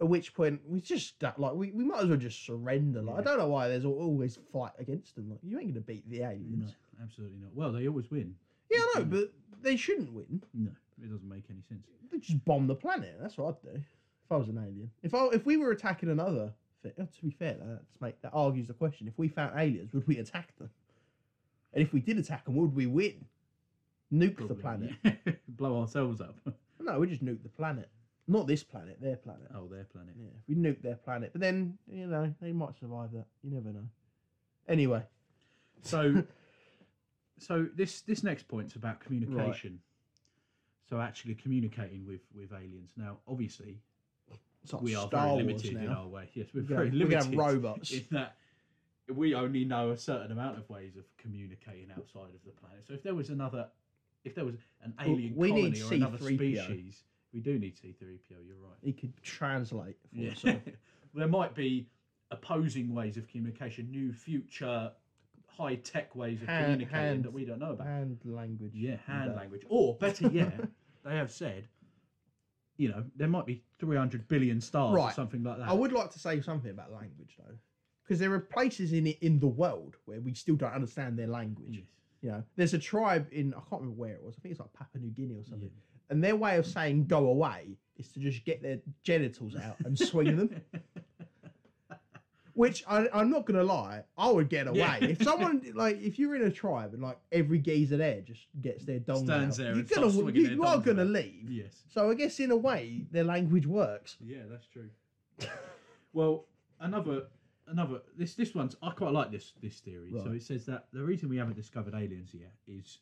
[SPEAKER 2] At which point we just don't- like we, we might as well just surrender. Like
[SPEAKER 1] Yeah.
[SPEAKER 2] I don't know why there's al- always fight against them. Like you ain't gonna beat the aliens.
[SPEAKER 1] No, absolutely not. Well, they always win.
[SPEAKER 2] Yeah, I know,
[SPEAKER 1] Mm.
[SPEAKER 2] but they shouldn't win.
[SPEAKER 1] No, it doesn't make any sense.
[SPEAKER 2] They just bomb the planet. That's what I'd do if I was an alien. If I if we were attacking another, fi- oh, to be fair, that's make that argues the question. If we found aliens, would we attack them? And if we did attack them, would we win? Nuke the planet.
[SPEAKER 1] Probably. [LAUGHS] Blow ourselves up.
[SPEAKER 2] No, we just nuke the planet. Not this planet, their planet.
[SPEAKER 1] Oh, their planet.
[SPEAKER 2] Yeah, we nuke their planet. But then, you know, [LAUGHS] they might survive that. You never know. Anyway,
[SPEAKER 1] So, so this this next point's about communication. So actually communicating with with aliens. Now, obviously,
[SPEAKER 2] It's like
[SPEAKER 1] we are
[SPEAKER 2] Star
[SPEAKER 1] very
[SPEAKER 2] Wars
[SPEAKER 1] limited in
[SPEAKER 2] now.
[SPEAKER 1] our way. Yes, we're
[SPEAKER 2] We're
[SPEAKER 1] very
[SPEAKER 2] gonna- we're gonna have
[SPEAKER 1] limited.
[SPEAKER 2] robots.
[SPEAKER 1] In that we only know a certain amount of ways of communicating outside of the planet. So if there was another, if there was an
[SPEAKER 2] Well,
[SPEAKER 1] alien
[SPEAKER 2] we
[SPEAKER 1] colony
[SPEAKER 2] need
[SPEAKER 1] or another
[SPEAKER 2] C-3PO.
[SPEAKER 1] species, we do need C-3PO. You're right.
[SPEAKER 2] He could translate for us.
[SPEAKER 1] [LAUGHS] Yeah. there might be opposing ways of communication, new future high tech ways of
[SPEAKER 2] Hand-
[SPEAKER 1] communicating
[SPEAKER 2] hand-
[SPEAKER 1] that we don't know about.
[SPEAKER 2] Hand language.
[SPEAKER 1] Yeah, hand
[SPEAKER 2] Yeah.
[SPEAKER 1] language. Or better yet, [LAUGHS] they have said, you know, there might be 300 billion stars or
[SPEAKER 2] Right.
[SPEAKER 1] something like that.
[SPEAKER 2] I would like to say something about language though, because there are places in it in the world where we still don't understand their language.
[SPEAKER 1] [LAUGHS] Yes. [LAUGHS]
[SPEAKER 2] You know, there's a tribe in I can't remember where it was. I think it's like Papua New Guinea or
[SPEAKER 1] Yeah.
[SPEAKER 2] something. And their way of saying "go away" is to just get their genitals out and swing them. Which I, I'm not gonna lie, I would get away
[SPEAKER 1] Yeah. [LAUGHS]
[SPEAKER 2] if someone like if you're in a tribe and like every geezer there just gets their dong
[SPEAKER 1] Stands
[SPEAKER 2] out,
[SPEAKER 1] there
[SPEAKER 2] you're
[SPEAKER 1] and
[SPEAKER 2] gonna
[SPEAKER 1] starts swinging
[SPEAKER 2] you,
[SPEAKER 1] their
[SPEAKER 2] you are
[SPEAKER 1] dongs
[SPEAKER 2] gonna
[SPEAKER 1] about.
[SPEAKER 2] leave.
[SPEAKER 1] Yes.
[SPEAKER 2] So I guess in a way their language works.
[SPEAKER 1] Yeah, that's true. [LAUGHS] well, another another this this one's I quite like this this theory. So
[SPEAKER 2] Right.
[SPEAKER 1] it says that the reason we haven't discovered aliens yet is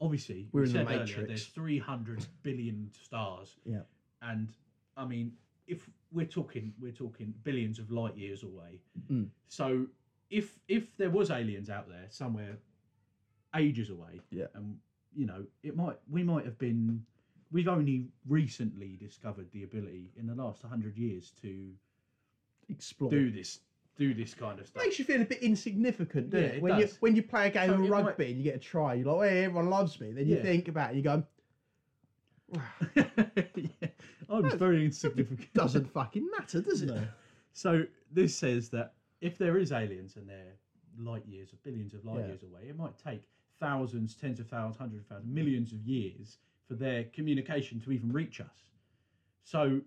[SPEAKER 1] obviously
[SPEAKER 2] We're
[SPEAKER 1] we
[SPEAKER 2] in the
[SPEAKER 1] said earlier
[SPEAKER 2] Matrix.
[SPEAKER 1] there's
[SPEAKER 2] [CLEARS THROAT]
[SPEAKER 1] 300 billion stars.
[SPEAKER 2] Yeah.
[SPEAKER 1] And I mean, if we're talking we're talking billions of light years away.
[SPEAKER 2] Mm.
[SPEAKER 1] So if if there was aliens out there somewhere ages away,
[SPEAKER 2] Yeah.
[SPEAKER 1] and you know, it might we might have been we've only recently discovered the ability in the last 100 years to
[SPEAKER 2] Explore.
[SPEAKER 1] do this do this kind of stuff [LAUGHS]
[SPEAKER 2] makes you feel a bit insignificant, doesn't
[SPEAKER 1] Yeah,
[SPEAKER 2] it?
[SPEAKER 1] it
[SPEAKER 2] when you
[SPEAKER 1] does.
[SPEAKER 2] when you play a game
[SPEAKER 1] So
[SPEAKER 2] of
[SPEAKER 1] it
[SPEAKER 2] rugby
[SPEAKER 1] might-
[SPEAKER 2] and you get a try, you're like, hey, everyone loves me. Then you
[SPEAKER 1] Yeah.
[SPEAKER 2] think about it, and you go, "Ah,
[SPEAKER 1] yeah. i was
[SPEAKER 2] No,
[SPEAKER 1] very insignificant
[SPEAKER 2] doesn't fucking matter, does it?
[SPEAKER 1] No. so this says that if there is aliens and they're light years or billions of light
[SPEAKER 2] Yeah.
[SPEAKER 1] years away it might take thousands tens of thousands hundreds of thousands millions of years for their communication to even reach us so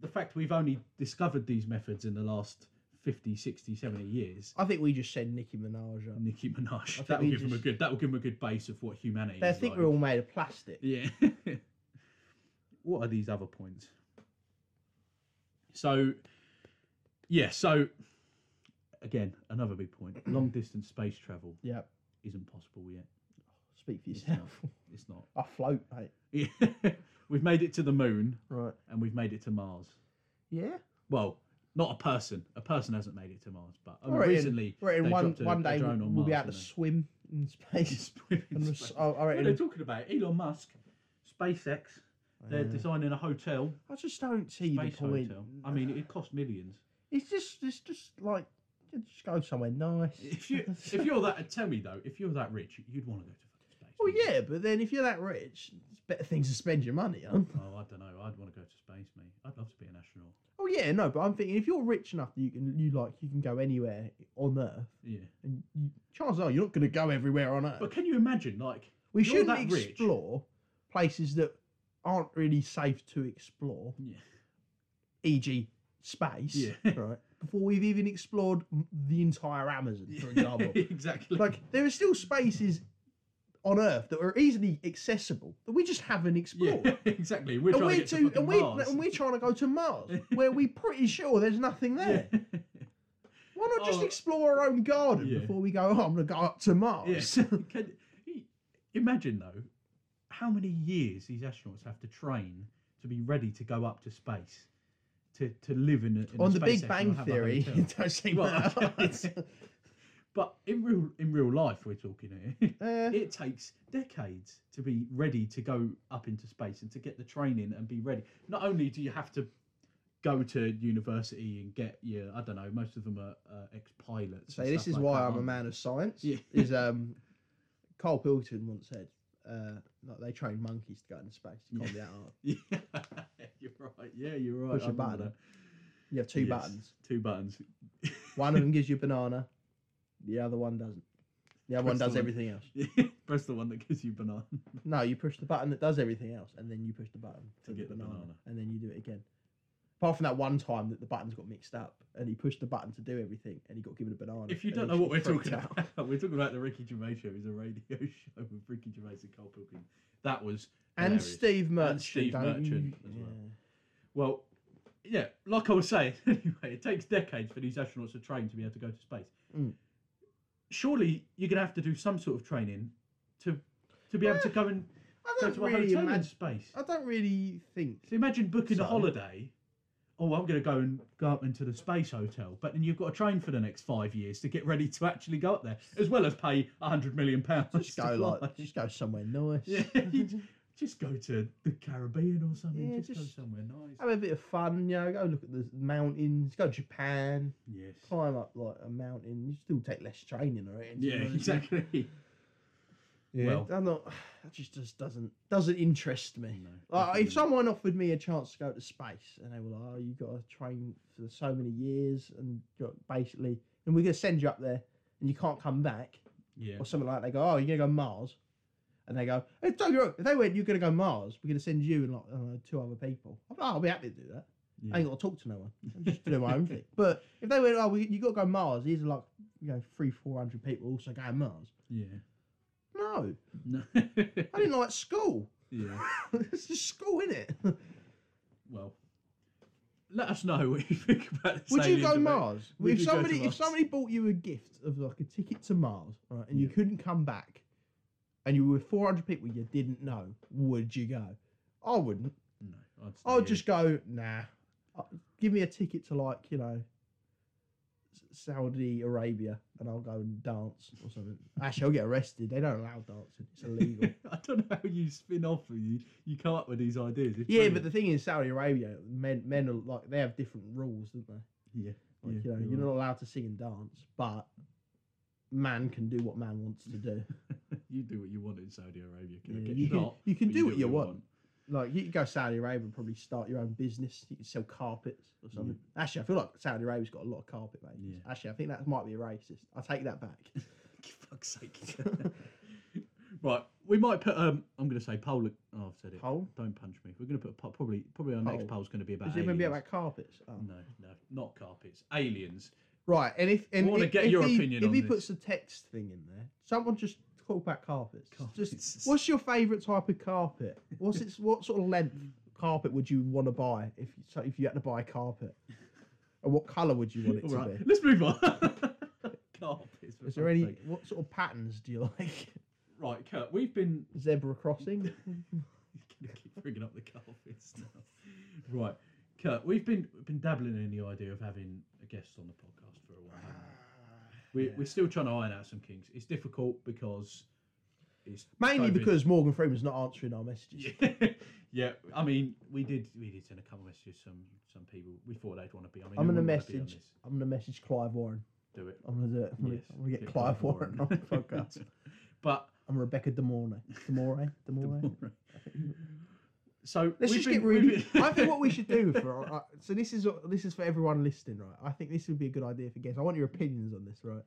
[SPEAKER 1] the fact we've only discovered these methods in the last 50 60 70 years
[SPEAKER 2] I think we just send Nicki Minaj. Up.
[SPEAKER 1] Nicki [LAUGHS] Minaj.
[SPEAKER 2] think
[SPEAKER 1] That will
[SPEAKER 2] we
[SPEAKER 1] give him a
[SPEAKER 2] just-
[SPEAKER 1] good. That will give him a good base of what humanity.
[SPEAKER 2] They
[SPEAKER 1] is
[SPEAKER 2] think
[SPEAKER 1] like.
[SPEAKER 2] we're all made of plastic.
[SPEAKER 1] Yeah. [LAUGHS] what are these other points? So, yeah. So, again, another big point. [CLEARS THROAT] Long distance space travel
[SPEAKER 2] Yeah,
[SPEAKER 1] isn't possible yet.
[SPEAKER 2] speak for
[SPEAKER 1] It's not.
[SPEAKER 2] yourself. [LAUGHS]
[SPEAKER 1] It's not.
[SPEAKER 2] I float, mate.
[SPEAKER 1] Yeah. [LAUGHS] we've made it to the moon
[SPEAKER 2] Right.
[SPEAKER 1] and we've made it to Mars.
[SPEAKER 2] Yeah.
[SPEAKER 1] Well, not a person. A person hasn't made it to Mars, but I mean,
[SPEAKER 2] All right,
[SPEAKER 1] recently
[SPEAKER 2] We're in
[SPEAKER 1] they
[SPEAKER 2] one
[SPEAKER 1] dropped a-
[SPEAKER 2] one
[SPEAKER 1] a
[SPEAKER 2] day.
[SPEAKER 1] drone
[SPEAKER 2] We'll
[SPEAKER 1] on Mars,
[SPEAKER 2] be able to
[SPEAKER 1] haven't they?
[SPEAKER 2] swim in
[SPEAKER 1] [LAUGHS]
[SPEAKER 2] space.
[SPEAKER 1] Just in
[SPEAKER 2] [LAUGHS] And
[SPEAKER 1] space.
[SPEAKER 2] s- I, I
[SPEAKER 1] What are they
[SPEAKER 2] reckon.
[SPEAKER 1] talking about? Elon Musk, SpaceX. They're
[SPEAKER 2] Yeah.
[SPEAKER 1] designing a hotel,
[SPEAKER 2] I just don't see the
[SPEAKER 1] space
[SPEAKER 2] point.
[SPEAKER 1] hotel. I mean, it costs millions.
[SPEAKER 2] it's just it's just like just go somewhere nice.
[SPEAKER 1] If
[SPEAKER 2] [LAUGHS]
[SPEAKER 1] you if you're that, tell me though, if you're that rich, you'd want to go to fucking space.
[SPEAKER 2] Well,
[SPEAKER 1] wouldn't you?
[SPEAKER 2] yeah, but then if you're that rich, it's better things to spend your money on.
[SPEAKER 1] Oh, I don't know. I'd want to go to space, mate. I'd love to be an astronaut.
[SPEAKER 2] Oh yeah, no, but I'm thinking if you're rich enough that you can you like you can go anywhere on Earth,
[SPEAKER 1] Yeah.
[SPEAKER 2] and you, chances are you're not going to go everywhere on Earth.
[SPEAKER 1] But can you imagine, like,
[SPEAKER 2] we
[SPEAKER 1] you're
[SPEAKER 2] shouldn't
[SPEAKER 1] that rich.
[SPEAKER 2] explore places that aren't really safe to explore,
[SPEAKER 1] [LAUGHS] yeah,
[SPEAKER 2] e.g., E space.
[SPEAKER 1] Yeah.
[SPEAKER 2] [LAUGHS] Right. Before we've even explored m- the entire Amazon,
[SPEAKER 1] [LAUGHS]
[SPEAKER 2] for example.
[SPEAKER 1] exactly.
[SPEAKER 2] like there are still spaces on Earth that are easily accessible that we just haven't
[SPEAKER 1] yeah,
[SPEAKER 2] explored.
[SPEAKER 1] exactly. [LAUGHS] We're
[SPEAKER 2] and
[SPEAKER 1] trying
[SPEAKER 2] we're
[SPEAKER 1] to get to
[SPEAKER 2] and
[SPEAKER 1] fucking
[SPEAKER 2] we
[SPEAKER 1] Mars.
[SPEAKER 2] and we're trying to go to Mars,
[SPEAKER 1] [LAUGHS]
[SPEAKER 2] where we're pretty sure there's nothing there.
[SPEAKER 1] Yeah.
[SPEAKER 2] Why not just
[SPEAKER 1] Oh.
[SPEAKER 2] explore our own garden
[SPEAKER 1] Yeah.
[SPEAKER 2] before we go? Oh, I'm gonna go up to Mars.
[SPEAKER 1] Yeah. [LAUGHS] Can, imagine though, how many years these astronauts have to train to be ready to go up to space, to to live in, a, in a
[SPEAKER 2] On the
[SPEAKER 1] space
[SPEAKER 2] Big
[SPEAKER 1] station or
[SPEAKER 2] Bang
[SPEAKER 1] have a
[SPEAKER 2] Theory, [LAUGHS]
[SPEAKER 1] hotel.
[SPEAKER 2] it don't seem
[SPEAKER 1] Well, [LAUGHS]
[SPEAKER 2] that
[SPEAKER 1] okay.
[SPEAKER 2] hard.
[SPEAKER 1] but in real in real life, we're talking here.
[SPEAKER 2] [LAUGHS] Uh,
[SPEAKER 1] It takes decades to be ready to go up into space and to get the training and be ready. Not only do you have to go to university and get your, I don't know, most of them are uh, ex-pilots.
[SPEAKER 2] so
[SPEAKER 1] and
[SPEAKER 2] this
[SPEAKER 1] stuff
[SPEAKER 2] is
[SPEAKER 1] like
[SPEAKER 2] why
[SPEAKER 1] that,
[SPEAKER 2] I'm a
[SPEAKER 1] aren't
[SPEAKER 2] man of science.
[SPEAKER 1] Yeah. [LAUGHS]
[SPEAKER 2] Is um, Carl Pilton once said, uh, like they train monkeys to go into space. It can't be that hard.
[SPEAKER 1] they? [LAUGHS] Yeah. you're right. Yeah, you're right.
[SPEAKER 2] Push
[SPEAKER 1] I
[SPEAKER 2] a
[SPEAKER 1] remember
[SPEAKER 2] button.
[SPEAKER 1] that.
[SPEAKER 2] You have two
[SPEAKER 1] Yes.
[SPEAKER 2] buttons.
[SPEAKER 1] Two buttons. [LAUGHS]
[SPEAKER 2] One of them gives you a banana. The other one doesn't. The other
[SPEAKER 1] Press
[SPEAKER 2] one
[SPEAKER 1] the
[SPEAKER 2] does
[SPEAKER 1] one-
[SPEAKER 2] everything else.
[SPEAKER 1] Press the one that gives you banana.
[SPEAKER 2] No, you push the button that does everything else, and then you push the button
[SPEAKER 1] To get the banana.
[SPEAKER 2] and then you do it again. Apart from that one time that the buttons got mixed up, and he pushed the button to do everything, and he got given a banana.
[SPEAKER 1] If you
[SPEAKER 2] and
[SPEAKER 1] don't
[SPEAKER 2] he
[SPEAKER 1] know what we're
[SPEAKER 2] just
[SPEAKER 1] talking
[SPEAKER 2] freaked out.
[SPEAKER 1] about, [LAUGHS] we're talking about the Ricky Gervais show. It's a radio [LAUGHS] show with Ricky Gervais and Cole Pilkin. That was
[SPEAKER 2] [LAUGHS] and
[SPEAKER 1] hilarious.
[SPEAKER 2] Steve Merchant,
[SPEAKER 1] Steve
[SPEAKER 2] don't you-
[SPEAKER 1] Merchant as well. Well, yeah, like I was saying, [LAUGHS] anyway, it takes decades for these astronauts to train to be able to go to space.
[SPEAKER 2] Mm.
[SPEAKER 1] Surely you're going to have to do some sort of training to to be able to go and
[SPEAKER 2] I
[SPEAKER 1] go
[SPEAKER 2] don't
[SPEAKER 1] to a
[SPEAKER 2] really
[SPEAKER 1] hotel in
[SPEAKER 2] imagine.
[SPEAKER 1] space.
[SPEAKER 2] I don't really think.
[SPEAKER 1] So imagine booking
[SPEAKER 2] So-
[SPEAKER 1] a holiday. Oh, I'm going to go and go up into the space hotel, but then you've got to train for the next five years to get ready to actually go up there, as well as pay a hundred million pounds.
[SPEAKER 2] Just
[SPEAKER 1] to
[SPEAKER 2] go
[SPEAKER 1] fly.
[SPEAKER 2] like, just go somewhere nice.
[SPEAKER 1] [LAUGHS] Yeah, [LAUGHS] you j- just go to the Caribbean or something.
[SPEAKER 2] Yeah,
[SPEAKER 1] just,
[SPEAKER 2] just-
[SPEAKER 1] go somewhere nice.
[SPEAKER 2] [LAUGHS] Have a bit of fun, you know. Go look at the mountains. Go to Japan.
[SPEAKER 1] Yes.
[SPEAKER 2] Climb up like a mountain. You still take less training or anything.
[SPEAKER 1] Yeah, [LAUGHS]
[SPEAKER 2] don't you?
[SPEAKER 1] exactly.
[SPEAKER 2] Yeah,
[SPEAKER 1] Well-
[SPEAKER 2] I'm not. That just, just doesn't doesn't interest me.
[SPEAKER 1] No,
[SPEAKER 2] Like,
[SPEAKER 1] definitely.
[SPEAKER 2] if someone offered me a chance to go to space and they were like, "Oh, you got to train for so many years and you're basically, and we're gonna send you up there and you can't come back
[SPEAKER 1] Yeah.
[SPEAKER 2] or something like," that. they go, "Oh, you're gonna go Mars," and they go, "Hey, don't you if they went, you're gonna go Mars. We're gonna send you and like I don't know, two other people." I'm like, oh, I'll be happy to do that. I
[SPEAKER 1] yeah.
[SPEAKER 2] ain't got to talk to no one. I'm just doing my
[SPEAKER 1] [LAUGHS]
[SPEAKER 2] own thing. But if they went, "Oh, we, you got to go Mars," these are like you know three, four hundred people also going Mars.
[SPEAKER 1] Yeah.
[SPEAKER 2] No.
[SPEAKER 1] No. [LAUGHS]
[SPEAKER 2] I didn't like school. [LAUGHS]
[SPEAKER 1] yeah.
[SPEAKER 2] it's just school,
[SPEAKER 1] [LAUGHS]
[SPEAKER 2] is it?
[SPEAKER 1] Well, let us know what you think about. the
[SPEAKER 2] Would you
[SPEAKER 1] aliens
[SPEAKER 2] go
[SPEAKER 1] and where-
[SPEAKER 2] Mars?
[SPEAKER 1] Would
[SPEAKER 2] if
[SPEAKER 1] you go to
[SPEAKER 2] somebody if
[SPEAKER 1] Mars?
[SPEAKER 2] somebody bought you a gift of like a ticket to Mars, right, and you
[SPEAKER 1] Yeah.
[SPEAKER 2] couldn't come back, and you were with four hundred people you didn't know, would you go? I wouldn't.
[SPEAKER 1] No, I'd stay
[SPEAKER 2] I'd
[SPEAKER 1] here.
[SPEAKER 2] Oh, just go. Nah. Uh, Give me a ticket to like you know. S- Saudi Arabia, and I'll go and dance or something. Actually, I'll get arrested. They don't allow dancing; [LAUGHS] it's illegal.
[SPEAKER 1] [LAUGHS] I don't know how you spin off. and You you come up with these ideas. It's
[SPEAKER 2] yeah, but
[SPEAKER 1] brilliant.
[SPEAKER 2] the thing is, Saudi Arabia, men men are like they have different rules, don't they?
[SPEAKER 1] yeah,
[SPEAKER 2] Like,
[SPEAKER 1] Yeah,
[SPEAKER 2] you know,
[SPEAKER 1] you're
[SPEAKER 2] you're not allowed to sing and dance, but man can do what man wants to [LAUGHS] do.
[SPEAKER 1] you do what you want in Saudi Arabia. Can I
[SPEAKER 2] Yeah,
[SPEAKER 1] get
[SPEAKER 2] you, can,
[SPEAKER 1] shot?
[SPEAKER 2] you can
[SPEAKER 1] But
[SPEAKER 2] do what you
[SPEAKER 1] [LAUGHS]
[SPEAKER 2] want. Like you could go Saudi Arabia and probably start your own business. You could sell carpets or
[SPEAKER 1] Yeah.
[SPEAKER 2] something. Actually, I feel like Saudi Arabia's got a lot of carpet makers.
[SPEAKER 1] Yeah.
[SPEAKER 2] Actually, I think that might be a racist. I take
[SPEAKER 1] [LAUGHS]
[SPEAKER 2] that back.
[SPEAKER 1] Fuck's sake. [LAUGHS] right, we might put. Um, I'm going to say poll. Oh, I've said it.
[SPEAKER 2] Poll?
[SPEAKER 1] Don't punch me. We're going to put a po- probably probably our next
[SPEAKER 2] Poll.
[SPEAKER 1] poll's going to be about.
[SPEAKER 2] Is it going to be
[SPEAKER 1] aliens.
[SPEAKER 2] about carpets? Oh.
[SPEAKER 1] No, no, not carpets. Aliens.
[SPEAKER 2] Right, and if and
[SPEAKER 1] wanna
[SPEAKER 2] if,
[SPEAKER 1] get
[SPEAKER 2] if
[SPEAKER 1] your
[SPEAKER 2] he,
[SPEAKER 1] opinion
[SPEAKER 2] if
[SPEAKER 1] on
[SPEAKER 2] he
[SPEAKER 1] this.
[SPEAKER 2] puts a text thing in there, someone just call back carpets. Just
[SPEAKER 1] Carpets.
[SPEAKER 2] what's your favourite type of carpet?
[SPEAKER 1] [LAUGHS]
[SPEAKER 2] What's its what sort of length carpet would you want to buy if you- so if you had to buy a carpet? And what colour would you want it
[SPEAKER 1] All
[SPEAKER 2] to
[SPEAKER 1] right,
[SPEAKER 2] be?
[SPEAKER 1] let's move
[SPEAKER 2] [LAUGHS]
[SPEAKER 1] on. carpets. for
[SPEAKER 2] Is there
[SPEAKER 1] fuck's
[SPEAKER 2] any
[SPEAKER 1] sake.
[SPEAKER 2] what sort of patterns do you [LAUGHS] like?
[SPEAKER 1] Right, Kurt. We've been [LAUGHS]
[SPEAKER 2] Zebra crossing? [LAUGHS]
[SPEAKER 1] You're gonna keep bringing up the carpets now. Right, Kurt, we've been been dabbling in the idea of having a guest on the podcast for a while. haven't We, we,
[SPEAKER 2] Ah, Yeah.
[SPEAKER 1] We're still trying to iron out some kinks. It's difficult because it's
[SPEAKER 2] Mainly
[SPEAKER 1] COVID.
[SPEAKER 2] because Morgan Freeman's not answering our messages.
[SPEAKER 1] [LAUGHS] yeah, yeah. I mean, we did we did send a couple messages to some some people. We thought they'd want to be. I mean,
[SPEAKER 2] I'm
[SPEAKER 1] who
[SPEAKER 2] gonna
[SPEAKER 1] wouldn't wanna be on
[SPEAKER 2] message-
[SPEAKER 1] this?
[SPEAKER 2] I'm gonna message Clive Warren.
[SPEAKER 1] Do it.
[SPEAKER 2] I'm gonna do it. I'm gonna,
[SPEAKER 1] Yes,
[SPEAKER 2] I'm gonna get, Clive, Warren on the podcast.
[SPEAKER 1] [LAUGHS] but
[SPEAKER 2] I'm Rebecca Demorne. Demore?
[SPEAKER 1] [LAUGHS]
[SPEAKER 2] Demore?
[SPEAKER 1] so we've
[SPEAKER 2] Let's just
[SPEAKER 1] been-
[SPEAKER 2] get really.
[SPEAKER 1] we've been-
[SPEAKER 2] [LAUGHS] I think what we
[SPEAKER 1] [LAUGHS]
[SPEAKER 2] should do for uh, so this is this is for everyone listening, right? I think this would be a good idea for guests. I want your opinions on this, right?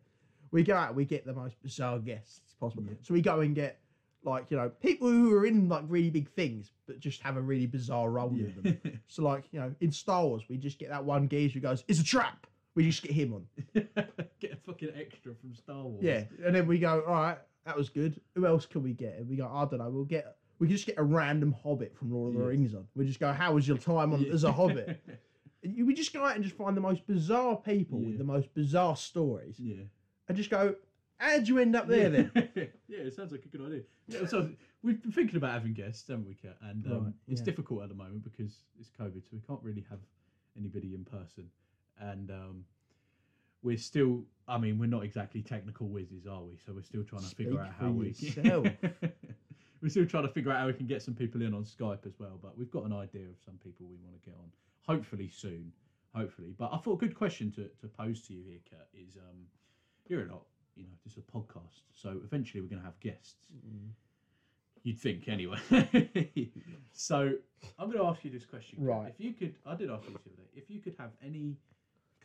[SPEAKER 2] We go out, we get the most bizarre guests possible.
[SPEAKER 1] Yeah.
[SPEAKER 2] So we go and get like you know people who are in like really big things, but just have a really bizarre role in them.
[SPEAKER 1] Yeah.
[SPEAKER 2] So like you know in Star Wars, we just get that one geezer who goes, "It's a trap." We just get him on,
[SPEAKER 1] [LAUGHS] get a fucking extra from Star Wars.
[SPEAKER 2] yeah, and then we go, "All right, that was good. Who else can we get?" And we go, "I don't know. We'll get." We can just get a random hobbit from Lord of the
[SPEAKER 1] Yes.
[SPEAKER 2] Rings on. We just go, "How was your time on
[SPEAKER 1] Yeah.
[SPEAKER 2] as a hobbit?"
[SPEAKER 1] [LAUGHS]
[SPEAKER 2] You we just go out and just find the most bizarre people with
[SPEAKER 1] Yeah.
[SPEAKER 2] the most bizarre stories
[SPEAKER 1] yeah.
[SPEAKER 2] and just go, how'd you end up there then?
[SPEAKER 1] then. [LAUGHS] yeah, it sounds like a good idea. Yeah, so we've been thinking about having guests, haven't we, Kat? And um,
[SPEAKER 2] Right,
[SPEAKER 1] it's
[SPEAKER 2] yeah.
[SPEAKER 1] difficult at the moment because it's COVID, so we can't really have anybody in person. And um, we're still, I mean, we're not exactly technical whizzes, are we? So we're still trying to figure
[SPEAKER 2] Speak
[SPEAKER 1] out
[SPEAKER 2] for
[SPEAKER 1] how we.
[SPEAKER 2] yourself.
[SPEAKER 1] [LAUGHS] we're still trying to figure out how we can get some people in on Skype as well. But we've got an idea of some people we want to get on, hopefully soon. Hopefully, but I thought a good question to, to pose to you here, Kurt, is um, you're a lot, you know, this is a podcast, so eventually we're going to have guests.
[SPEAKER 2] Mm-hmm.
[SPEAKER 1] You'd think,
[SPEAKER 2] [LAUGHS]
[SPEAKER 1] anyway. so I'm going to ask you this question. Kev.
[SPEAKER 2] Right.
[SPEAKER 1] If you could, I did ask you the other day, if you could have any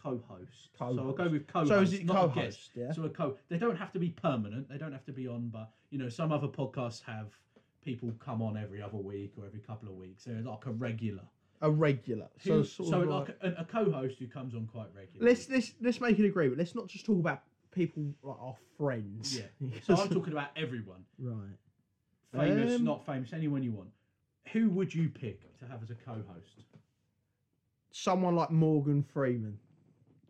[SPEAKER 1] co-host. So I'll go
[SPEAKER 2] Co-host.
[SPEAKER 1] with co-host.
[SPEAKER 2] So is it
[SPEAKER 1] not a
[SPEAKER 2] co-host,
[SPEAKER 1] guest.
[SPEAKER 2] yeah?
[SPEAKER 1] So a co. They don't have to be permanent. They don't have to be on, but you know, some other podcasts have people come on every other week or every couple of weeks. They're like a regular. [LAUGHS]
[SPEAKER 2] A regular. So,
[SPEAKER 1] Who-
[SPEAKER 2] sort
[SPEAKER 1] so
[SPEAKER 2] of
[SPEAKER 1] like,
[SPEAKER 2] like-
[SPEAKER 1] a, a co-host who comes on quite regularly.
[SPEAKER 2] let's, let's, let's make an agreement. Let's not just talk about people like our friends.
[SPEAKER 1] Yeah.
[SPEAKER 2] [LAUGHS]
[SPEAKER 1] So I'm talking about everyone.
[SPEAKER 2] Right.
[SPEAKER 1] famous,
[SPEAKER 2] Um,
[SPEAKER 1] not famous, anyone you want. Who would you pick to have as a co-host?
[SPEAKER 2] Someone like Morgan Freeman.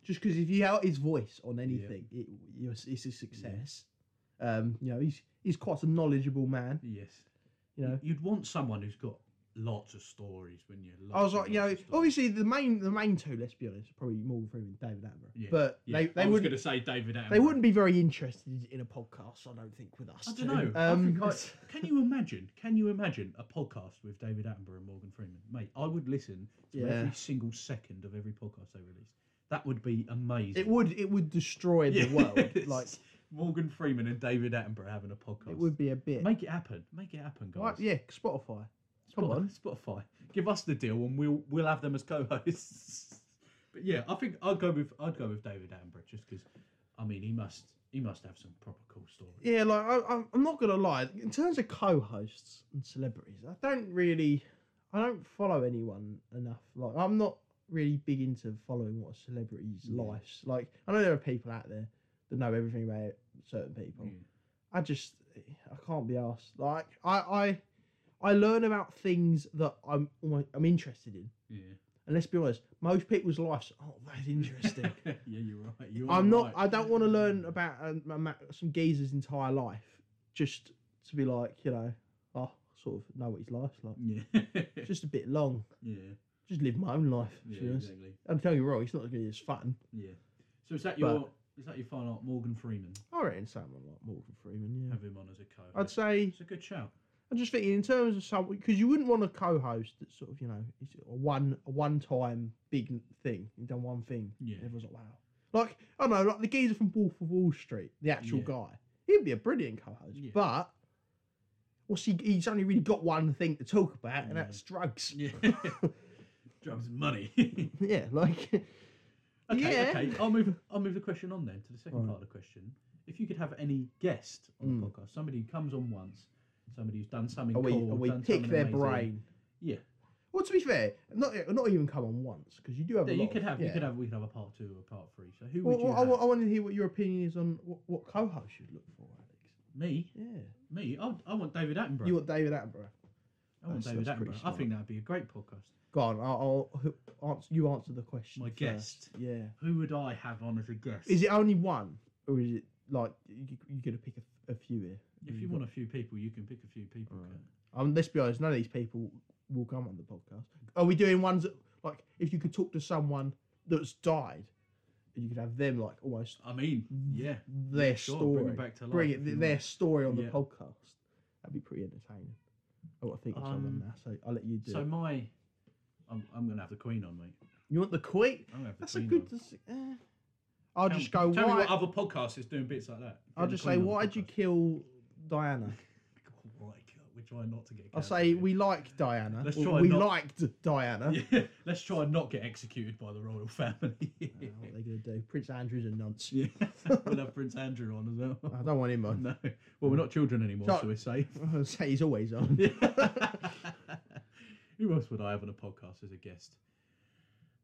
[SPEAKER 2] Just because if you have his voice on anything, it, you're, it's a success. Um, you know, he's he's quite a knowledgeable man.
[SPEAKER 1] Yes.
[SPEAKER 2] You know,
[SPEAKER 1] You'd want someone who's got lots of stories when you.
[SPEAKER 2] I was like, you know, obviously the main the main two, let's be honest, are probably Morgan Freeman and David Attenborough.
[SPEAKER 1] Yeah,
[SPEAKER 2] But they, they wouldn't
[SPEAKER 1] to say David Attenborough.
[SPEAKER 2] they wouldn't be very interested in a podcast, I don't think, with us.
[SPEAKER 1] I
[SPEAKER 2] two.
[SPEAKER 1] don't know.
[SPEAKER 2] Um,
[SPEAKER 1] I think I, [LAUGHS] can you imagine? Can you imagine a podcast with David Attenborough and Morgan Freeman, mate? I would listen to
[SPEAKER 2] Yeah.
[SPEAKER 1] every single second of every podcast they release. That would be amazing.
[SPEAKER 2] it would it would destroy
[SPEAKER 1] [LAUGHS]
[SPEAKER 2] the
[SPEAKER 1] Yeah.
[SPEAKER 2] world. Like
[SPEAKER 1] Morgan Freeman and David Attenborough having a podcast.
[SPEAKER 2] it would be a bit.
[SPEAKER 1] make it happen. Make it happen, guys.
[SPEAKER 2] Right, yeah, Spotify.
[SPEAKER 1] Spot-
[SPEAKER 2] Come on.
[SPEAKER 1] Spotify. Give us the deal, and we'll we'll have them as co-hosts. [LAUGHS] but yeah, I think I'd go with I'd go with David Attenborough just because, I mean, he must he must have some proper cool stories.
[SPEAKER 2] Yeah, like I, I'm- I'm not gonna lie. In terms of co-hosts and celebrities, I don't really, I don't follow anyone enough. Like I'm not really big into following what a celebrity's
[SPEAKER 1] Yeah.
[SPEAKER 2] lives. Like I know there are people out there that know everything about certain people.
[SPEAKER 1] Yeah.
[SPEAKER 2] I just, I can't be asked. Like I, I, I learn about things that I'm, almo- I'm interested in.
[SPEAKER 1] Yeah,
[SPEAKER 2] And let's be honest, most people's lives aren't that interesting.
[SPEAKER 1] [LAUGHS] yeah, you're right. You're
[SPEAKER 2] I'm not.
[SPEAKER 1] right.
[SPEAKER 2] I don't want to learn about um, um, some geezer's entire life just to be like, you know, oh, sort of know what his life's like.
[SPEAKER 1] Yeah, [LAUGHS]
[SPEAKER 2] It's just a bit long.
[SPEAKER 1] yeah,
[SPEAKER 2] Just live my own life. to be
[SPEAKER 1] yeah,
[SPEAKER 2] honest.
[SPEAKER 1] exactly.
[SPEAKER 2] I'm telling you, wrong. It's not going to be as fun.
[SPEAKER 1] Yeah. So is that
[SPEAKER 2] But-
[SPEAKER 1] your is that your final Morgan Freeman?
[SPEAKER 2] I reckon someone like Morgan Freeman. Yeah,
[SPEAKER 1] Have him on as a co-host.
[SPEAKER 2] I'd say.
[SPEAKER 1] it's a good
[SPEAKER 2] [LAUGHS]
[SPEAKER 1] shout.
[SPEAKER 2] I'm just thinking in terms of someone because you wouldn't want a co-host that's sort of you know it's a one a one-time big thing. You've done one thing.
[SPEAKER 1] Yeah.
[SPEAKER 2] and everyone's like, wow. Like I don't know, like the geezer from Wolf of Wall Street, the actual
[SPEAKER 1] Yeah.
[SPEAKER 2] guy. He'd be a brilliant co-host,
[SPEAKER 1] Yeah.
[SPEAKER 2] but what's he? He's only really got one thing to talk about, and
[SPEAKER 1] Yeah.
[SPEAKER 2] that's drugs.
[SPEAKER 1] Yeah. [LAUGHS] Drugs and money.
[SPEAKER 2] [LAUGHS]
[SPEAKER 1] [LAUGHS]
[SPEAKER 2] yeah, like
[SPEAKER 1] Okay,
[SPEAKER 2] Yeah.
[SPEAKER 1] okay. I'll move. I'll move the question on then to the second
[SPEAKER 2] Alright.
[SPEAKER 1] part of the question. If you could have any guest on the
[SPEAKER 2] Mm.
[SPEAKER 1] podcast, somebody who comes on once, somebody who's done something
[SPEAKER 2] or Oh, we,
[SPEAKER 1] cool,
[SPEAKER 2] or we
[SPEAKER 1] done
[SPEAKER 2] pick
[SPEAKER 1] something
[SPEAKER 2] their
[SPEAKER 1] amazing.
[SPEAKER 2] brain.
[SPEAKER 1] Yeah,
[SPEAKER 2] Well, to be fair, not not even come on once because you do have.
[SPEAKER 1] yeah.
[SPEAKER 2] a lot
[SPEAKER 1] You could
[SPEAKER 2] of-
[SPEAKER 1] have. You
[SPEAKER 2] yeah.
[SPEAKER 1] could have. We could have a part two or a part three. So who
[SPEAKER 2] Well,
[SPEAKER 1] would you
[SPEAKER 2] well, I,
[SPEAKER 1] have?
[SPEAKER 2] wa- I want to hear what your opinion is on what, what co-host you'd look for, Alex.
[SPEAKER 1] Me,
[SPEAKER 2] Yeah.
[SPEAKER 1] me. I, I want David Attenborough.
[SPEAKER 2] You want David Attenborough?
[SPEAKER 1] I want
[SPEAKER 2] That's-
[SPEAKER 1] David
[SPEAKER 2] that's pretty
[SPEAKER 1] Attenborough. I think that'd be a great podcast.
[SPEAKER 2] Go on, I'll, I'll answer. You answer the question.
[SPEAKER 1] My
[SPEAKER 2] first.
[SPEAKER 1] guest.
[SPEAKER 2] Yeah.
[SPEAKER 1] Who would I have on as a guest?
[SPEAKER 2] Is it only one, or is it like you, you're gonna pick a, a few here?
[SPEAKER 1] If you want a few people, you can pick a few people.
[SPEAKER 2] Alright.
[SPEAKER 1] can't
[SPEAKER 2] um, let's be honest, none of these people will come on the podcast. Are we doing ones that, like, if you could talk to someone that's died, you could have them like almost
[SPEAKER 1] you? I mean, yeah.
[SPEAKER 2] their
[SPEAKER 1] Sure,
[SPEAKER 2] story,
[SPEAKER 1] bring it back to life.
[SPEAKER 2] Bring
[SPEAKER 1] if you
[SPEAKER 2] it,
[SPEAKER 1] want.
[SPEAKER 2] their story on
[SPEAKER 1] Yeah.
[SPEAKER 2] the podcast. That'd be pretty entertaining. I want to think of
[SPEAKER 1] Um,
[SPEAKER 2] someone now, so I'll let you do.
[SPEAKER 1] So
[SPEAKER 2] it.
[SPEAKER 1] my, I'm, I'm gonna have the Queen on, mate.
[SPEAKER 2] You want the queen?
[SPEAKER 1] I'm gonna have the
[SPEAKER 2] That's a
[SPEAKER 1] Queen
[SPEAKER 2] good.
[SPEAKER 1] on.
[SPEAKER 2] dis- eh. I'll
[SPEAKER 1] Tell-
[SPEAKER 2] just go.
[SPEAKER 1] Tell
[SPEAKER 2] why,
[SPEAKER 1] me what other podcast is doing bits like that.
[SPEAKER 2] I'll
[SPEAKER 1] Bring the
[SPEAKER 2] just
[SPEAKER 1] Queen
[SPEAKER 2] say,
[SPEAKER 1] on the
[SPEAKER 2] why did you
[SPEAKER 1] podcast.
[SPEAKER 2] kill
[SPEAKER 1] [LAUGHS]
[SPEAKER 2] Diana?
[SPEAKER 1] All right, God, we're trying not to get.
[SPEAKER 2] I'll
[SPEAKER 1] cancelled
[SPEAKER 2] say
[SPEAKER 1] here.
[SPEAKER 2] we like Diana.
[SPEAKER 1] Let's
[SPEAKER 2] or
[SPEAKER 1] try
[SPEAKER 2] we
[SPEAKER 1] not-
[SPEAKER 2] liked Diana.
[SPEAKER 1] [LAUGHS] Yeah, let's try and not get executed by the royal family. [LAUGHS]
[SPEAKER 2] I don't know what they're gonna do? Prince Andrew's a nonce.
[SPEAKER 1] yeah, [LAUGHS] we'll have Prince Andrew on as [LAUGHS]
[SPEAKER 2] [LAUGHS]
[SPEAKER 1] well.
[SPEAKER 2] I don't want him on.
[SPEAKER 1] No, well, we're not children anymore, so,
[SPEAKER 2] Oh, So-
[SPEAKER 1] we're
[SPEAKER 2] [LAUGHS]
[SPEAKER 1] safe. [LAUGHS]
[SPEAKER 2] I'll say he's always on.
[SPEAKER 1] Who else would I have on a podcast as a guest?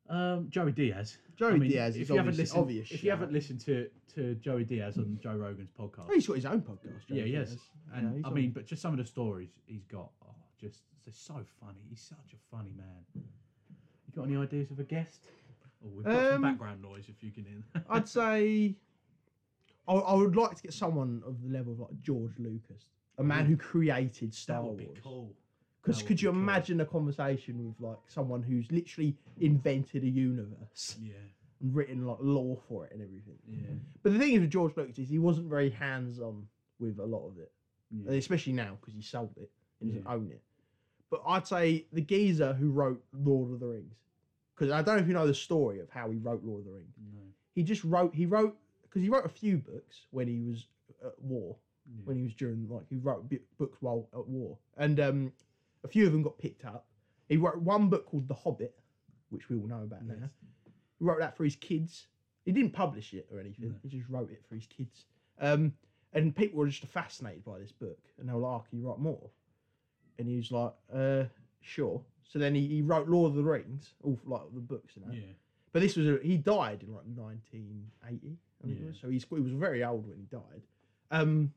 [SPEAKER 1] Um, Joey Diaz.
[SPEAKER 2] Joey
[SPEAKER 1] I mean,
[SPEAKER 2] Diaz
[SPEAKER 1] if
[SPEAKER 2] is
[SPEAKER 1] you haven't
[SPEAKER 2] obvious.
[SPEAKER 1] listened-
[SPEAKER 2] obvious
[SPEAKER 1] If you
[SPEAKER 2] shout.
[SPEAKER 1] haven't listened to to Joey Diaz on Joe Rogan's podcast,
[SPEAKER 2] Oh, he's got his own podcast.
[SPEAKER 1] yeah,
[SPEAKER 2] Joey
[SPEAKER 1] he has.
[SPEAKER 2] Diaz. Yeah,
[SPEAKER 1] And
[SPEAKER 2] he's
[SPEAKER 1] I
[SPEAKER 2] on.
[SPEAKER 1] mean, but just some of the stories he's got are just they're so funny. He's such a funny man. You got any ideas of a guest? Oh, we've got some
[SPEAKER 2] Um,
[SPEAKER 1] background noise if you can hear. That. [LAUGHS]
[SPEAKER 2] I'd say I, I would like to get someone of the level of like George Lucas, a man who created Star
[SPEAKER 1] that would
[SPEAKER 2] Wars.
[SPEAKER 1] be cool.
[SPEAKER 2] Because
[SPEAKER 1] That would
[SPEAKER 2] could
[SPEAKER 1] be
[SPEAKER 2] you
[SPEAKER 1] cool.
[SPEAKER 2] imagine a conversation with like someone who's literally invented a universe
[SPEAKER 1] Yeah,
[SPEAKER 2] and written like law for it and everything?
[SPEAKER 1] yeah,
[SPEAKER 2] But the thing is with George Lucas is he wasn't very hands on with a lot of it,
[SPEAKER 1] yeah.
[SPEAKER 2] especially now because he sold it and doesn't
[SPEAKER 1] Yeah.
[SPEAKER 2] own it. But I'd say the geezer who wrote Lord of the Rings, because I don't know if you know the story of how he wrote Lord of the Rings.
[SPEAKER 1] No,
[SPEAKER 2] He just wrote he wrote because he wrote a few books when he was at war,
[SPEAKER 1] yeah.
[SPEAKER 2] when he was during like he wrote bi- books while at war, and um, a few of them got picked up. He wrote one book called The Hobbit, which we all know about now.
[SPEAKER 1] Yes.
[SPEAKER 2] He wrote that for his kids. He didn't publish it or anything.
[SPEAKER 1] No.
[SPEAKER 2] He just wrote it for his kids. Um, and people were just fascinated by this book, and they were like, oh, "Can you write more?" And he was like, "Uh, sure." So then he, he wrote Lord of the Rings, all like the books and that.
[SPEAKER 1] yeah,
[SPEAKER 2] But this was a, he died in like 1980, I think it
[SPEAKER 1] Yeah.
[SPEAKER 2] was. So he's, he was very old when he died. Um,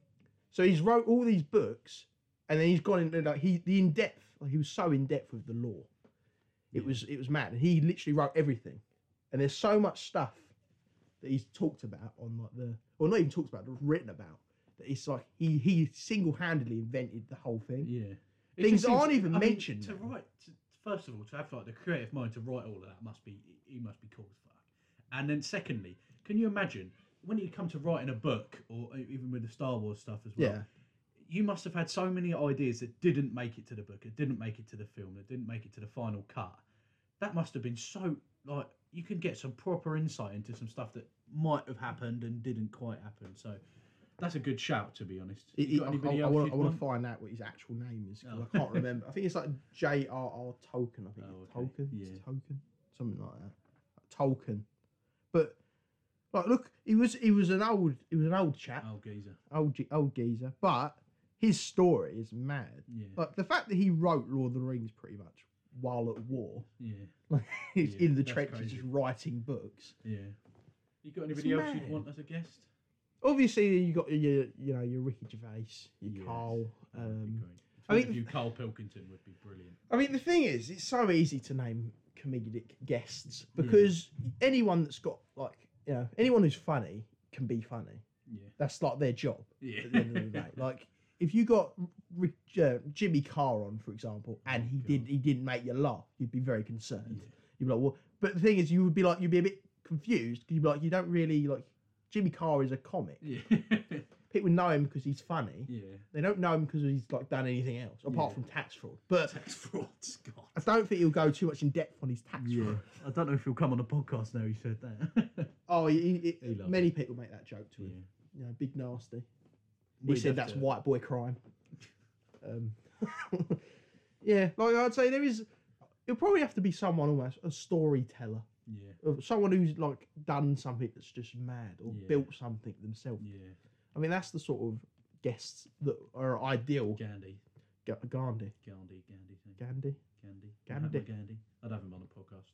[SPEAKER 2] so he's wrote all these books, and then he's gone into like he the in depth. Like he was so in depth with the law,
[SPEAKER 1] Yeah.
[SPEAKER 2] it was it was mad. And he literally wrote everything, and there's so much stuff that he's talked about on like the or not even talked about, but written about that it's like he he single handedly invented the whole thing.
[SPEAKER 1] Yeah. It
[SPEAKER 2] Things
[SPEAKER 1] just seems-
[SPEAKER 2] aren't even
[SPEAKER 1] I mean,
[SPEAKER 2] mentioned
[SPEAKER 1] to
[SPEAKER 2] now.
[SPEAKER 1] write, to, first of all, to have like the creative mind to write all of that must be he must be cool as fuck. And then secondly, can you imagine when you come to writing a book or e, even with the Star Wars stuff as well?
[SPEAKER 2] Yeah.
[SPEAKER 1] You must have had so many ideas that didn't make it to the book, that didn't make it to the film, that didn't make it to the final cut. That must have been so like you can get some proper insight into some stuff that might have happened and didn't quite happen. So that's a good shout, to be honest.
[SPEAKER 2] It-
[SPEAKER 1] You
[SPEAKER 2] it-
[SPEAKER 1] got
[SPEAKER 2] I,
[SPEAKER 1] anybody
[SPEAKER 2] I, I
[SPEAKER 1] else
[SPEAKER 2] want,
[SPEAKER 1] you'd
[SPEAKER 2] I want
[SPEAKER 1] want?
[SPEAKER 2] to find out what his actual name is 'cause
[SPEAKER 1] Oh. [LAUGHS]
[SPEAKER 2] I can't remember. I think it's like J.R.R. Tolkien. I think
[SPEAKER 1] Oh,
[SPEAKER 2] it's
[SPEAKER 1] okay.
[SPEAKER 2] Tolkien.
[SPEAKER 1] Yeah.
[SPEAKER 2] It's Tolkien, something like that. Tolkien, but like, look, he was he was an old he was an old chap,
[SPEAKER 1] Oh, geezer.
[SPEAKER 2] old ge- old geezer. But his story is mad.
[SPEAKER 1] Yeah.
[SPEAKER 2] Like the fact that he wrote Lord of the Rings pretty much while at war, [LAUGHS]
[SPEAKER 1] Yeah.
[SPEAKER 2] like he's
[SPEAKER 1] Yeah,
[SPEAKER 2] in the
[SPEAKER 1] that's
[SPEAKER 2] trenches
[SPEAKER 1] crazy.
[SPEAKER 2] just writing books.
[SPEAKER 1] Yeah. You got
[SPEAKER 2] It's
[SPEAKER 1] anybody else
[SPEAKER 2] mad.
[SPEAKER 1] you'd want as a guest?
[SPEAKER 2] Obviously, you got your you know your Ricky Gervais, your
[SPEAKER 1] Yes.
[SPEAKER 2] Carl.
[SPEAKER 1] That would be
[SPEAKER 2] Um,
[SPEAKER 1] great.
[SPEAKER 2] I
[SPEAKER 1] I
[SPEAKER 2] mean-
[SPEAKER 1] mean, you Carl Pilkington would be brilliant.
[SPEAKER 2] I mean, the thing is, it's so easy to name comedic guests
[SPEAKER 1] Mm.
[SPEAKER 2] because anyone that's got like you know anyone who's funny can be funny.
[SPEAKER 1] Yeah.
[SPEAKER 2] That's like their job
[SPEAKER 1] Yeah.
[SPEAKER 2] at the
[SPEAKER 1] [LAUGHS]
[SPEAKER 2] end of the day. like if you got Rich, uh, Jimmy Carr on, for example, and he
[SPEAKER 1] Oh, God.
[SPEAKER 2] did he didn't make you laugh, you'd be very concerned.
[SPEAKER 1] Yeah.
[SPEAKER 2] You'd be like, well, but the thing is, you would be like, you'd be a bit confused. 'cause You'd be like, you don't really like. Jimmy Carr is a comic.
[SPEAKER 1] Yeah. [LAUGHS]
[SPEAKER 2] People know him because he's funny.
[SPEAKER 1] yeah.
[SPEAKER 2] They don't know him because he's like done anything else apart
[SPEAKER 1] Yeah.
[SPEAKER 2] from tax fraud. But
[SPEAKER 1] Tax frauds, God.
[SPEAKER 2] I don't think he'll go too much in depth on his tax fraud.
[SPEAKER 1] I don't know if he'll come on a podcast now. He said that. [LAUGHS]
[SPEAKER 2] Oh, he, he-
[SPEAKER 1] He loves
[SPEAKER 2] many people make that joke to
[SPEAKER 1] yeah.
[SPEAKER 2] him. You know, big nasty. He
[SPEAKER 1] We'd
[SPEAKER 2] said
[SPEAKER 1] have
[SPEAKER 2] that's
[SPEAKER 1] to-
[SPEAKER 2] white boy crime. Um, [LAUGHS] yeah, like I'd say there is. It'll probably have to be someone almost a storyteller,
[SPEAKER 1] Yeah.
[SPEAKER 2] of someone who's like done something that's just mad or
[SPEAKER 1] Yeah.
[SPEAKER 2] built something themselves.
[SPEAKER 1] Yeah.
[SPEAKER 2] I mean, that's the sort of guests that are ideal.
[SPEAKER 1] Gandhi.
[SPEAKER 2] Ga- Gandhi,
[SPEAKER 1] Gandhi. Gandhi. thank you.
[SPEAKER 2] Gandhi.
[SPEAKER 1] Gandhi.
[SPEAKER 2] Gandhi.
[SPEAKER 1] Mahatma Gandhi. I'd have him on a podcast.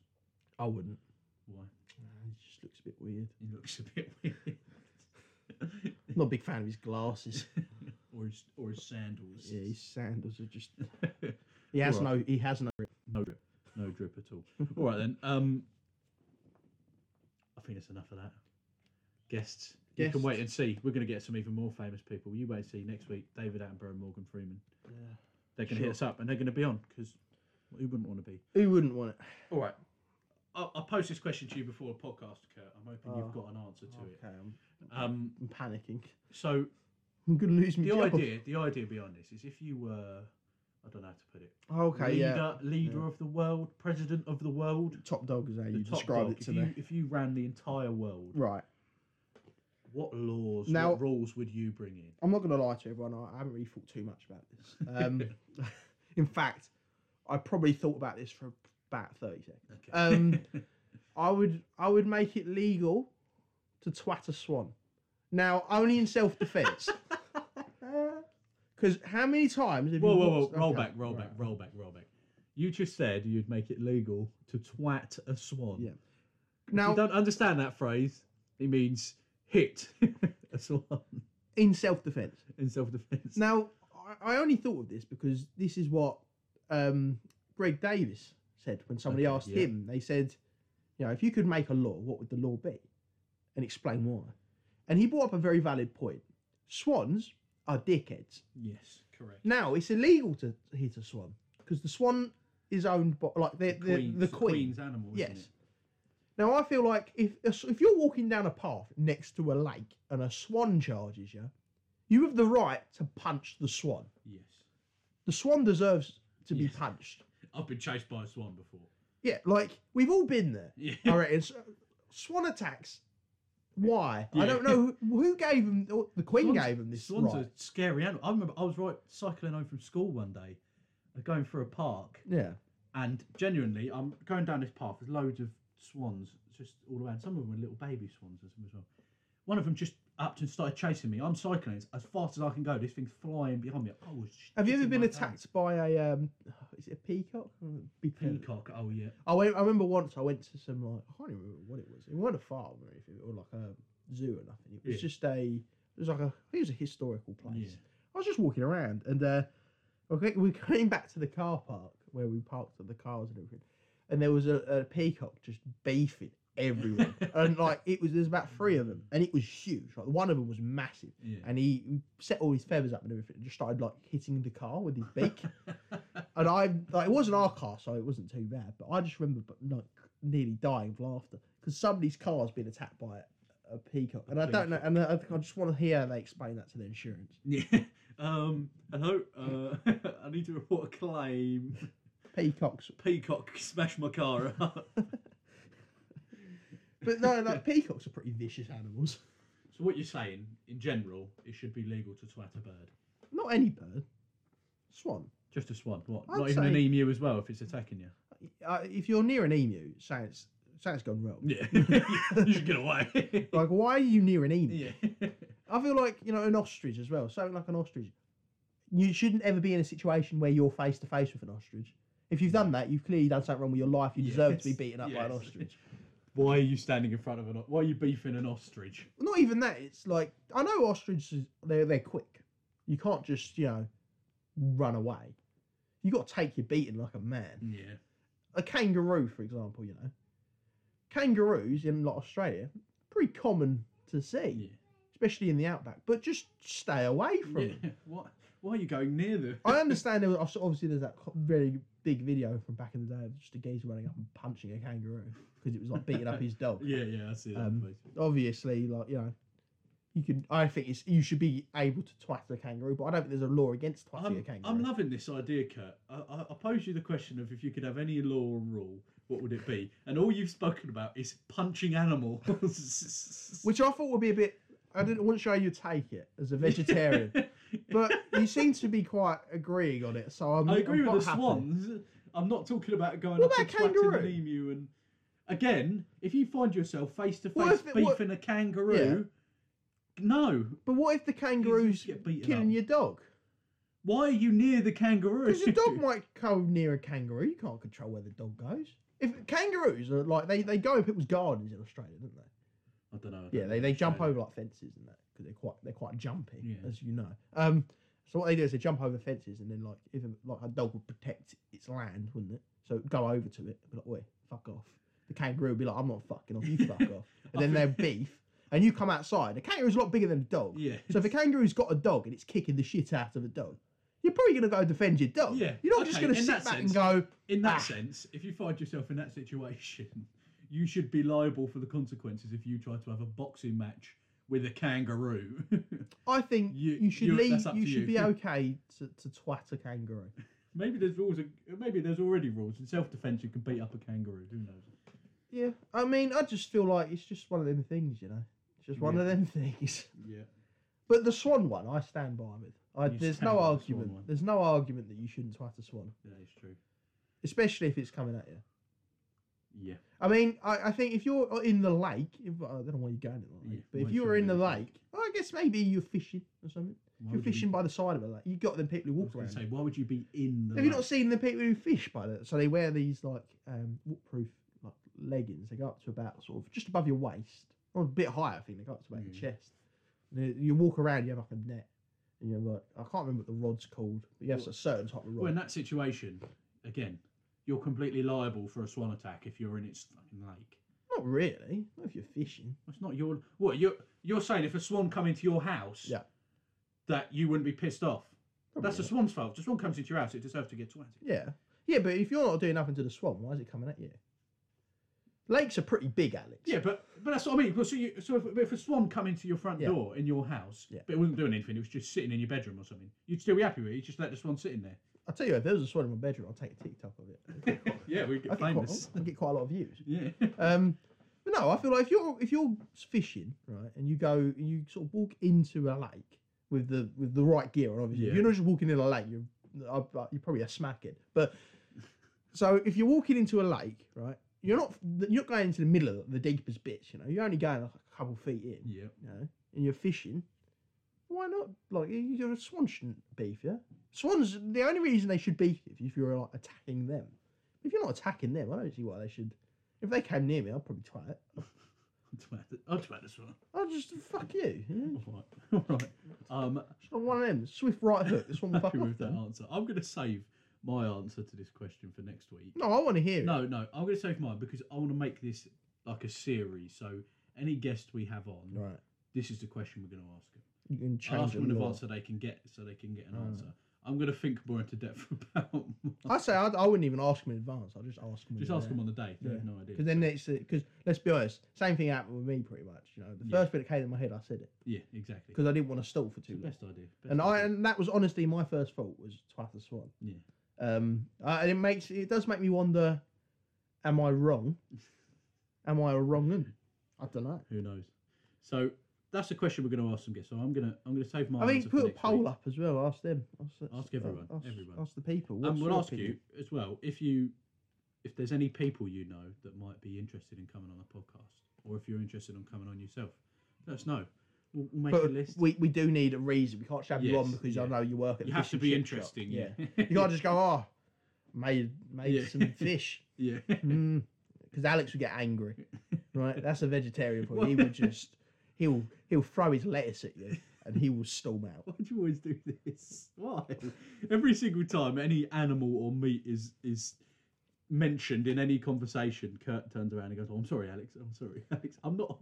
[SPEAKER 2] I wouldn't.
[SPEAKER 1] Why?
[SPEAKER 2] Nah, he just looks a bit weird.
[SPEAKER 1] He looks a bit [LAUGHS]
[SPEAKER 2] [LAUGHS]
[SPEAKER 1] weird.
[SPEAKER 2] Not a big fan of
[SPEAKER 1] [LAUGHS]
[SPEAKER 2] his glasses.
[SPEAKER 1] or his or his sandals.
[SPEAKER 2] yeah, his sandals are just. He has
[SPEAKER 1] Alright.
[SPEAKER 2] no. He has no.
[SPEAKER 1] No drip. No drip at all. all right then. Um, I think that's enough of that. Guests. You can wait and see. We're going to get some even more famous people. You wait and see next week. David Attenborough and Morgan Freeman. They're going to
[SPEAKER 2] Sure.
[SPEAKER 1] hit us up and they're going to be on because who wouldn't want to be?
[SPEAKER 2] Who wouldn't want it?
[SPEAKER 1] All right. I'll, I'll post this question to you before the podcast, Kurt. I'm hoping
[SPEAKER 2] Oh.
[SPEAKER 1] you've got an answer to it.
[SPEAKER 2] I'm,
[SPEAKER 1] Um,
[SPEAKER 2] I'm panicking.
[SPEAKER 1] so
[SPEAKER 2] [LAUGHS] I'm gonna lose my
[SPEAKER 1] the
[SPEAKER 2] job.
[SPEAKER 1] idea, the idea behind this is if you were, I don't know how to put it,
[SPEAKER 2] Oh, Okay,
[SPEAKER 1] leader,
[SPEAKER 2] yeah.
[SPEAKER 1] leader
[SPEAKER 2] Yeah.
[SPEAKER 1] of the world, president of the world,
[SPEAKER 2] Top dog is how
[SPEAKER 1] the
[SPEAKER 2] you
[SPEAKER 1] top
[SPEAKER 2] describe
[SPEAKER 1] dog,
[SPEAKER 2] it to
[SPEAKER 1] if
[SPEAKER 2] me.
[SPEAKER 1] You, if you ran the entire world,
[SPEAKER 2] Right.
[SPEAKER 1] what laws,
[SPEAKER 2] Now-
[SPEAKER 1] what rules would you bring in?
[SPEAKER 2] I'm not gonna lie to everyone. I, I haven't really thought too much about
[SPEAKER 1] [LAUGHS]
[SPEAKER 2] this. Um, [LAUGHS] in fact, I probably thought about this for about thirty seconds.
[SPEAKER 1] Okay.
[SPEAKER 2] Um, I would I would make it legal to twat a swan. Now only in
[SPEAKER 1] [LAUGHS]
[SPEAKER 2] self defence. Because how many times have
[SPEAKER 1] [LAUGHS] whoa,
[SPEAKER 2] you
[SPEAKER 1] whoa, whoa!
[SPEAKER 2] watched-
[SPEAKER 1] Roll
[SPEAKER 2] okay,
[SPEAKER 1] back, roll
[SPEAKER 2] right.
[SPEAKER 1] back, roll back, roll back. You just said you'd make it legal to twat a swan.
[SPEAKER 2] Yeah.
[SPEAKER 1] Now,
[SPEAKER 2] Now
[SPEAKER 1] you don't understand that phrase. It means hit [LAUGHS] a swan
[SPEAKER 2] in self defence.
[SPEAKER 1] in self-defense.
[SPEAKER 2] Now, I, I only thought of this because this is what um, Greg Davis said when somebody
[SPEAKER 1] Okay,
[SPEAKER 2] asked
[SPEAKER 1] yeah.
[SPEAKER 2] him. They said, you know, if you could make a law, what would the law be? And explain why. And he brought up a very valid point. Swans are dickheads.
[SPEAKER 1] yes, correct.
[SPEAKER 2] Now, it's illegal to hit a swan because the swan is owned by, like, they're, they're-
[SPEAKER 1] Queen's-
[SPEAKER 2] the queen.
[SPEAKER 1] Queen's animal. Isn't
[SPEAKER 2] Yes. Now, I feel like if if you're walking down a path next to a lake and a swan charges you, you have the right to punch the swan.
[SPEAKER 1] It? Yes.
[SPEAKER 2] The swan deserves to be
[SPEAKER 1] Yes.
[SPEAKER 2] punched.
[SPEAKER 1] I've been chased by a swan before. [LAUGHS]
[SPEAKER 2] Yeah, like we've all been there.
[SPEAKER 1] Yeah.
[SPEAKER 2] I reckon. So, swan attacks. Why? I
[SPEAKER 1] Yeah.
[SPEAKER 2] don't know who, who gave them. The Queen
[SPEAKER 1] Swans-
[SPEAKER 2] gave them this
[SPEAKER 1] Swans
[SPEAKER 2] right.
[SPEAKER 1] are scary animal. I remember I was right cycling home from school one day, uh, going through a park,
[SPEAKER 2] Yeah.
[SPEAKER 1] and genuinely, I'm going down this path. There's loads of swans just all around. Some of them were little baby swans as as well. One of them just upped and started chasing me. I'm cycling as, as fast as I can go. This thing's flying behind me. I was
[SPEAKER 2] Have you ever
[SPEAKER 1] shitting
[SPEAKER 2] been
[SPEAKER 1] my
[SPEAKER 2] attacked by a? Um, is it a peacock? Or a big
[SPEAKER 1] pants.
[SPEAKER 2] feather?
[SPEAKER 1] Peacock. Oh yeah.
[SPEAKER 2] [LAUGHS] I went, I remember once I went to some like I can't even remember what it was. It wasn't a farm or anything, or like a zoo or nothing. It was
[SPEAKER 1] Yeah.
[SPEAKER 2] just a it was like a I think it was a historical place.
[SPEAKER 1] Yeah.
[SPEAKER 2] I was just walking around and uh, okay, we were going back to the car park where we parked the cars and everything, and there was a, a peacock just beefing
[SPEAKER 1] [LAUGHS]
[SPEAKER 2] everyone. and like it was, there's about three of them, and it was huge. Like one of them was massive,
[SPEAKER 1] Yeah.
[SPEAKER 2] and he set all his feathers up and everything, and just started like hitting the car with his
[SPEAKER 1] [LAUGHS]
[SPEAKER 2] beak. and I, like, it wasn't our car, so it wasn't too bad. But I just remember, but like, nearly dying of laughter because somebody's car's been attacked by a, a peacock, and I don't know. And I, think I just want to hear how they explain that to the insurance.
[SPEAKER 1] [LAUGHS] yeah. Um, hello. Uh, [LAUGHS] I need to report a claim.
[SPEAKER 2] Peacocks,
[SPEAKER 1] Peacock smashed my car up. [LAUGHS]
[SPEAKER 2] but no, like peacocks are pretty vicious animals. [LAUGHS]
[SPEAKER 1] So what you're saying, in general, it should be legal to twat a bird.
[SPEAKER 2] Not any bird, swan.
[SPEAKER 1] Just a swan. What?
[SPEAKER 2] I'd
[SPEAKER 1] Not even an
[SPEAKER 2] say-
[SPEAKER 1] emu as well if it's attacking you.
[SPEAKER 2] Uh, if you're near an emu, something's something's gone wrong.
[SPEAKER 1] [LAUGHS] Yeah. you should get away.
[SPEAKER 2] [LAUGHS] Like, why are you near an emu?
[SPEAKER 1] yeah.
[SPEAKER 2] I feel like you know an ostrich as well. Something like an ostrich. You shouldn't ever be in a situation where you're face to face with an ostrich. If you've done that, you've clearly done something wrong with your life. You deserve to be
[SPEAKER 1] Yes,
[SPEAKER 2] beaten up by an
[SPEAKER 1] yes.
[SPEAKER 2] ostrich.
[SPEAKER 1] Why are you standing in front of an? o- Why are you beefing an ostrich?
[SPEAKER 2] Well, not even that. It's like I know ostriches. They're they're quick. You can't just you know run away. You got to take your beating like a man.
[SPEAKER 1] Yeah.
[SPEAKER 2] a kangaroo, for example, you know, kangaroos in like Australia, pretty common to see,
[SPEAKER 1] Yeah.
[SPEAKER 2] especially in the outback. But just stay away from them.
[SPEAKER 1] yeah. What? [LAUGHS] Why are you going near them?
[SPEAKER 2] I understand there was obviously there's that co- very big video from back in the day of just a geezer running up and punching a kangaroo because it was like beating up his dog.
[SPEAKER 1] [LAUGHS] Yeah. Yeah. I see that.
[SPEAKER 2] Um, Obviously, like you know. You can. I think it's. You should be able to twat a kangaroo, but I don't think there's a law against twatting a
[SPEAKER 1] I'm,
[SPEAKER 2] kangaroo.
[SPEAKER 1] I'm loving this idea, Kurt. I, I, I pose you the question of if you could have any law or rule, what would it be? And all you've spoken about is punching [LAUGHS] animals. [LAUGHS]
[SPEAKER 2] Which I thought would be a bit. I didn't wasn't sure how you'd take it as
[SPEAKER 1] [LAUGHS]
[SPEAKER 2] a vegetarian. but you seem to be quite agreeing on it. So I'm,
[SPEAKER 1] I agree with
[SPEAKER 2] I'm quite
[SPEAKER 1] the
[SPEAKER 2] happy.
[SPEAKER 1] swans. I'm not talking about going up
[SPEAKER 2] What about
[SPEAKER 1] and twatting an
[SPEAKER 2] kangaroo?
[SPEAKER 1] emu and again, if you find yourself face to
[SPEAKER 2] What
[SPEAKER 1] face
[SPEAKER 2] if it- what-
[SPEAKER 1] beefing a kangaroo, no.
[SPEAKER 2] But what if the kangaroo's
[SPEAKER 1] get beaten
[SPEAKER 2] killing
[SPEAKER 1] up.
[SPEAKER 2] your dog?
[SPEAKER 1] Why are you near the kangaroo?
[SPEAKER 2] Because your
[SPEAKER 1] [LAUGHS]
[SPEAKER 2] dog might go near a kangaroo. You can't control where the dog goes. If kangaroos are like they, they go in people's gardens in Australia, don't
[SPEAKER 1] I
[SPEAKER 2] they?
[SPEAKER 1] don't know.
[SPEAKER 2] Yeah, they, they jump over like fences and that because they're quite they're quite jumpy,
[SPEAKER 1] Yeah.
[SPEAKER 2] as you know. Um, so what they do is they jump over fences and then like if a, like a dog would protect its land, wouldn't it? So it'd go over to it, and be like, "Oi, fuck off." The kangaroo would be like, "I'm not fucking
[SPEAKER 1] [LAUGHS]
[SPEAKER 2] off. You fuck off." And then they're beef, and you come outside. The kangaroo's a lot bigger than a dog.
[SPEAKER 1] Yeah.
[SPEAKER 2] So if a kangaroo's got a dog and it's kicking the shit out of a dog, you're probably going to go defend your dog.
[SPEAKER 1] Yeah,
[SPEAKER 2] You're not just
[SPEAKER 1] okay,
[SPEAKER 2] going to
[SPEAKER 1] in
[SPEAKER 2] sit
[SPEAKER 1] that
[SPEAKER 2] back
[SPEAKER 1] sense.
[SPEAKER 2] and go,
[SPEAKER 1] In that
[SPEAKER 2] Ah.
[SPEAKER 1] sense, if you find yourself in that situation, [LAUGHS] you should be liable for the consequences if you try to have a boxing match with a kangaroo. [LAUGHS]
[SPEAKER 2] I think you,
[SPEAKER 1] You-
[SPEAKER 2] should
[SPEAKER 1] you-
[SPEAKER 2] leave.
[SPEAKER 1] that's up
[SPEAKER 2] You
[SPEAKER 1] to
[SPEAKER 2] should
[SPEAKER 1] you."
[SPEAKER 2] be okay to, to twat a kangaroo.
[SPEAKER 1] maybe there's rules. Maybe there's already rules in self-defense. You can beat up a kangaroo. Who knows?
[SPEAKER 2] Yeah. I mean, I just feel like it's just one of them things, you know? It's just one of them [LAUGHS] things.
[SPEAKER 1] Yeah.
[SPEAKER 2] But the swan one, I stand by with. I,
[SPEAKER 1] You
[SPEAKER 2] there's
[SPEAKER 1] stand
[SPEAKER 2] no
[SPEAKER 1] by the
[SPEAKER 2] argument.
[SPEAKER 1] swan one.
[SPEAKER 2] there's no argument that you shouldn't twat a swan,
[SPEAKER 1] That is true.
[SPEAKER 2] especially if it's coming at you.
[SPEAKER 1] Yeah.
[SPEAKER 2] I mean, I, I think if you're in the lake, if, I don't know why you're going in the lake,
[SPEAKER 1] Yeah,
[SPEAKER 2] but if
[SPEAKER 1] why
[SPEAKER 2] you were in the
[SPEAKER 1] should I?
[SPEAKER 2] lake, I guess maybe you're fishing or something.
[SPEAKER 1] Why
[SPEAKER 2] you're
[SPEAKER 1] would you be-
[SPEAKER 2] fishing by the side of a lake. you got them people who
[SPEAKER 1] I was
[SPEAKER 2] walk
[SPEAKER 1] going
[SPEAKER 2] around.
[SPEAKER 1] to say, why would you be in the?
[SPEAKER 2] Have you not
[SPEAKER 1] lake?
[SPEAKER 2] seen the people who fish by that? So they wear these like um, waterproof like leggings. They go up to about sort of just above your waist, or a bit higher. I think they go up to about
[SPEAKER 1] Mm.
[SPEAKER 2] your chest. And you- you walk around, you have like a net, and you're like, I can't remember what the rod's called, but you have
[SPEAKER 1] Well-
[SPEAKER 2] a certain type of rod.
[SPEAKER 1] Well, in that situation, again, you're completely liable for a swan attack if you're in its fucking lake.
[SPEAKER 2] Not really. Not if you're fishing.
[SPEAKER 1] That's not your. What you're you're saying? If a swan come into your house,
[SPEAKER 2] Yeah.
[SPEAKER 1] that you wouldn't be pissed off.
[SPEAKER 2] Probably
[SPEAKER 1] That's the
[SPEAKER 2] not.
[SPEAKER 1] swan's fault. If the swan comes into your house, it deserves to get twatted.
[SPEAKER 2] yeah, yeah. But if you're not doing nothing to the swan, why is it coming at you? Lakes are pretty big, Alex.
[SPEAKER 1] Yeah, but but that's what I mean. Well, so you, so if, if a swan come into your front
[SPEAKER 2] Yeah.
[SPEAKER 1] door in your house,
[SPEAKER 2] Yeah.
[SPEAKER 1] but it wasn't doing anything, it was just sitting in your bedroom or something, you'd still be happy with it. You just let the swan sit in there.
[SPEAKER 2] I'll tell you, if there was a swan in my bedroom, I'll take a TikTok
[SPEAKER 1] [LAUGHS]
[SPEAKER 2] of it. I'd get quite-
[SPEAKER 1] yeah, we
[SPEAKER 2] I'd
[SPEAKER 1] get
[SPEAKER 2] get quite-
[SPEAKER 1] famous.
[SPEAKER 2] I'd get quite a lot of views.
[SPEAKER 1] Yeah. [LAUGHS]
[SPEAKER 2] Um, but no, I feel like if you're if you're fishing right, and you go you sort of walk into a lake with the with the right gear, and obviously
[SPEAKER 1] Yeah.
[SPEAKER 2] you're not just walking in a lake. You're uh, uh, you're probably a smackhead. But so if you're walking into a lake, right, you're not you're not going into the middle of the deepest bits. You know, you're only going like a couple feet in.
[SPEAKER 1] yeah.
[SPEAKER 2] You know, and you're fishing. Why not? Like you- you're a swan shouldn't beef you. Swans, the only reason they should beef you is if you're like attacking them. If you're not attacking them, I don't see why they should. If they came near me, I'd probably try it.
[SPEAKER 1] I'll twat the swan.
[SPEAKER 2] I'll just fuck you. you know?
[SPEAKER 1] [LAUGHS] All right. All right.
[SPEAKER 2] [LAUGHS]
[SPEAKER 1] Um,
[SPEAKER 2] Just like one of them swift right hook. This one will
[SPEAKER 1] [LAUGHS]
[SPEAKER 2] fuck
[SPEAKER 1] happy
[SPEAKER 2] off.
[SPEAKER 1] with that
[SPEAKER 2] Then.
[SPEAKER 1] answer. I'm going to save my answer to this question for next week.
[SPEAKER 2] No, I want to hear it.
[SPEAKER 1] No, no, I'm going to save mine because I want to make this like a series. So any guest we have on,
[SPEAKER 2] Right.
[SPEAKER 1] this is the question we're going to ask them.
[SPEAKER 2] You can
[SPEAKER 1] I'll
[SPEAKER 2] change
[SPEAKER 1] ask them
[SPEAKER 2] them.
[SPEAKER 1] in
[SPEAKER 2] law.
[SPEAKER 1] advance so they can get so they can get an
[SPEAKER 2] Mm.
[SPEAKER 1] answer. I'm going to think more into depth [LAUGHS] about.
[SPEAKER 2] [LAUGHS] I say I, I wouldn't even ask them in advance. I'll just ask them.
[SPEAKER 1] Just ask them on the day. They have
[SPEAKER 2] Yeah.
[SPEAKER 1] no idea.
[SPEAKER 2] Because then it's because let's be honest, same thing happened with me pretty much. You know, the
[SPEAKER 1] Yeah.
[SPEAKER 2] first bit that came in my head, I said it
[SPEAKER 1] Yeah, exactly.
[SPEAKER 2] because I didn't want to stall for
[SPEAKER 1] It's the
[SPEAKER 2] too long.
[SPEAKER 1] best idea. Best
[SPEAKER 2] And I
[SPEAKER 1] idea.
[SPEAKER 2] and that was honestly my first thought was Twice the Swan.
[SPEAKER 1] Yeah.
[SPEAKER 2] Um, I, and it makes it does make me wonder, am
[SPEAKER 1] [LAUGHS]
[SPEAKER 2] I wrong? Am I a wrong? I don't know.
[SPEAKER 1] Who knows? So that's the question we're going to ask some guests. So I'm going to I'm going to save my.
[SPEAKER 2] I mean,
[SPEAKER 1] answer for
[SPEAKER 2] put a
[SPEAKER 1] next
[SPEAKER 2] poll
[SPEAKER 1] week.
[SPEAKER 2] up as well. Ask them. Ask,
[SPEAKER 1] Ask everyone,
[SPEAKER 2] Ask,
[SPEAKER 1] everyone.
[SPEAKER 2] ask the people.
[SPEAKER 1] And
[SPEAKER 2] what's
[SPEAKER 1] we'll
[SPEAKER 2] your
[SPEAKER 1] ask you
[SPEAKER 2] opinion?
[SPEAKER 1] as well if you if there's any people you know that might be interested in coming on the podcast, or if you're interested in coming on yourself. Let us know. We'll, we'll make a
[SPEAKER 2] But
[SPEAKER 1] list.
[SPEAKER 2] we, we do need a reason. We can't just have you on
[SPEAKER 1] Yes,
[SPEAKER 2] because I
[SPEAKER 1] yeah.
[SPEAKER 2] know you work at.
[SPEAKER 1] you
[SPEAKER 2] the
[SPEAKER 1] have
[SPEAKER 2] fish
[SPEAKER 1] to
[SPEAKER 2] and
[SPEAKER 1] be
[SPEAKER 2] chip
[SPEAKER 1] interesting.
[SPEAKER 2] Shop.
[SPEAKER 1] Yeah.
[SPEAKER 2] you can't just go. Oh, made made
[SPEAKER 1] Yeah.
[SPEAKER 2] some fish.
[SPEAKER 1] [LAUGHS] yeah. [LAUGHS]
[SPEAKER 2] Because Mm, Alex would get angry. Right, that's a vegetarian for him. He
[SPEAKER 1] What?
[SPEAKER 2] would just he'll he'll throw his lettuce at you and he will storm out.
[SPEAKER 1] Why do you always do this? Why? Every single time any animal or meat is is mentioned in any conversation, Kurt turns around and goes, oh, "I'm sorry, Alex. I'm sorry, [LAUGHS] Alex. I'm not.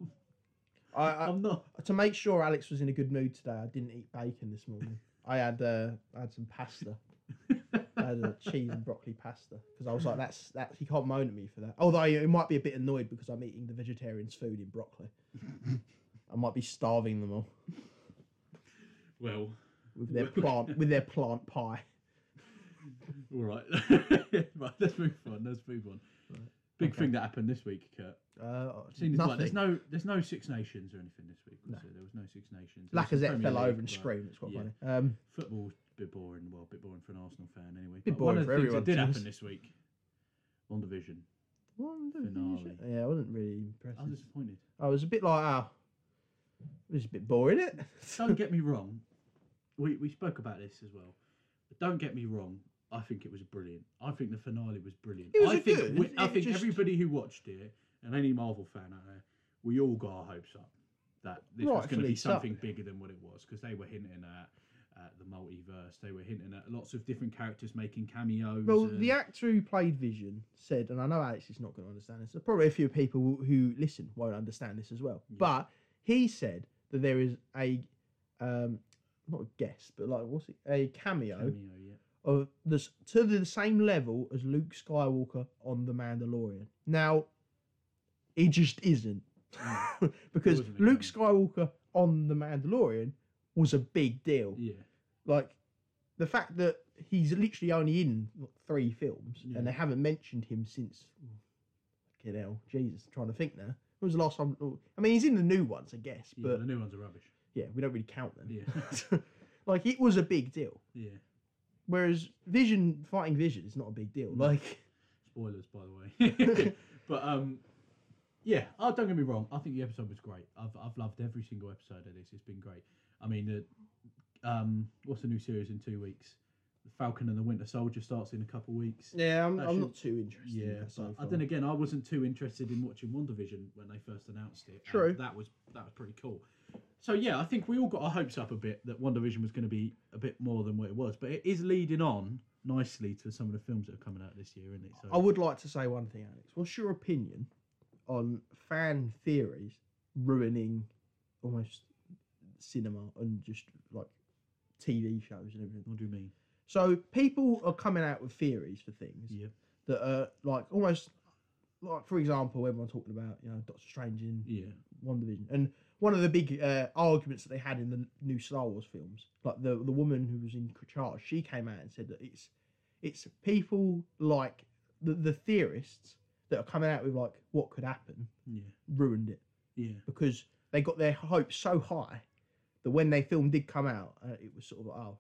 [SPEAKER 2] I, I,
[SPEAKER 1] I'm not."
[SPEAKER 2] to make sure Alex was in a good mood today, I didn't eat bacon this morning. I had uh, I had some pasta. [LAUGHS] I had a cheese and broccoli pasta because I was like, that's that. He can't moan at me for that. Although he might be a bit annoyed because I'm eating the vegetarians' food in broccoli. I might be starving them all
[SPEAKER 1] [LAUGHS] Well,
[SPEAKER 2] with their plant with their plant pie.
[SPEAKER 1] all right. [LAUGHS] right. Let's move on. Let's move on. Big
[SPEAKER 2] okay.
[SPEAKER 1] thing that happened this week, Kurt.
[SPEAKER 2] Uh,
[SPEAKER 1] Seen this- right,
[SPEAKER 2] nothing.
[SPEAKER 1] there's no there's no Six Nations or anything this week. Was there? there was no Six Nations. There was some
[SPEAKER 2] Lacazette
[SPEAKER 1] Premier
[SPEAKER 2] fell
[SPEAKER 1] League,
[SPEAKER 2] over and
[SPEAKER 1] but
[SPEAKER 2] screamed. It's quite
[SPEAKER 1] Yeah.
[SPEAKER 2] funny. Um,
[SPEAKER 1] Football's a bit boring. Well, a bit boring for an Arsenal fan anyway.
[SPEAKER 2] Bit
[SPEAKER 1] But one
[SPEAKER 2] boring
[SPEAKER 1] of the
[SPEAKER 2] for
[SPEAKER 1] things that
[SPEAKER 2] everyone,
[SPEAKER 1] did
[SPEAKER 2] to be
[SPEAKER 1] happen
[SPEAKER 2] honest.
[SPEAKER 1] this week, one division.
[SPEAKER 2] One of the
[SPEAKER 1] Finale.
[SPEAKER 2] finisher- Yeah, I wasn't really impressed.
[SPEAKER 1] I was disappointed.
[SPEAKER 2] I was a bit like, oh, it was a bit boring, it.
[SPEAKER 1] don't get me wrong. We we spoke about this as well. But don't get me wrong. I think it was brilliant. I think the finale was brilliant.
[SPEAKER 2] It was
[SPEAKER 1] I
[SPEAKER 2] a
[SPEAKER 1] think
[SPEAKER 2] good-
[SPEAKER 1] we- I
[SPEAKER 2] it
[SPEAKER 1] think
[SPEAKER 2] just-
[SPEAKER 1] everybody who watched it and any Marvel fan out there, we all got our hopes up that this was going to
[SPEAKER 2] Rightfully
[SPEAKER 1] be
[SPEAKER 2] so.
[SPEAKER 1] something bigger than what it was because they were hinting at. Uh, the multiverse. They were hinting at lots of different characters making cameos.
[SPEAKER 2] [LAUGHS] Well,
[SPEAKER 1] and-
[SPEAKER 2] the actor who played Vision said, and I know Alex is not going to understand this. so Probably a few people who- who listen won't understand this as well.
[SPEAKER 1] Yeah.
[SPEAKER 2] But he said that there is a, um, not a guest, but like what's it? A cameo,
[SPEAKER 1] cameo, yeah.
[SPEAKER 2] of this to the same level as Luke Skywalker on The Mandalorian. Now, he just isn't.
[SPEAKER 1] Mm.
[SPEAKER 2] [LAUGHS] because
[SPEAKER 1] wasn't a
[SPEAKER 2] Luke
[SPEAKER 1] cameo.
[SPEAKER 2] Skywalker on The Mandalorian was a big deal.
[SPEAKER 1] Oh, Yeah,
[SPEAKER 2] Like the fact that he's literally only in what, three films
[SPEAKER 1] Yeah.
[SPEAKER 2] and they haven't mentioned him since. Fucking hell, Jesus, I'm trying to think now. When was the last time? oh, I mean, he's in the new ones, I guess,
[SPEAKER 1] yeah
[SPEAKER 2] but
[SPEAKER 1] the new ones are rubbish.
[SPEAKER 2] yeah, we don't really count them.
[SPEAKER 1] Yeah,
[SPEAKER 2] [LAUGHS] like it was a big deal.
[SPEAKER 1] yeah.
[SPEAKER 2] Whereas Vision fighting Vision is not a big deal.
[SPEAKER 1] No.
[SPEAKER 2] Like
[SPEAKER 1] Spoilers, by the way. [LAUGHS] but um, yeah, oh, don't get me wrong. I think the episode was great. I've I've loved every single episode of this. It's been great. I mean, the um, what's the new series in two weeks? The Falcon and the Winter Soldier starts in a couple weeks.
[SPEAKER 2] Yeah, I'm,
[SPEAKER 1] That
[SPEAKER 2] I'm
[SPEAKER 1] should-
[SPEAKER 2] not too interested. in
[SPEAKER 1] Yeah,
[SPEAKER 2] that so
[SPEAKER 1] but
[SPEAKER 2] far.
[SPEAKER 1] then again, I wasn't too interested in watching WandaVision when they first announced it. and
[SPEAKER 2] True.
[SPEAKER 1] that was that was pretty cool. So yeah, I think we all got our hopes up a bit that WandaVision was going to be a bit more than what it was, but it is leading on nicely to some of the films that are coming out this year, isn't it? So
[SPEAKER 2] I would like to say one thing, Alex. What's your opinion on fan theories ruining almost cinema and just like TV shows and everything?
[SPEAKER 1] what do you mean?
[SPEAKER 2] So people are coming out with theories for things
[SPEAKER 1] Yeah.
[SPEAKER 2] that are like almost like, for example, everyone talking about you know Doctor Strange in
[SPEAKER 1] Yeah.
[SPEAKER 2] One Division, and one of the big uh, arguments that they had in the new Star Wars films, like the the woman who was in charge, she came out and said that it's it's people like the the theorists that are coming out with like what could happen
[SPEAKER 1] Yeah,
[SPEAKER 2] ruined it
[SPEAKER 1] yeah,
[SPEAKER 2] because they got their hopes so high that when they film did come out, uh, it was sort of like, oh,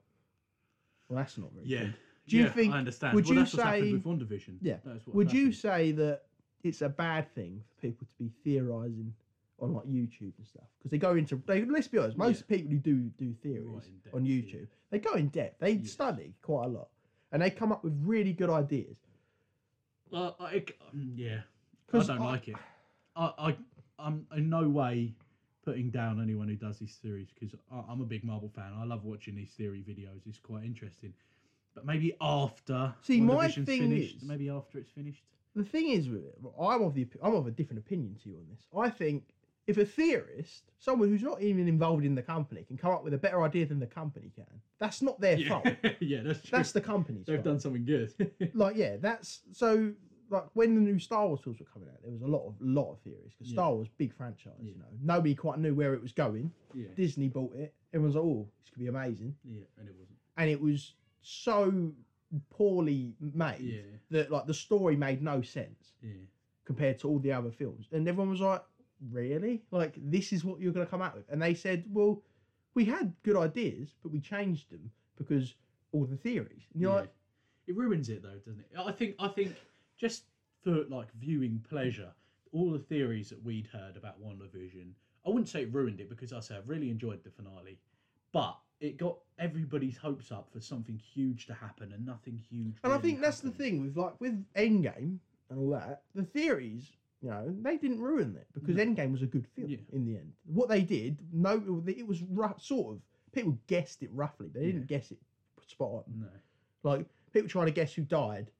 [SPEAKER 2] well that's not very
[SPEAKER 1] yeah.
[SPEAKER 2] good. Do you
[SPEAKER 1] Yeah,
[SPEAKER 2] think-
[SPEAKER 1] I understand?
[SPEAKER 2] would
[SPEAKER 1] well,
[SPEAKER 2] you
[SPEAKER 1] that's what's happened
[SPEAKER 2] say-
[SPEAKER 1] with WandaVision?
[SPEAKER 2] Yeah.
[SPEAKER 1] That's what
[SPEAKER 2] Would you say that it's a bad thing for people to be theorizing on like YouTube and stuff? Because they go into they, let's be honest, most people who do do theories
[SPEAKER 1] Right, in depth,
[SPEAKER 2] on
[SPEAKER 1] yeah.
[SPEAKER 2] YouTube, they go in depth. They
[SPEAKER 1] Yes.
[SPEAKER 2] study quite a lot, and they come up with really good ideas.
[SPEAKER 1] Well, I, um, yeah, I
[SPEAKER 2] 'Cause
[SPEAKER 1] don't
[SPEAKER 2] I-
[SPEAKER 1] like it. I, I, I'm in no way putting down anyone who does these theories because I'm a big Marvel fan. I love watching these theory videos. It's quite interesting. But maybe after
[SPEAKER 2] See, my
[SPEAKER 1] WandaVision's
[SPEAKER 2] thing
[SPEAKER 1] finished,
[SPEAKER 2] is-
[SPEAKER 1] maybe after it's finished.
[SPEAKER 2] the thing is with it, I'm of the opi- I'm of a different opinion to you on this. I think if a theorist, someone who's not even involved in the company, can come up with a better idea than the company can, that's not their fault.
[SPEAKER 1] Yeah, yeah that's [LAUGHS] true.
[SPEAKER 2] That's the company's
[SPEAKER 1] They've
[SPEAKER 2] fault.
[SPEAKER 1] done something good. [LAUGHS]
[SPEAKER 2] Like yeah, that's so. Like when the new Star Wars films were coming out, there was a lot of lot of theories because
[SPEAKER 1] Yeah.
[SPEAKER 2] Star Wars big franchise.
[SPEAKER 1] Yeah.
[SPEAKER 2] You know, nobody quite knew where it was going.
[SPEAKER 1] yeah,
[SPEAKER 2] Disney bought it. Everyone's like, oh, this could be amazing,
[SPEAKER 1] yeah, and it wasn't.
[SPEAKER 2] and it was so poorly made
[SPEAKER 1] Yeah,
[SPEAKER 2] that like the story made no sense
[SPEAKER 1] yeah.
[SPEAKER 2] compared to all the other films. And everyone was like, really? Like, this is what you're going to come out with? And they said, well, we had good ideas, but we changed them because all the theories. And you're
[SPEAKER 1] Yeah.
[SPEAKER 2] like,
[SPEAKER 1] it ruins it though, doesn't it? I think I think just for like viewing pleasure, all the theories that we'd heard about WandaVision, I wouldn't say it ruined it because I say I really enjoyed the finale, but it got everybody's hopes up for something huge to happen and nothing huge.
[SPEAKER 2] and I
[SPEAKER 1] really
[SPEAKER 2] think that's the
[SPEAKER 1] happened.
[SPEAKER 2] thing with like with Endgame and all that, the theories. You know, they didn't ruin it because
[SPEAKER 1] No.
[SPEAKER 2] Endgame was a good film
[SPEAKER 1] Yeah.
[SPEAKER 2] in the end. What they did, no, it was rough, sort of people guessed it roughly, but they didn't guess it spot on.
[SPEAKER 1] No.
[SPEAKER 2] like people trying to guess who died.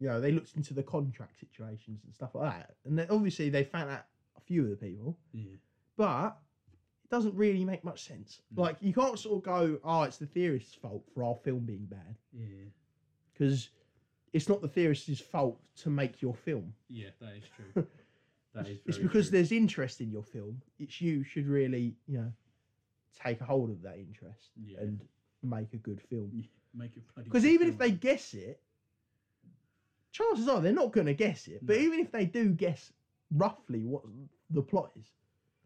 [SPEAKER 2] You know, they looked into the contract situations and stuff like that, and then obviously they found out a few of the people,
[SPEAKER 1] Yeah.
[SPEAKER 2] but it doesn't really make much sense.
[SPEAKER 1] No.
[SPEAKER 2] Like you can't sort of go, "Oh, it's the theorist's fault for our film being bad,"
[SPEAKER 1] Yeah.
[SPEAKER 2] because it's not the theorist's fault to make your film.
[SPEAKER 1] Yeah. That is
[SPEAKER 2] [LAUGHS]
[SPEAKER 1] true. That is.
[SPEAKER 2] it's
[SPEAKER 1] very
[SPEAKER 2] because
[SPEAKER 1] true.
[SPEAKER 2] there's interest in your film. It's you should really, you know, take hold of that interest
[SPEAKER 1] Yeah.
[SPEAKER 2] and make a good film.
[SPEAKER 1] Yeah, [LAUGHS] Make it bloody.
[SPEAKER 2] Because
[SPEAKER 1] good
[SPEAKER 2] even if
[SPEAKER 1] film.
[SPEAKER 2] they guess it, chances are they're not going to guess it. But
[SPEAKER 1] No.
[SPEAKER 2] even if they do guess roughly what the plot is,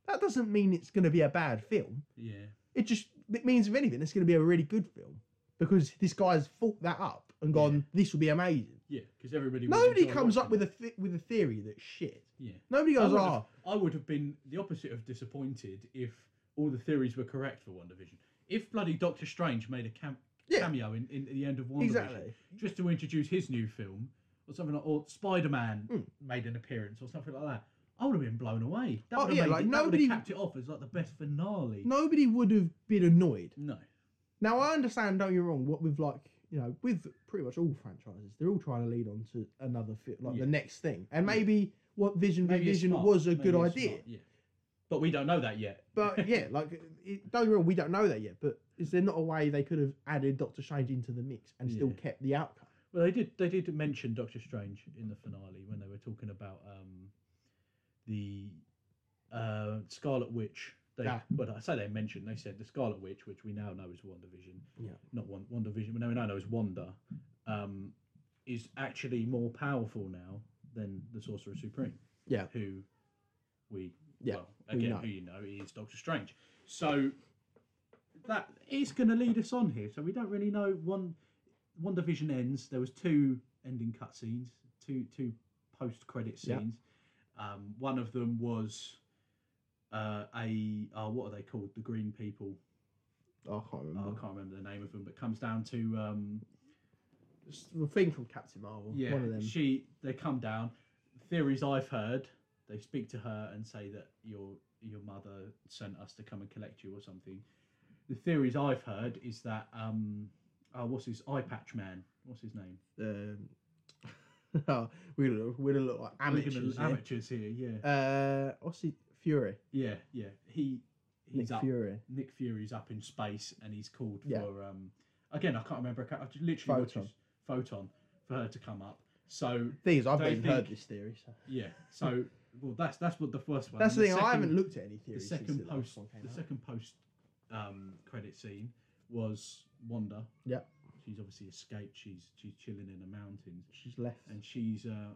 [SPEAKER 2] that doesn't mean it's going to be a bad film.
[SPEAKER 1] Yeah.
[SPEAKER 2] It just it means if anything, it's going to be a really good film because this guy's thought that up and gone. This will be amazing.
[SPEAKER 1] Yeah. Because everybody. would
[SPEAKER 2] Nobody
[SPEAKER 1] enjoy
[SPEAKER 2] comes up
[SPEAKER 1] watching
[SPEAKER 2] with
[SPEAKER 1] it.
[SPEAKER 2] a th- with a theory that's shit.
[SPEAKER 1] Yeah.
[SPEAKER 2] Nobody
[SPEAKER 1] I
[SPEAKER 2] goes,
[SPEAKER 1] would,
[SPEAKER 2] oh,
[SPEAKER 1] have, I would have been the opposite of disappointed if all the theories were correct for One Division. If bloody Doctor Strange made a cam-
[SPEAKER 2] Yeah.
[SPEAKER 1] cameo in, in the end of One
[SPEAKER 2] exactly.
[SPEAKER 1] just to introduce his new film or something, like, or Spider Man
[SPEAKER 2] Mm.
[SPEAKER 1] made an appearance or something like that, I would have been blown away. That
[SPEAKER 2] Oh,
[SPEAKER 1] would have
[SPEAKER 2] yeah,
[SPEAKER 1] made
[SPEAKER 2] like,
[SPEAKER 1] it, that would
[SPEAKER 2] nobody-
[SPEAKER 1] have capped it off as like the best finale.
[SPEAKER 2] Nobody would have been annoyed.
[SPEAKER 1] no.
[SPEAKER 2] Now I understand, don't get me wrong, what with like you know, with pretty much all franchises, they're all trying to lead on to another fi- like
[SPEAKER 1] Yeah.
[SPEAKER 2] the next thing, and
[SPEAKER 1] Yeah.
[SPEAKER 2] maybe what Vision
[SPEAKER 1] Maybe it's
[SPEAKER 2] Vision
[SPEAKER 1] smart.
[SPEAKER 2] was a good
[SPEAKER 1] Maybe it's
[SPEAKER 2] idea,
[SPEAKER 1] smart, Yeah. But we don't know that yet.
[SPEAKER 2] but
[SPEAKER 1] [LAUGHS]
[SPEAKER 2] yeah, like it, don't get me wrong, we don't know that yet, but is there not a way they could have added Doctor Strange into the mix and still
[SPEAKER 1] Yeah.
[SPEAKER 2] kept the outcome?
[SPEAKER 1] Well, they did. They did mention Doctor Strange in the finale when they were talking about um, the uh, Scarlet Witch. They,
[SPEAKER 2] Yeah.
[SPEAKER 1] Well, I say they mentioned. They said the Scarlet Witch, which we now know is WandaVision.
[SPEAKER 2] Yeah.
[SPEAKER 1] Not one WandaVision. but No, we now know is Wanda. Um, is actually more powerful now than the Sorcerer Supreme.
[SPEAKER 2] Yeah.
[SPEAKER 1] Who we
[SPEAKER 2] Yeah,
[SPEAKER 1] well
[SPEAKER 2] we
[SPEAKER 1] again
[SPEAKER 2] know.
[SPEAKER 1] who you know is Doctor Strange. So that is going to lead us on here. So we don't really know one one division ends. There was two ending cutscenes, two two post credit
[SPEAKER 2] Yeah.
[SPEAKER 1] scenes. Um, one of them was uh, a uh, what are they called? The green people.
[SPEAKER 2] Oh, I can't
[SPEAKER 1] Oh,
[SPEAKER 2] remember.
[SPEAKER 1] I can't remember the name of them, but comes down to um,
[SPEAKER 2] It's the thing from Captain Marvel.
[SPEAKER 1] yeah,
[SPEAKER 2] One of them.
[SPEAKER 1] she they come down. Theories I've heard, they speak to her and say that your your mother sent us to come and collect you or something. The theories I've heard is that um, oh, what's his eye patch man? What's his name?
[SPEAKER 2] Um, [LAUGHS] we're gonna look, we're gonna look like
[SPEAKER 1] We're gonna-
[SPEAKER 2] amateurs. here.
[SPEAKER 1] amateurs here, yeah,
[SPEAKER 2] Uh, what's he? Fury.
[SPEAKER 1] yeah, yeah. He he's
[SPEAKER 2] Nick
[SPEAKER 1] up.
[SPEAKER 2] Fury.
[SPEAKER 1] Nick Fury's up in space and he's called
[SPEAKER 2] Yeah.
[SPEAKER 1] for um again I can't remember. I can't- I just literally watched
[SPEAKER 2] Photon.
[SPEAKER 1] his- photon for her to come up. So
[SPEAKER 2] Thing is, I've not
[SPEAKER 1] They
[SPEAKER 2] even heard
[SPEAKER 1] think-
[SPEAKER 2] this theory. So.
[SPEAKER 1] yeah, so well that's that's what the first one.
[SPEAKER 2] That's
[SPEAKER 1] and
[SPEAKER 2] the thing. I
[SPEAKER 1] second-
[SPEAKER 2] haven't looked at any theories.
[SPEAKER 1] the
[SPEAKER 2] since
[SPEAKER 1] second
[SPEAKER 2] last
[SPEAKER 1] post
[SPEAKER 2] one came
[SPEAKER 1] the
[SPEAKER 2] out.
[SPEAKER 1] second post um, credit scene was Wanda.
[SPEAKER 2] Yep.
[SPEAKER 1] She's obviously escaped. She's she's chilling in the mountains,
[SPEAKER 2] She's left.
[SPEAKER 1] and she's uh,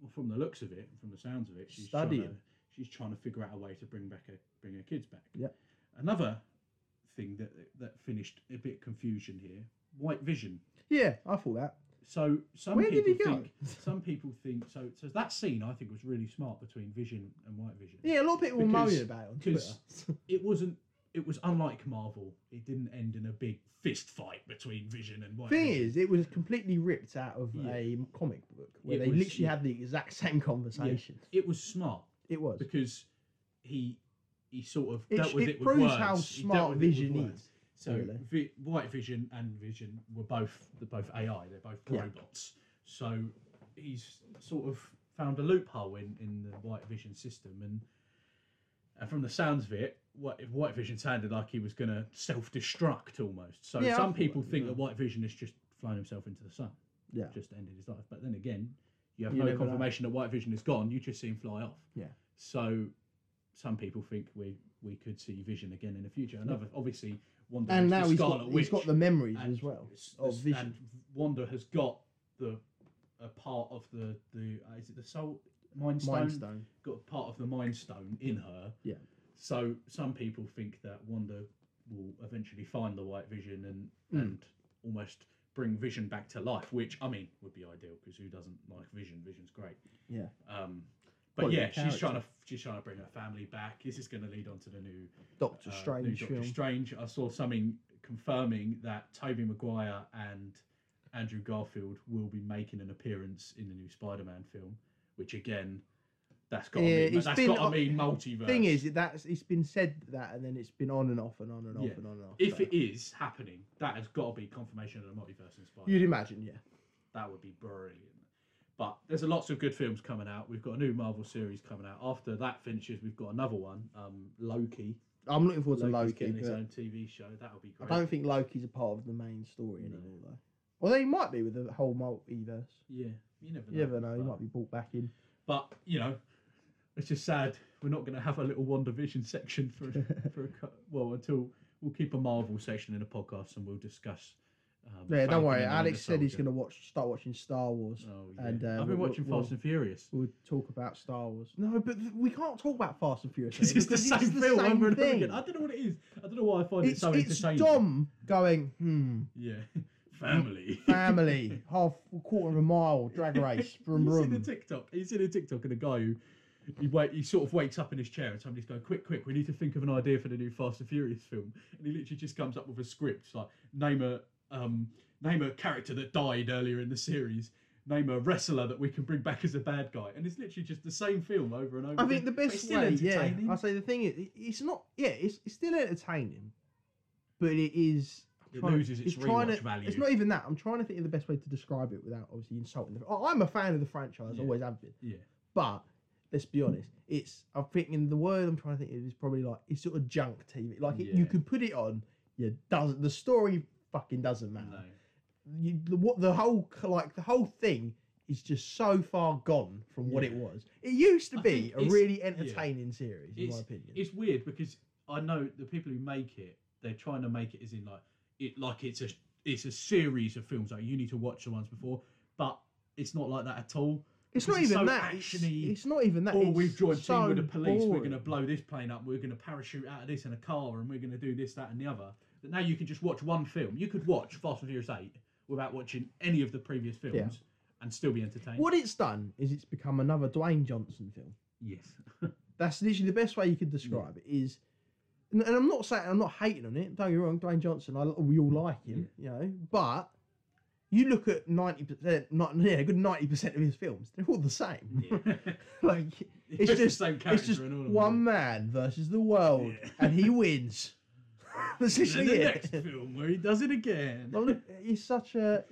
[SPEAKER 1] well, from the looks of it, from the sounds of it, she's Trying to,
[SPEAKER 2] Studying.
[SPEAKER 1] she's trying to figure out a way to bring back her bring her kids back.
[SPEAKER 2] Yep.
[SPEAKER 1] Another thing that that finished a bit confusion here. White Vision.
[SPEAKER 2] yeah, I thought that.
[SPEAKER 1] So some
[SPEAKER 2] Where did
[SPEAKER 1] people
[SPEAKER 2] he go?
[SPEAKER 1] think some people think so. So that scene I think was really smart between Vision and White Vision.
[SPEAKER 2] [LAUGHS] Yeah, a lot of people were
[SPEAKER 1] Because-
[SPEAKER 2] moaning about it on Twitter.
[SPEAKER 1] because- it wasn't it was unlike Marvel. It didn't end in a big fist fight between Vision and White.
[SPEAKER 2] thing
[SPEAKER 1] Vision.
[SPEAKER 2] is, it was completely ripped out of
[SPEAKER 1] Yeah.
[SPEAKER 2] a comic book where
[SPEAKER 1] It
[SPEAKER 2] they
[SPEAKER 1] was-
[SPEAKER 2] literally
[SPEAKER 1] yeah.
[SPEAKER 2] had the exact same [LAUGHS] conversation.
[SPEAKER 1] it was smart
[SPEAKER 2] It was.
[SPEAKER 1] because he he sort of
[SPEAKER 2] It,
[SPEAKER 1] dealt with it,
[SPEAKER 2] it
[SPEAKER 1] with
[SPEAKER 2] proves
[SPEAKER 1] words.
[SPEAKER 2] how
[SPEAKER 1] He dealt
[SPEAKER 2] smart
[SPEAKER 1] with it with
[SPEAKER 2] Vision
[SPEAKER 1] words.
[SPEAKER 2] is.
[SPEAKER 1] So
[SPEAKER 2] really.
[SPEAKER 1] vi- White Vision and Vision were both they're both AI. They're both
[SPEAKER 2] Yeah.
[SPEAKER 1] robots. So he's sort of found a loophole in, in the White Vision system, and and from the sounds of it, what if White Vision sounded like he was going to self destruct almost. So
[SPEAKER 2] Yeah, I
[SPEAKER 1] some
[SPEAKER 2] thought
[SPEAKER 1] people
[SPEAKER 2] that,
[SPEAKER 1] think
[SPEAKER 2] yeah.
[SPEAKER 1] that White Vision has just flown himself into the sun,
[SPEAKER 2] Yeah.
[SPEAKER 1] just ended his life. But then again, you have
[SPEAKER 2] You
[SPEAKER 1] no
[SPEAKER 2] never know.
[SPEAKER 1] confirmation that White Vision is gone. You just see him fly off.
[SPEAKER 2] Yeah.
[SPEAKER 1] So some people think we we could see Vision again in the future. Another obviously. Wanda
[SPEAKER 2] And
[SPEAKER 1] is
[SPEAKER 2] now
[SPEAKER 1] the
[SPEAKER 2] he's
[SPEAKER 1] Scarlet
[SPEAKER 2] got,
[SPEAKER 1] Witch.
[SPEAKER 2] he's got the memories
[SPEAKER 1] And
[SPEAKER 2] as well.
[SPEAKER 1] s-
[SPEAKER 2] of
[SPEAKER 1] s-
[SPEAKER 2] Vision.
[SPEAKER 1] And Wanda has got the a part of the the uh, is it the soul mind stone?
[SPEAKER 2] Mind Stone.
[SPEAKER 1] Got a part of the mind stone in her.
[SPEAKER 2] Yeah.
[SPEAKER 1] So some people think that Wanda will eventually find the White Vision and
[SPEAKER 2] Mm.
[SPEAKER 1] and almost bring Vision back to life, which I mean would be ideal because who doesn't like Vision? Vision's great.
[SPEAKER 2] Yeah.
[SPEAKER 1] Um, but
[SPEAKER 2] Quite a
[SPEAKER 1] yeah,
[SPEAKER 2] good
[SPEAKER 1] she's trying
[SPEAKER 2] character.
[SPEAKER 1] to she's trying to bring her family back. This is going to lead on to the new
[SPEAKER 2] Doctor
[SPEAKER 1] uh,
[SPEAKER 2] Strange
[SPEAKER 1] new Doctor
[SPEAKER 2] film.
[SPEAKER 1] Strange. I saw something confirming that Toby Maguire and Andrew Garfield will be making an appearance in the new Spider-Man film, which again, that's got to
[SPEAKER 2] Yeah,
[SPEAKER 1] mean
[SPEAKER 2] it's
[SPEAKER 1] that's
[SPEAKER 2] been-
[SPEAKER 1] got to
[SPEAKER 2] uh,
[SPEAKER 1] mean multiverse.
[SPEAKER 2] Thing is, that's it's been said that, and then it's been on and off and on and off
[SPEAKER 1] Yeah.
[SPEAKER 2] and on and off.
[SPEAKER 1] if
[SPEAKER 2] so-
[SPEAKER 1] it is happening, that has got to be confirmation of the multiverse in Spider-Man.
[SPEAKER 2] you'd imagine, yeah,
[SPEAKER 1] That would be brilliant. But there's a lots of good films coming out. We've got a new Marvel series coming out. After that finishes, we've got another one, um, Loki.
[SPEAKER 2] I'm looking forward to
[SPEAKER 1] Loki's
[SPEAKER 2] Loki.
[SPEAKER 1] getting his
[SPEAKER 2] but
[SPEAKER 1] own TV show. That would be
[SPEAKER 2] I
[SPEAKER 1] great.
[SPEAKER 2] don't think Loki's a part of the main story
[SPEAKER 1] No.
[SPEAKER 2] anymore, though. Although he might be with the whole multiverse.
[SPEAKER 1] Yeah, you never know.
[SPEAKER 2] You never know. He
[SPEAKER 1] but-
[SPEAKER 2] might be brought back in.
[SPEAKER 1] But you know, it's just sad we're not going to have a little one division section for
[SPEAKER 2] [LAUGHS]
[SPEAKER 1] for a, cou- well until we'll keep a Marvel section in the podcast and we'll discuss. Um,
[SPEAKER 2] Yeah, don't
[SPEAKER 1] Falcon
[SPEAKER 2] worry.
[SPEAKER 1] and the Winter
[SPEAKER 2] Alex said he's
[SPEAKER 1] Soldier.
[SPEAKER 2] going to watch, start watching Star Wars.
[SPEAKER 1] Oh, yeah.
[SPEAKER 2] and, uh,
[SPEAKER 1] I've
[SPEAKER 2] we'll-
[SPEAKER 1] been watching
[SPEAKER 2] we'll-
[SPEAKER 1] Fast and Furious.
[SPEAKER 2] We'll talk about Star Wars. No, but th- we can't talk about Fast
[SPEAKER 1] [LAUGHS]
[SPEAKER 2] and Furious.
[SPEAKER 1] It's,
[SPEAKER 2] mate,
[SPEAKER 1] the
[SPEAKER 2] because
[SPEAKER 1] same film
[SPEAKER 2] same
[SPEAKER 1] over and over
[SPEAKER 2] thing.
[SPEAKER 1] again. I don't know what it is. I don't know why I find it
[SPEAKER 2] It's,
[SPEAKER 1] so
[SPEAKER 2] it's
[SPEAKER 1] entertaining.
[SPEAKER 2] Dom going, hmm,
[SPEAKER 1] Yeah, [LAUGHS] family.
[SPEAKER 2] family, half quarter of a mile drag race [LAUGHS]
[SPEAKER 1] [LAUGHS]
[SPEAKER 2] from
[SPEAKER 1] you see
[SPEAKER 2] room.
[SPEAKER 1] the TikTok. You see the TikTok of the guy who he wait he sort of wakes up in his chair and somebody's going, Quick, quick, we need to think of an idea for the new Fast and Furious film. And he literally just comes up with a script, like name a um name a character that died earlier in the series, name a wrestler that we can bring back as a bad guy. And it's literally just the same film over and over.
[SPEAKER 2] I think
[SPEAKER 1] again,
[SPEAKER 2] the
[SPEAKER 1] but it's
[SPEAKER 2] best
[SPEAKER 1] still
[SPEAKER 2] way, yeah.
[SPEAKER 1] entertaining.
[SPEAKER 2] I say the thing is, it- it's not, yeah, it's, it's still entertaining, but it is.
[SPEAKER 1] It
[SPEAKER 2] trying-
[SPEAKER 1] loses its
[SPEAKER 2] trying to-
[SPEAKER 1] rewatch value.
[SPEAKER 2] It's not even that. I'm trying to think of the best way to describe it without obviously insulting. The, I- I'm a fan of the franchise,
[SPEAKER 1] Yeah.
[SPEAKER 2] always have been.
[SPEAKER 1] Yeah.
[SPEAKER 2] But let's be honest, it's I'm thinking the word I'm trying to think of is probably like it's sort of junk TV. Like it,
[SPEAKER 1] Yeah.
[SPEAKER 2] you could put it on, yeah, doesn't the story fucking doesn't matter.
[SPEAKER 1] No.
[SPEAKER 2] You, the, what the whole c- like the whole thing is just so far gone from what it
[SPEAKER 1] Yeah.
[SPEAKER 2] was. It used to
[SPEAKER 1] I
[SPEAKER 2] be
[SPEAKER 1] think
[SPEAKER 2] a
[SPEAKER 1] it's-
[SPEAKER 2] really
[SPEAKER 1] yeah.
[SPEAKER 2] entertaining series, in my opinion.
[SPEAKER 1] It's weird because I know the people who make it, they're trying to make it as in like it like it's a it's a series of films. Like you need to watch the ones before, but it's not like that at all.
[SPEAKER 2] It's not
[SPEAKER 1] it's
[SPEAKER 2] even
[SPEAKER 1] so
[SPEAKER 2] that. It's,
[SPEAKER 1] actiony.
[SPEAKER 2] it's not even that.
[SPEAKER 1] Or
[SPEAKER 2] it's
[SPEAKER 1] we've joined
[SPEAKER 2] so
[SPEAKER 1] team with the police. We're
[SPEAKER 2] boring.
[SPEAKER 1] going to blow this plane up. We're going to parachute out of this in a car, and we're going to do this, that, and the other. But now you can just watch one film. You could watch Fast and Furious Eight without watching any of the previous films
[SPEAKER 2] Yeah.
[SPEAKER 1] and still be entertained.
[SPEAKER 2] What it's done is it's become another Dwayne Johnson film.
[SPEAKER 1] Yes.
[SPEAKER 2] That's literally the best way you could describe it. Is, and and I'm not saying I'm not hating on it. Don't get me wrong, Dwayne Johnson. I, we all like him, you know. But you look at ninety percent, not yeah, a good ninety percent of his films. They're all
[SPEAKER 1] [LAUGHS]
[SPEAKER 2] the same.
[SPEAKER 1] Yeah.
[SPEAKER 2] [LAUGHS] like
[SPEAKER 1] it's,
[SPEAKER 2] just-
[SPEAKER 1] just the same character
[SPEAKER 2] it's just
[SPEAKER 1] in all of them.
[SPEAKER 2] one man versus the world,
[SPEAKER 1] Yeah.
[SPEAKER 2] and he wins. [LAUGHS] That's [LAUGHS]
[SPEAKER 1] And then
[SPEAKER 2] literally
[SPEAKER 1] the
[SPEAKER 2] it.
[SPEAKER 1] next film where he does it again.
[SPEAKER 2] Well, look, he's such a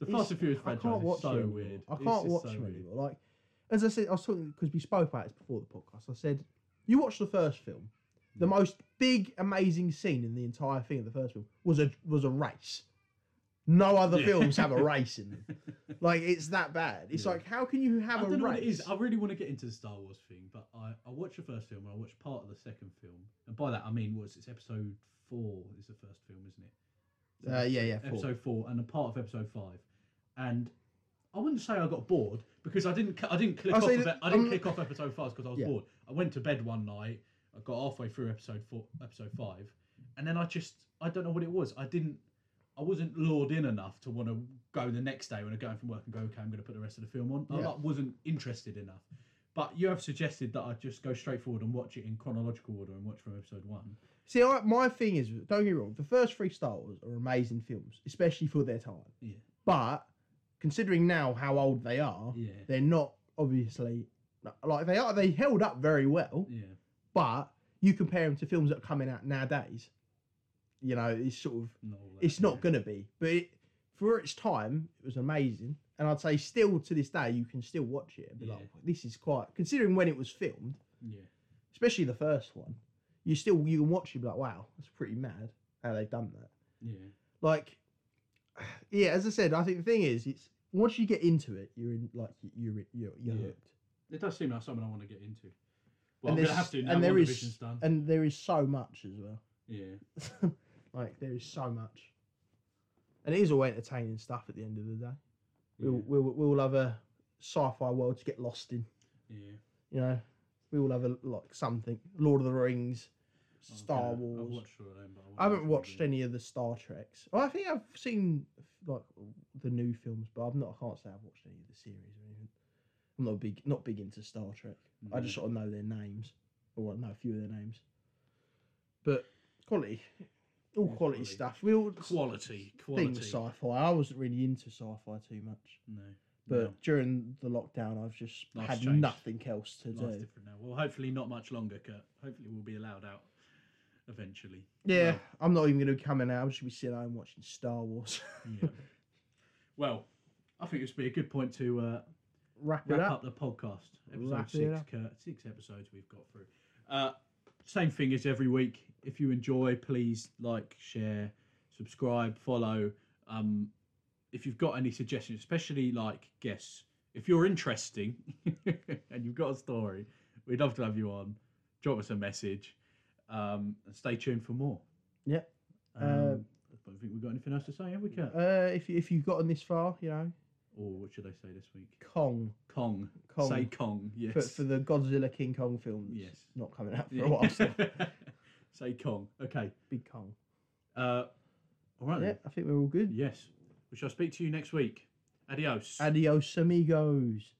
[SPEAKER 1] The
[SPEAKER 2] It's-
[SPEAKER 1] Fast and Furious
[SPEAKER 2] I
[SPEAKER 1] franchise
[SPEAKER 2] can't watch
[SPEAKER 1] is so
[SPEAKER 2] him anymore.
[SPEAKER 1] weird.
[SPEAKER 2] I
[SPEAKER 1] It's
[SPEAKER 2] can't
[SPEAKER 1] just
[SPEAKER 2] watch
[SPEAKER 1] so
[SPEAKER 2] him
[SPEAKER 1] weird.
[SPEAKER 2] anymore. Like, as I said, I was talking because we spoke about it before the podcast. I said, you watched the first film. The most big, amazing scene in the entire thing of the first film was a was a race. No other
[SPEAKER 1] Yeah.
[SPEAKER 2] films have a race in them.
[SPEAKER 1] [LAUGHS]
[SPEAKER 2] Like it's that bad. It's
[SPEAKER 1] Yeah.
[SPEAKER 2] like how can you have
[SPEAKER 1] I
[SPEAKER 2] a
[SPEAKER 1] don't know what
[SPEAKER 2] race?
[SPEAKER 1] it is. I really want to get into the Star Wars thing, but I, I watched the first film and I watched part of the second film. And by that I mean was it's episode four is the first film, isn't it? So
[SPEAKER 2] Uh, yeah, yeah. four.
[SPEAKER 1] episode four and a part of episode five. And I wouldn't say I got bored because I didn't c- I didn't click
[SPEAKER 2] I'll
[SPEAKER 1] off
[SPEAKER 2] say
[SPEAKER 1] of
[SPEAKER 2] that-
[SPEAKER 1] it- I didn't
[SPEAKER 2] I'm-
[SPEAKER 1] click off episode five because I was
[SPEAKER 2] Yeah.
[SPEAKER 1] bored. I went to bed one night. I got halfway through episode four, episode five, and then I just I don't know what it was. I didn't I wasn't lured in enough to want to go the next day when I'm going from work and go okay I'm going to put the rest of the film on. I
[SPEAKER 2] Yeah.
[SPEAKER 1] like, wasn't interested enough. But you have suggested that I just go straight forward and watch it in chronological order and watch from episode one.
[SPEAKER 2] See, I, my thing is, don't get me wrong. The first three Star Wars are amazing films, especially for their time.
[SPEAKER 1] Yeah.
[SPEAKER 2] But considering now how old they are,
[SPEAKER 1] Yeah,
[SPEAKER 2] they're not obviously like they are they held up very well
[SPEAKER 1] yeah,
[SPEAKER 2] but you compare them to films that are coming out nowadays you know it's sort of
[SPEAKER 1] not all that,
[SPEAKER 2] it's not
[SPEAKER 1] yeah.
[SPEAKER 2] gonna be but it, for its time it was amazing And I'd say still to this day, you can still watch it and be like,
[SPEAKER 1] Yeah.
[SPEAKER 2] this is quite considering when it was filmed,
[SPEAKER 1] Yeah.
[SPEAKER 2] especially the first one. You still you can watch it and be like, wow, that's pretty mad how they've done that.
[SPEAKER 1] Yeah.
[SPEAKER 2] Like, [SIGHS] yeah, as I said, I think the thing is, it's once you get into it, you're in like you're you're, you're
[SPEAKER 1] Yeah.
[SPEAKER 2] hooked.
[SPEAKER 1] It does seem like something I want to get into. Well,
[SPEAKER 2] And
[SPEAKER 1] I'm
[SPEAKER 2] there's-
[SPEAKER 1] gonna have to now.
[SPEAKER 2] and
[SPEAKER 1] And
[SPEAKER 2] there is-
[SPEAKER 1] done.
[SPEAKER 2] And there is so much as well.
[SPEAKER 1] yeah.
[SPEAKER 2] like there is so much, and it is all entertaining stuff. At the end of the day, we'll we'll, we'll have a sci-fi world to get lost in.
[SPEAKER 1] yeah.
[SPEAKER 2] You know, we all have a like something. Lord of the Rings,
[SPEAKER 1] I've
[SPEAKER 2] Star
[SPEAKER 1] been- I've
[SPEAKER 2] Wars.
[SPEAKER 1] watched all of them, but
[SPEAKER 2] I
[SPEAKER 1] wanna
[SPEAKER 2] haven't
[SPEAKER 1] watch
[SPEAKER 2] watched
[SPEAKER 1] them
[SPEAKER 2] any of the Star Treks. Well, I think I've seen like the new films, but I've not. I can't say I've watched any of the series or anything. I'm not big, not big into Star Trek.
[SPEAKER 1] again.
[SPEAKER 2] I just sort of know their names, or I know a few of their names. But quality, all
[SPEAKER 1] Yeah,
[SPEAKER 2] quality,
[SPEAKER 1] quality.
[SPEAKER 2] stuff. We all
[SPEAKER 1] quality, quality.
[SPEAKER 2] things sci-fi. I wasn't really into sci-fi too much,
[SPEAKER 1] No,
[SPEAKER 2] but
[SPEAKER 1] no.
[SPEAKER 2] during the lockdown, I've just
[SPEAKER 1] Life's
[SPEAKER 2] had
[SPEAKER 1] changed.
[SPEAKER 2] nothing else to
[SPEAKER 1] Life's
[SPEAKER 2] do.
[SPEAKER 1] different now. Well, hopefully not much longer, Kurt. Hopefully we'll be allowed out eventually.
[SPEAKER 2] Yeah,
[SPEAKER 1] Well,
[SPEAKER 2] I'm not even going to come in now. I'm just going to be sitting home watching Star Wars. [LAUGHS]
[SPEAKER 1] yeah. well, I think this would be a good point to uh,
[SPEAKER 2] Wrap,
[SPEAKER 1] wrap
[SPEAKER 2] it up.
[SPEAKER 1] up the podcast. Episode
[SPEAKER 2] Wrap it
[SPEAKER 1] six,
[SPEAKER 2] up.
[SPEAKER 1] Kurt. Six episodes we've got through. Uh, same thing as every week. If you enjoy, please like, share, subscribe, follow. Um, if you've got any suggestions, especially like guests, if you're interesting [LAUGHS] and you've got a story, we'd love to have you on. Drop us a message. Um, and stay tuned for more.
[SPEAKER 2] Yep.
[SPEAKER 1] Um,
[SPEAKER 2] Uh,
[SPEAKER 1] I don't think we've got anything else to say, have we, Kurt?
[SPEAKER 2] Uh, if you- if you've gotten this far, you know,
[SPEAKER 1] or what should I say this week?
[SPEAKER 2] Kong,
[SPEAKER 1] Kong.
[SPEAKER 2] Kong
[SPEAKER 1] Say Kong. Yes.
[SPEAKER 2] for, for the Godzilla King Kong film. that's
[SPEAKER 1] Yes.
[SPEAKER 2] not coming out
[SPEAKER 1] [LAUGHS]
[SPEAKER 2] for
[SPEAKER 1] Yeah.
[SPEAKER 2] a while. So
[SPEAKER 1] Say Kong. Okay.
[SPEAKER 2] big Kong.
[SPEAKER 1] Uh, all right.
[SPEAKER 2] Yeah,
[SPEAKER 1] then.
[SPEAKER 2] I think we're all good.
[SPEAKER 1] Yes. We shall speak to you next week. Adios.
[SPEAKER 2] Adios, amigos.